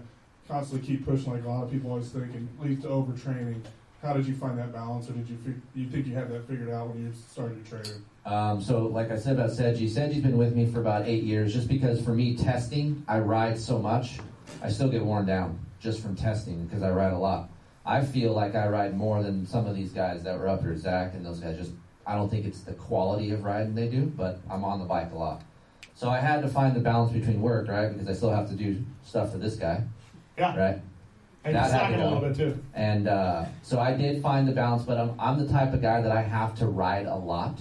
Speaker 11: constantly keep pushing, like a lot of people always think, and leads to overtraining? How did you find that balance, or did you fig- you think you had that figured out when you started your training?
Speaker 6: Um, so, like I said about Sedgy, Sedgy's been with me for about eight years just because for me, testing, I ride so much, I still get worn down just from testing because I ride a lot. I feel like I ride more than some of these guys that were up here, Zach and those guys. Just I don't think it's the quality of riding they do, but I'm on the bike a lot. So I had to find the balance between work, right? Because I still have to do stuff for this guy.
Speaker 4: Yeah.
Speaker 6: Right?
Speaker 4: And
Speaker 6: That
Speaker 4: you're
Speaker 6: had to
Speaker 4: slacking a
Speaker 6: go.
Speaker 4: little bit too.
Speaker 6: And uh, so I did find the balance, but I'm, I'm the type of guy that I have to ride a lot.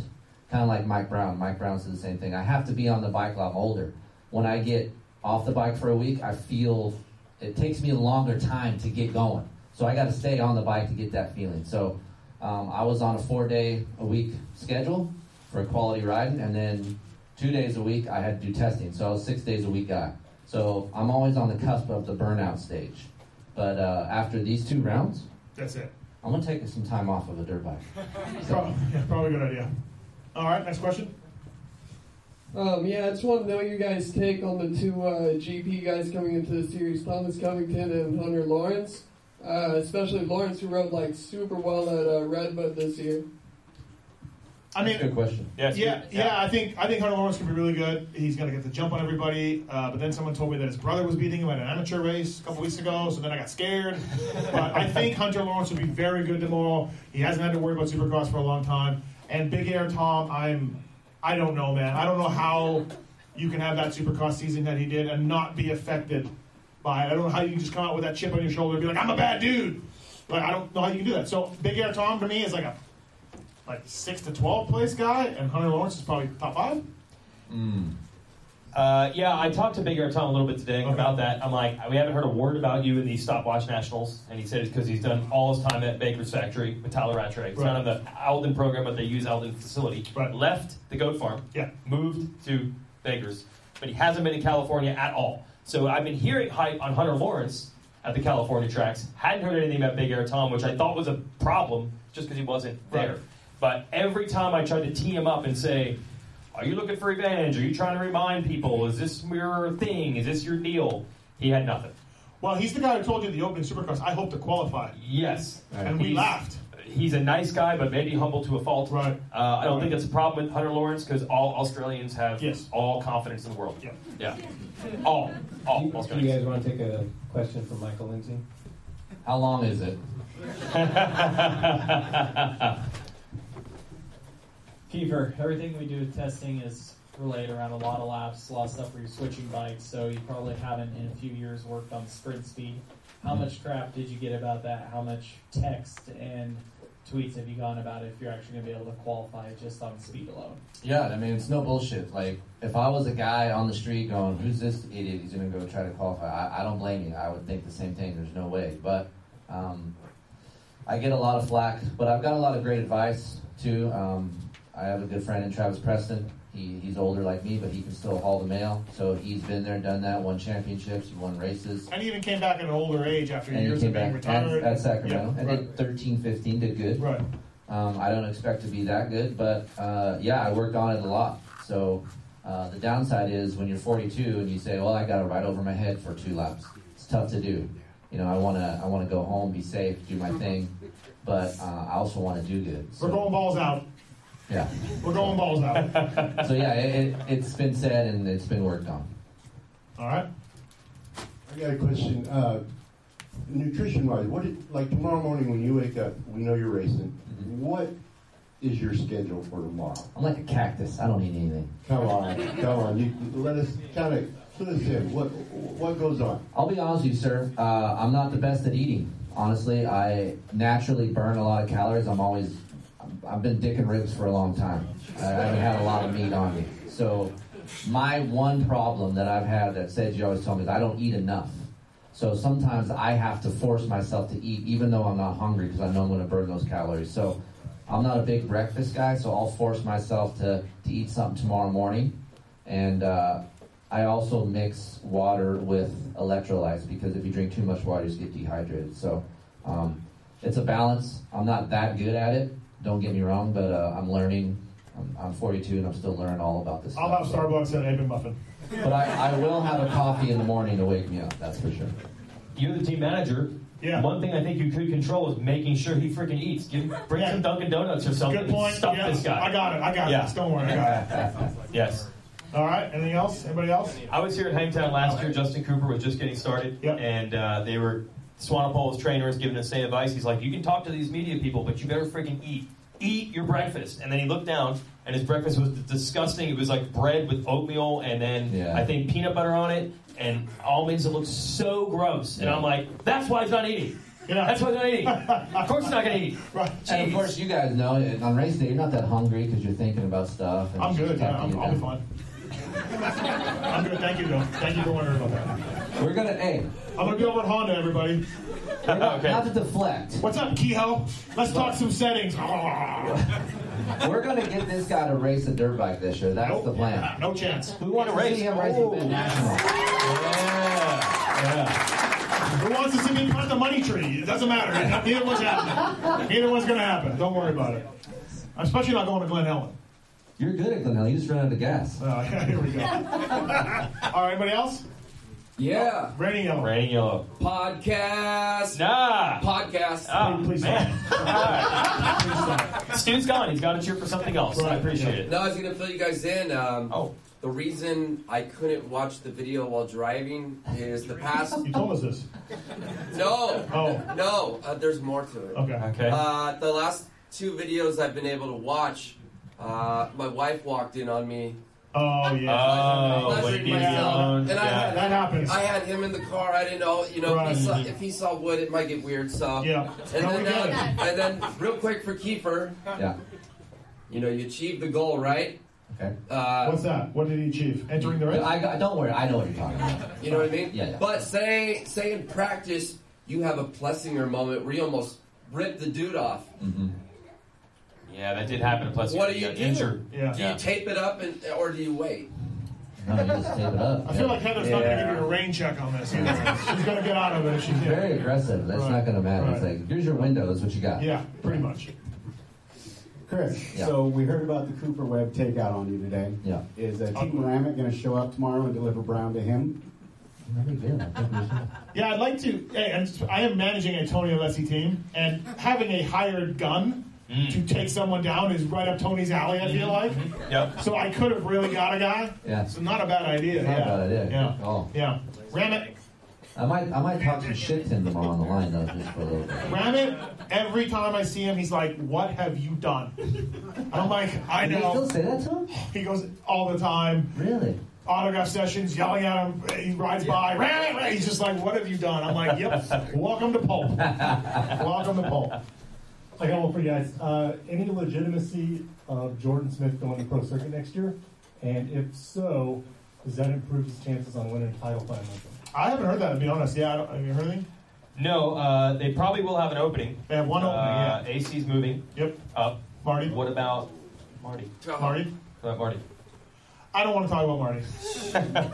Speaker 6: Kind of like Mike Brown. Mike Brown said the same thing. I have to be on the bike while I'm older. When I get off the bike for a week, I feel it takes me a longer time to get going. So I got to stay on the bike to get that feeling. So um, I was on a four day a week schedule for quality riding, and then two days a week I had to do testing. So I was six days a week guy. So I'm always on the cusp of the burnout stage. But uh, after these two rounds,
Speaker 4: That's it.
Speaker 6: I'm gonna take some time off of a dirt bike.
Speaker 4: Probably, yeah, probably a good idea. All right, next question.
Speaker 13: Um, yeah, I just want to know your guys' take on the two uh, GP guys coming into the series, Thomas Covington and Hunter Lawrence. Uh, especially Lawrence, who rode like super well at uh, Redbud this year.
Speaker 4: I mean,
Speaker 6: good question.
Speaker 4: yeah, yeah, I think I think Hunter Lawrence can be really good. He's going to get the jump on everybody. Uh, but then someone told me that his brother was beating him at an amateur race a couple weeks ago. So then I got scared. but I think Hunter Lawrence will be very good tomorrow. He hasn't had to worry about Supercross for a long time. And Big Air Tom, I'm I don't know, man. I don't know how you can have that Supercross season that he did and not be affected by it. I don't know how you can just come out with that chip on your shoulder and be like, I'm a bad dude. Like I don't know how you can do that. So Big Air Tom to me is like a like six to twelve place guy, and Hunter Lawrence is probably top five.
Speaker 7: Uh, yeah, I talked to Big Air Tom a little bit today about that. I'm like, we haven't heard a word about you in the stopwatch nationals, and he said it's because he's done all his time at Baker's factory with Tyler Rattray. He's
Speaker 4: Right.
Speaker 7: not on the Alden program, but they use Alden facility. Left the goat farm.
Speaker 4: Yeah.
Speaker 7: Moved to Baker's, but he hasn't been in California at all. So I've been hearing hype on Hunter Lawrence at the California tracks. Hadn't heard anything about Big Air Tom, which I thought was a problem just because he wasn't there. But every time I tried to tee him up and say, are you looking for revenge? Are you trying to remind people? Is this your thing? Is this your deal? He had nothing.
Speaker 4: Well, he's the guy who told you the opening Supercross. I hope to qualify.
Speaker 7: Yes.
Speaker 4: And we
Speaker 7: He's-
Speaker 4: laughed.
Speaker 7: He's a nice guy, but maybe humble to a fault. Right. Uh, I don't think that's a problem with Hunter Lawrence because all Australians have all confidence in the world. Yeah. Yeah. All. All.
Speaker 14: Do you guys want to take a question from Michael Lindsay?
Speaker 6: How long is it?
Speaker 15: Fever. Everything we do with testing is relayed around a lot of laps, a lot of stuff where you're switching bikes, so you probably haven't in a few years worked on sprint speed. How
Speaker 7: Mm-hmm.
Speaker 15: much crap did you get about that? How much text and tweets have you gotten about if you're actually going to be able to qualify just on speed alone?
Speaker 6: Yeah, I mean it's no bullshit. Like if I was a guy on the street going, "Who's this idiot? He's gonna go try to qualify." I, I don't blame you. I would think the same thing. There's no way. But um, I get a lot of flack, but I've got a lot of great advice too. Um, I have a good friend in Travis Preston. He, he's older like me, but he can still haul the mail. So he's been there, done that, won championships, won races.
Speaker 4: And he even came back at an older age after
Speaker 6: and
Speaker 4: years
Speaker 6: he came
Speaker 4: of being
Speaker 6: back
Speaker 4: retired.
Speaker 6: At, at Sacramento.
Speaker 4: Yeah,
Speaker 6: and
Speaker 4: right.
Speaker 6: did 13, 15, did good.
Speaker 4: Right.
Speaker 6: Um, I don't expect to be that good, but uh, yeah, I worked on it a lot. So Uh, the downside is when you're 42 and you say, "Well, I got to ride over my head for two laps." It's tough to do. You know, I wanna I wanna go home, be safe, do my thing, but uh, I also want to do good.
Speaker 4: We're going balls out.
Speaker 6: Yeah.
Speaker 4: We're going balls out.
Speaker 6: So yeah, it, it, it's been said and it's been worked on.
Speaker 4: All right.
Speaker 16: I got a question. Uh, nutrition wise, what did, like tomorrow morning when you wake up, we know you're racing.
Speaker 7: Mm-hmm.
Speaker 16: What is your schedule for tomorrow?
Speaker 6: I'm like a cactus. I don't eat anything.
Speaker 16: Come on, come on. You, let us kind of clue us in. What what goes on?
Speaker 6: I'll be honest with you, sir. Uh, I'm not the best at eating. Honestly, I naturally burn a lot of calories. I'm always, I've been dicking ribs for a long time. I haven't had a lot of meat on me. So, my one problem that I've had that Seiji always told me is I don't eat enough. So sometimes I have to force myself to eat, even though I'm not hungry, because I know I'm going to burn those calories. So I'm not a big breakfast guy, so I'll force myself to, to eat something tomorrow morning. And uh, I also mix water with electrolytes because if you drink too much water, you just get dehydrated. So um, it's a balance. I'm not that good at it. Don't get me wrong, but uh, I'm learning. I'm, I'm 42 and I'm still learning all about this.
Speaker 4: I'll
Speaker 6: stuff,
Speaker 4: have
Speaker 6: so.
Speaker 4: Starbucks and an egg and muffin.
Speaker 6: But I, I will have a coffee in the morning to wake me up. That's for sure.
Speaker 7: You're the team manager.
Speaker 4: Yeah.
Speaker 7: One thing I think you could control is making sure he freaking eats. Give, bring some Dunkin' Donuts or something.
Speaker 4: Good point.
Speaker 7: Stuff
Speaker 4: Yeah,
Speaker 7: this guy.
Speaker 4: I got it. I got
Speaker 7: Yeah.
Speaker 4: this. Don't worry. I got it.
Speaker 7: Yes.
Speaker 4: All right. Anything else? Anybody else?
Speaker 7: I was here at Hangtown last year. Justin Cooper was just getting started, and uh, they were Swanepoel's trainer was giving us same advice. He's like, "You can talk to these media people, but you better freaking eat, eat your breakfast." And then he looked down, and his breakfast was disgusting. It was like bread with oatmeal, and then I think peanut butter on it, and almonds. It looked so gross, and I'm like, "That's why he's not eating." That's why he's not eating. of course, he's not going to eat.
Speaker 6: And of course, you guys know it, on race day you're not that hungry because you're thinking about stuff. And
Speaker 4: I'm
Speaker 6: it's just
Speaker 4: good.
Speaker 6: tough
Speaker 4: Yeah,
Speaker 6: to
Speaker 4: I'm,
Speaker 6: eat
Speaker 4: I'll
Speaker 6: that.
Speaker 4: be fine. I'm good. Thank you, though. Thank you for wondering about that.
Speaker 6: We're gonna. Hey,
Speaker 4: I'm gonna be over at Honda, everybody.
Speaker 6: Okay. Not to deflect.
Speaker 4: What's up, Kehoe? Let's talk some settings.
Speaker 6: We're gonna get this guy to race a dirt bike this year. That's the plan.
Speaker 4: no Oh. chance.
Speaker 6: We want to race. See him race at Bend National.
Speaker 4: Who wants to see me plant the money tree? It doesn't matter. Neither one's happening. Neither one's gonna happen. Don't worry about it. I'm especially not going to Glen Helen.
Speaker 6: You're good at Glen Helen. You just ran out of gas.
Speaker 4: Oh, yeah, here we go. All right, anybody else?
Speaker 17: Yeah.
Speaker 4: Raining yellow.
Speaker 7: Raining yellow.
Speaker 17: Podcast.
Speaker 7: Nah.
Speaker 17: Podcast.
Speaker 7: Oh,
Speaker 4: please,
Speaker 7: Stu's gone. He's got to cheer for something else. I appreciate it.
Speaker 17: No, I was going to fill you guys in. Um, oh. The reason I couldn't watch the video while driving is the past.
Speaker 4: You told us this.
Speaker 17: No.
Speaker 4: Oh.
Speaker 17: No. Uh, there's more to it.
Speaker 4: Okay.
Speaker 7: Okay.
Speaker 17: Uh, the last two videos I've been able to watch, uh, my wife walked in on me.
Speaker 4: Oh
Speaker 7: Uh,
Speaker 4: yeah.
Speaker 17: Pleasuring myself. And I had,
Speaker 4: that happens.
Speaker 17: I had him in the car. I didn't know, you know, if, he saw, if he saw wood, it might get weird. So
Speaker 4: Yeah.
Speaker 17: And
Speaker 4: No,
Speaker 17: then, uh,
Speaker 4: we
Speaker 17: now-
Speaker 4: got
Speaker 17: and then, real quick for Kiefer,
Speaker 6: Yeah.
Speaker 17: you know, you achieved the goal, right?
Speaker 6: Okay.
Speaker 17: Uh,
Speaker 4: What's that? What did he achieve? Entering the race?
Speaker 6: I got, don't worry. I know what you're talking about.
Speaker 17: You know what I mean?
Speaker 6: Yeah, yeah.
Speaker 17: But say say in practice you have a Plessinger moment where you almost rip the dude off.
Speaker 7: Yeah, that did happen. Plus,
Speaker 17: what do
Speaker 7: he
Speaker 17: you
Speaker 7: got
Speaker 17: do?
Speaker 7: injured.
Speaker 17: Do you tape it up and or do you wait?
Speaker 6: No, you just tape it up.
Speaker 4: I feel like Heather's not going to give you a rain check on this. either. She's going to get out of it if she can.
Speaker 6: Very aggressive. That's not gonna matter. It's like here's your window. That's what you got.
Speaker 4: Yeah, pretty much.
Speaker 18: Chris, so we heard about the Cooper Webb takeout on you today.
Speaker 6: Yeah.
Speaker 18: Is uh, Team Ramick going to show up tomorrow and deliver Brown to him?
Speaker 4: Yeah, I'd like to. Hey, I'm, I am managing a Tony Alessi team, and having a hired gun to take someone down is right up Tony's alley. I feel like.
Speaker 7: Yep.
Speaker 4: So I could have really got a guy.
Speaker 6: Yeah.
Speaker 4: So not a bad idea.
Speaker 6: Not
Speaker 4: yeah.
Speaker 6: a bad idea.
Speaker 4: Yeah.
Speaker 6: Oh.
Speaker 4: Yeah. Ram it.
Speaker 6: I might I might talk some shit to him tomorrow on the line though, just for a little bit.
Speaker 4: Ram it. Every time I see him, he's like, "What have you done?" And I'm like, "I
Speaker 6: Does
Speaker 4: know."
Speaker 6: he still say that to him?
Speaker 4: He goes all the time.
Speaker 6: Really?
Speaker 4: Autograph sessions, yelling at him. He rides by. Ram it. Ram it." He's just like, "What have you done?" I'm like, "Yep. Welcome to Pulp. Welcome to Pulp."
Speaker 19: I got one for you guys. Uh, any legitimacy of Jordan Smith going to pro circuit next year? And if so, does that improve his chances on winning a title finally?
Speaker 4: I haven't heard that, to be honest. Yeah, I don't, have you heard anything?
Speaker 7: No, uh, they probably will have an opening.
Speaker 4: They have one opening,
Speaker 7: Uh, AC's moving.
Speaker 4: Yep.
Speaker 7: Up.
Speaker 4: Marty.
Speaker 7: What about Marty?
Speaker 4: Marty?
Speaker 7: What about Marty?
Speaker 4: I don't want to talk about Marty.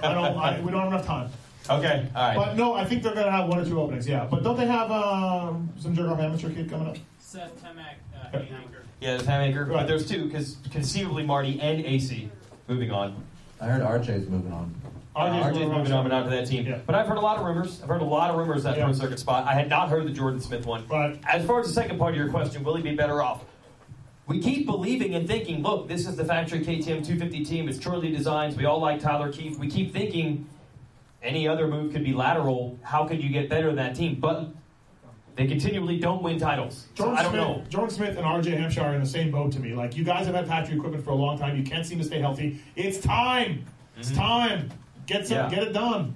Speaker 4: I don't. I, we don't have enough time.
Speaker 7: Okay. All right.
Speaker 4: But no, I think they're going to have one or two openings. Yeah, but don't they have uh, some jerk off amateur kid coming up?
Speaker 20: Seth Temak, uh, Haymaker.
Speaker 7: yeah, there's Hamaker. But there's two, because conceivably Marty and AC moving on.
Speaker 6: I heard RJ's moving on.
Speaker 7: RJ's, RJ's moving on, but not to that team. But I've heard a lot of rumors. I've heard a lot of rumors that
Speaker 4: Yeah.
Speaker 7: pro circuit spot. I had not heard the Jordan Smith one. But as far as the second part of your question, will he be better off? We keep believing and thinking, look, this is the factory KTM 250 team. It's truly designs. We all like Tyler Keith. We keep thinking any other move could be lateral. How could you get better than that team? But they continually don't win titles. So
Speaker 4: Jordan
Speaker 7: I don't
Speaker 4: Smith,
Speaker 7: know.
Speaker 4: Jordan Smith and RJ Hampshire are in the same boat to me. Like you guys have had factory equipment for a long time. You can't seem to stay healthy. It's time. It's time. Get some,
Speaker 7: Mm-hmm. Yeah.
Speaker 4: get it done.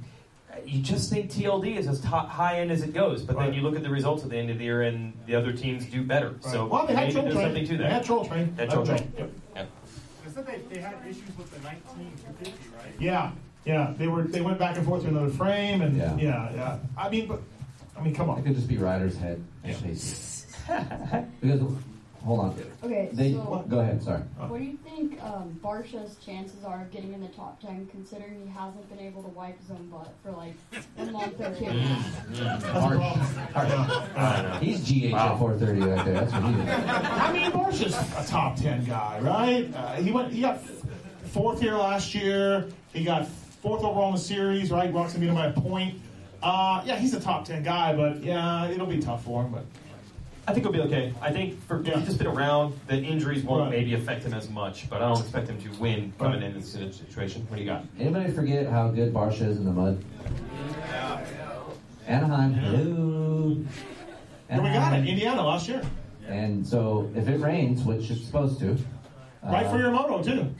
Speaker 7: You just think TLD is as to- high end as it goes, but then you look at the results at the end of the year, and the other teams do better. So
Speaker 4: well, they had
Speaker 7: maybe
Speaker 4: troll
Speaker 7: there's
Speaker 4: train.
Speaker 7: something to that.
Speaker 4: They had troll train.
Speaker 7: That troll
Speaker 4: That
Speaker 7: train. Yeah.
Speaker 20: I said they, they had issues with the 19 to 50, right?
Speaker 4: Yeah, yeah. They were they went back and forth to another frame, and yeah, yeah. I mean, but I mean, come on.
Speaker 6: It could just be Ryder's head. Because, hold on.
Speaker 21: Okay,
Speaker 6: They,
Speaker 21: so-
Speaker 6: go ahead. Sorry.
Speaker 21: What do you think um, Barsha's chances are of getting in the top 10, considering he hasn't been able to wipe his own butt for like a month or two?
Speaker 6: Harsh. Harsh. He's GH at 430 right there. That's what he did.
Speaker 4: I mean, Marsh is a top ten guy, right? Uh, he went. He got fourth here last year. He got fourth overall in the series, right? Roxon beat him by a point. Uh, yeah, he's a top ten guy, but yeah, it'll be tough for him. But
Speaker 7: I think he'll be okay. I think for, he's just been around. The injuries won't
Speaker 4: Right.
Speaker 7: maybe affect him as much, but I don't expect him to win coming in this situation. What do you got?
Speaker 6: Anybody forget how good Barsha is in the mud? Anaheim. Hello.
Speaker 4: And we got
Speaker 6: Um,
Speaker 4: it, Indiana last year.
Speaker 6: And so if it rains, which it's supposed to.
Speaker 4: Right
Speaker 6: uh,
Speaker 4: for your moto too.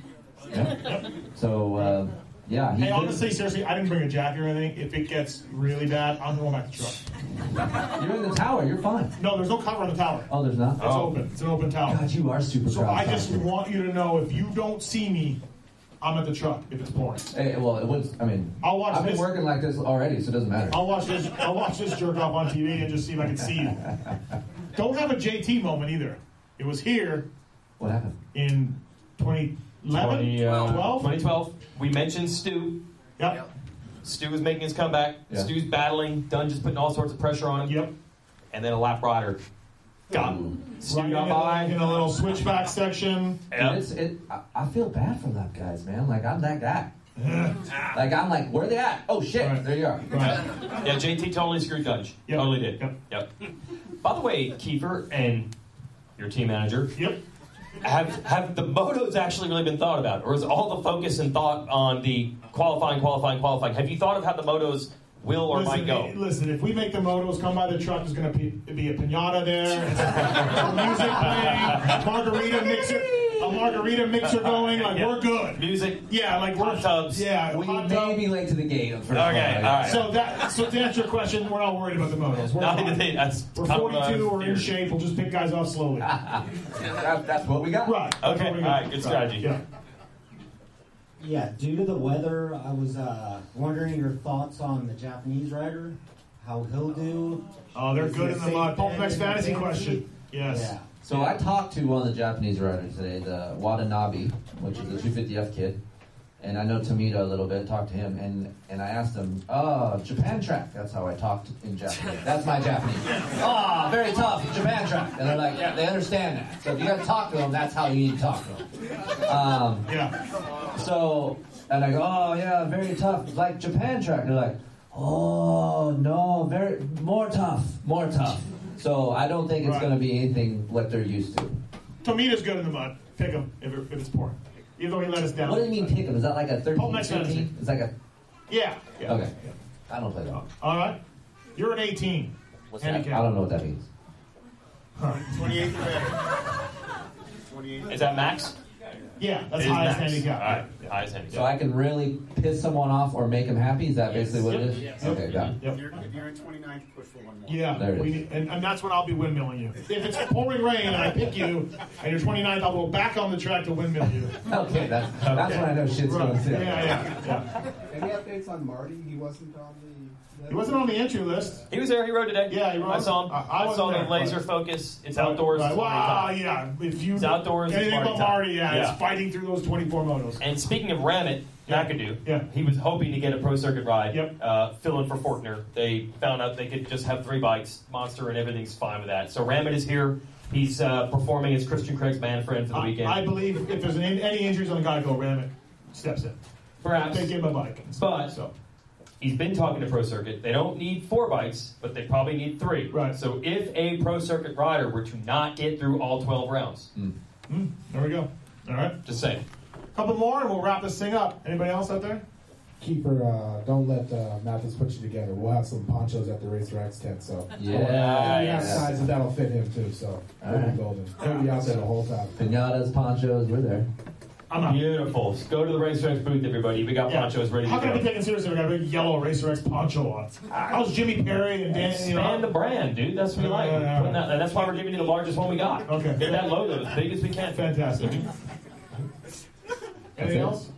Speaker 6: So, uh, yeah. he
Speaker 4: Hey,
Speaker 6: could-
Speaker 4: honestly, seriously, I didn't bring a jacket or anything. If it gets really bad, I'm going back to truck.
Speaker 6: You're in the tower. You're fine.
Speaker 4: No, there's no cover on the tower.
Speaker 6: Oh, there's not?
Speaker 4: It's open. It's an open tower.
Speaker 6: God, you are super
Speaker 4: So
Speaker 6: proud,
Speaker 4: I just
Speaker 6: Patrick.
Speaker 4: want you to know if you don't see me, I'm at the truck if it's pouring.
Speaker 6: Hey, well, it was, I mean,
Speaker 4: I'll watch
Speaker 6: I've been
Speaker 4: this.
Speaker 6: working like this already, so it doesn't matter.
Speaker 4: I'll watch this. I'll watch this jerk off on TV and just see if I can see you. Don't have a JT moment either. It was here
Speaker 6: What happened?
Speaker 4: in 2011,
Speaker 7: 20, uh,
Speaker 4: 12?
Speaker 7: 2012. We mentioned Stu.
Speaker 4: Yep.
Speaker 7: Stu is making his comeback.
Speaker 4: Yeah.
Speaker 7: Stu's battling. Dunn just putting all sorts of pressure on him.
Speaker 4: Yep.
Speaker 7: And then a lap rider. Got him. Stu
Speaker 4: Right
Speaker 7: got
Speaker 4: in a-
Speaker 7: by.
Speaker 4: in a little switchback section.
Speaker 6: And It's, it, I, I feel bad for that guys, man. Like, I'm that guy. like, I'm like, where they at? Oh, shit. There you are.
Speaker 7: Yeah, JT totally screwed Dunge. Totally did. Yep. By the way, Kiefer and your team manager.
Speaker 4: Yep.
Speaker 7: Have have the motos actually really been thought about, or is all the focus and thought on the qualifying, qualifying, qualifying? Have you thought of how the motos will or
Speaker 4: listen,
Speaker 7: might go?
Speaker 4: eh, Listen, if we make the motos come by the truck, there's going to be, be a pinata there, it's music playing, margarita mixer, a margarita mixer going. Like we're good.
Speaker 7: Music.
Speaker 4: Yeah, like we're
Speaker 7: tubs.
Speaker 4: Yeah,
Speaker 6: We
Speaker 4: hot
Speaker 6: may be late to the game. For
Speaker 7: Okay, all right.
Speaker 4: So that so to answer your question, we're not worried about the motos. We're,
Speaker 7: Not
Speaker 4: fine.
Speaker 7: even- that's
Speaker 4: we're
Speaker 7: top of
Speaker 4: 42. We're in
Speaker 7: theory.
Speaker 4: shape. We'll just pick guys off slowly.
Speaker 6: that's what we got.
Speaker 4: Right. that's
Speaker 7: Okay,
Speaker 4: what we
Speaker 7: all
Speaker 4: got.
Speaker 7: right, good strategy.
Speaker 4: Yeah.
Speaker 22: Yeah, due to the weather, I was uh, wondering your thoughts on the Japanese rider, how he'll do.
Speaker 4: Oh, they're
Speaker 22: Is he
Speaker 4: good
Speaker 22: a
Speaker 4: in the
Speaker 22: safe
Speaker 4: mud.
Speaker 22: bet
Speaker 4: Pulp Next
Speaker 22: in the
Speaker 4: Fantasy question. Yes.
Speaker 22: Yeah.
Speaker 6: So I talked to one of the Japanese riders today, the Watanabe, which is a 250F kid, and I know Tomita a little bit. Talked to him, and and I asked him, "Oh, Japan track." That's how I talked in Japanese. That's my Japanese. Ah, very tough Japan track. And they're like, they understand that. So if you got to talk to them, that's how you need to talk to them. Um,
Speaker 4: yeah.
Speaker 6: So and I go, "Oh yeah, very tough, like Japan track." They're like, "Oh no, very more tough, more tough." So I don't think it's
Speaker 4: Right.
Speaker 6: going to be anything like they're used to.
Speaker 4: Tomita's good in the mud. Pick him if, it, if it's pouring. Even though he let us down.
Speaker 6: What do you mean pick 'em? Is that like a 13,
Speaker 4: Pulp Next Fantasy.
Speaker 6: 15? It's like a...
Speaker 4: Yeah. yeah.
Speaker 6: Okay. I don't play that.
Speaker 4: All right. You're an 18.
Speaker 6: What's that?
Speaker 4: Handicap.
Speaker 6: I don't know what that means.
Speaker 4: 28th
Speaker 7: Is that max?
Speaker 4: Yeah, that's
Speaker 7: It is
Speaker 4: highest
Speaker 7: max.
Speaker 4: handicap.
Speaker 7: All right, highest handicap.
Speaker 6: So I can really piss someone off or make them happy? Is that basically what it is? Okay, got it.
Speaker 4: Yep.
Speaker 20: You're, you're at 29, push for one more.
Speaker 4: Yeah,
Speaker 6: There it
Speaker 4: we
Speaker 6: is.
Speaker 4: need, and, and that's when I'll be windmilling you. If it's pouring rain and I pick you and you're 29th, I'll go back on the track to windmill you.
Speaker 6: Okay, that's, that's when I know shit's
Speaker 4: Right.
Speaker 6: going to
Speaker 4: Yeah, yeah, yeah.
Speaker 23: Any updates on Marty? He wasn't on the.
Speaker 4: He wasn't on the entry list.
Speaker 7: He was there. He rode today.
Speaker 4: Yeah, he rode.
Speaker 7: I saw him.
Speaker 4: I- I
Speaker 7: I,
Speaker 4: wasn't
Speaker 7: saw the
Speaker 4: there,
Speaker 7: laser
Speaker 4: but-
Speaker 7: focus. It's
Speaker 4: Right,
Speaker 7: outdoors.
Speaker 4: right.
Speaker 7: it's
Speaker 4: Wow,
Speaker 7: party
Speaker 4: yeah.
Speaker 7: time.
Speaker 4: If you
Speaker 7: it's outdoors. it's
Speaker 4: anything
Speaker 7: party
Speaker 4: but
Speaker 7: time.
Speaker 4: Marty, yeah,
Speaker 7: yeah.
Speaker 4: it's fighting through those 24 motos.
Speaker 7: And speaking of Ramit McAdoo,
Speaker 4: Yeah.
Speaker 7: he was hoping to get a pro circuit ride, uh, filling for Fortner. They found out they could just have three bikes, Monster, and everything's fine with that. So Ramit is here. He's uh, performing as Christian Craig's band friend for the
Speaker 4: I,
Speaker 7: weekend.
Speaker 4: I believe if there's an, any injuries on the guy, go ram it. Steps in.
Speaker 7: Perhaps.
Speaker 4: They gave him a bike.
Speaker 7: But he's been talking to Pro Circuit. They don't need four bikes, but they probably need three. Right. So if a Pro Circuit rider were to not get through all 12 rounds,
Speaker 4: Mm, there we go. All right.
Speaker 7: just saying.
Speaker 4: Couple more and we'll wrap this thing up. Anybody else out there?
Speaker 1: Keeper, uh, don't let uh, Mathis put you together. We'll have some ponchos at the Racer X tent, so
Speaker 6: Yeah.
Speaker 1: we have sizes that'll fit him too. So
Speaker 6: All
Speaker 1: we'll be
Speaker 6: right.
Speaker 1: golden. He'll be out there the whole time.
Speaker 6: Pinatas, ponchos, we're there.
Speaker 4: Uh-huh.
Speaker 7: Beautiful. Go to the racetrack booth, everybody. We got ponchos ready
Speaker 4: How
Speaker 7: to
Speaker 4: can I be
Speaker 7: go.
Speaker 4: taken seriously when I got a big yellow Racer X poncho on? How's Jimmy Perry and Dan? you know?
Speaker 7: Expand the brand, dude. That's what we like. Putting that- and that's why we're giving you the largest one we got. Okay. Get that logo as big as we can.
Speaker 4: Fantastic. Anything else?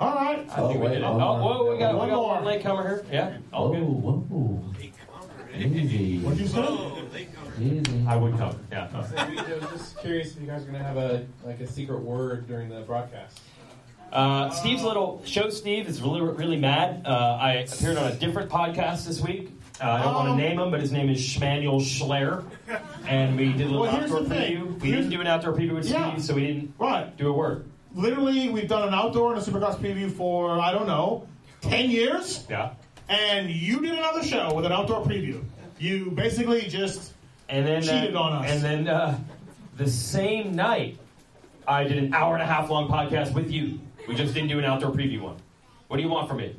Speaker 4: All right.
Speaker 7: I think we did it. Oh, whoa, we got one, we got one late comer here. Yeah. Oh, All good.
Speaker 6: Oh, Whoa. Easy.
Speaker 4: What'd you say?
Speaker 7: I would come. Yeah.
Speaker 14: I was just curious if you guys are going to have a like a secret word during the broadcast.
Speaker 7: Uh, Steve's little show. Steve is really really mad. Uh, I appeared on a different podcast this week. Uh, I don't
Speaker 4: Um,
Speaker 7: want to name him, but his name is Schmanuel Schler, and we did a little
Speaker 4: Well, here's
Speaker 7: outdoor
Speaker 4: the thing.
Speaker 7: preview. We didn't do an outdoor preview with
Speaker 4: Yeah.
Speaker 7: Steve, so we didn't
Speaker 4: Right.
Speaker 7: do a word.
Speaker 4: Literally, we've done an outdoor and a supercross preview for, I don't know, 10 years?
Speaker 7: Yeah.
Speaker 4: And you did another show with an outdoor preview. You basically just
Speaker 7: and then
Speaker 4: cheated
Speaker 7: uh,
Speaker 4: on us.
Speaker 7: And then uh, the same night, I did an hour and a half long podcast with you. We just didn't do an outdoor preview one. What do you want from Uh, me?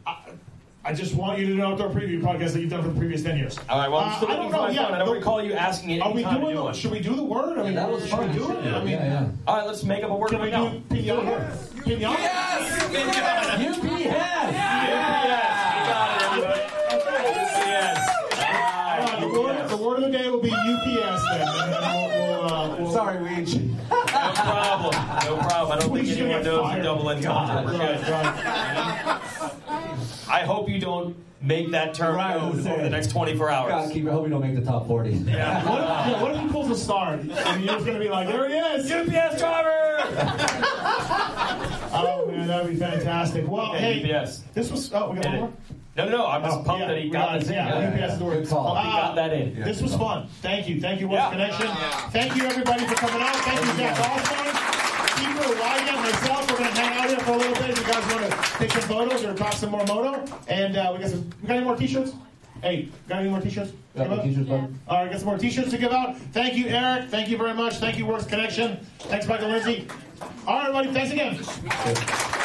Speaker 4: I just want you to do an outdoor preview podcast that you've done for the previous 10 years.
Speaker 7: All right. Well,
Speaker 4: Uh,
Speaker 7: I'm still
Speaker 4: I
Speaker 7: looking
Speaker 4: don't
Speaker 7: for
Speaker 4: know,
Speaker 7: my
Speaker 4: yeah,
Speaker 7: phone. I don't
Speaker 4: the-
Speaker 7: recall you asking it.
Speaker 4: Are we
Speaker 7: anytime to
Speaker 4: doing
Speaker 7: do one.
Speaker 4: Should we do the word? I mean, that was should we do it? I mean,
Speaker 7: All right, let's make up a word right now.
Speaker 4: Pinata. Pinata.
Speaker 7: Yes! UPS!
Speaker 4: Uh, The word, the word of the day will be UPS then. And then we'll, we'll, uh, we'll, Sorry, we ain't you.
Speaker 7: No problem. No problem. I don't think anyone knows the double entendre. We're good. I hope you don't make that term known over the next 24 hours.
Speaker 6: God, keeper, I hope you don't make the top 40.
Speaker 4: What if, yeah, what if he pulls a star? I mean, you're just going to be like, there he is!
Speaker 7: UPS driver!
Speaker 4: oh, man, that would be fantastic. Well,
Speaker 7: Yeah,
Speaker 4: hey,
Speaker 7: UPS.
Speaker 4: this was. Oh, we got one more?
Speaker 7: No, no, no. I'm just
Speaker 4: Oh,
Speaker 7: pumped
Speaker 4: yeah,
Speaker 7: that he
Speaker 4: we
Speaker 7: got
Speaker 4: it.
Speaker 7: this in.
Speaker 4: Yeah, UPS is the word.
Speaker 7: Pumped he
Speaker 4: Uh,
Speaker 7: got that in.
Speaker 4: This was fun. Thank you. Thank you, West
Speaker 7: Yeah.
Speaker 4: Connection. Thank you, everybody, for coming out. Thank you, Zach Alston. Keeper, Wygan, myself. We're going to hang out here for a little bit. If you guys want to take some photos or talk some more moto. And uh, we got some. We got any more t shirts? Hey, got any more t shirts?
Speaker 6: Got more t-shirts, bud?
Speaker 4: All right, got some more t shirts to give out. Thank you, Eric. Thank you very much. Thank you, Works Connection. Thanks, Michael Lindsay. All right, everybody. Thanks again.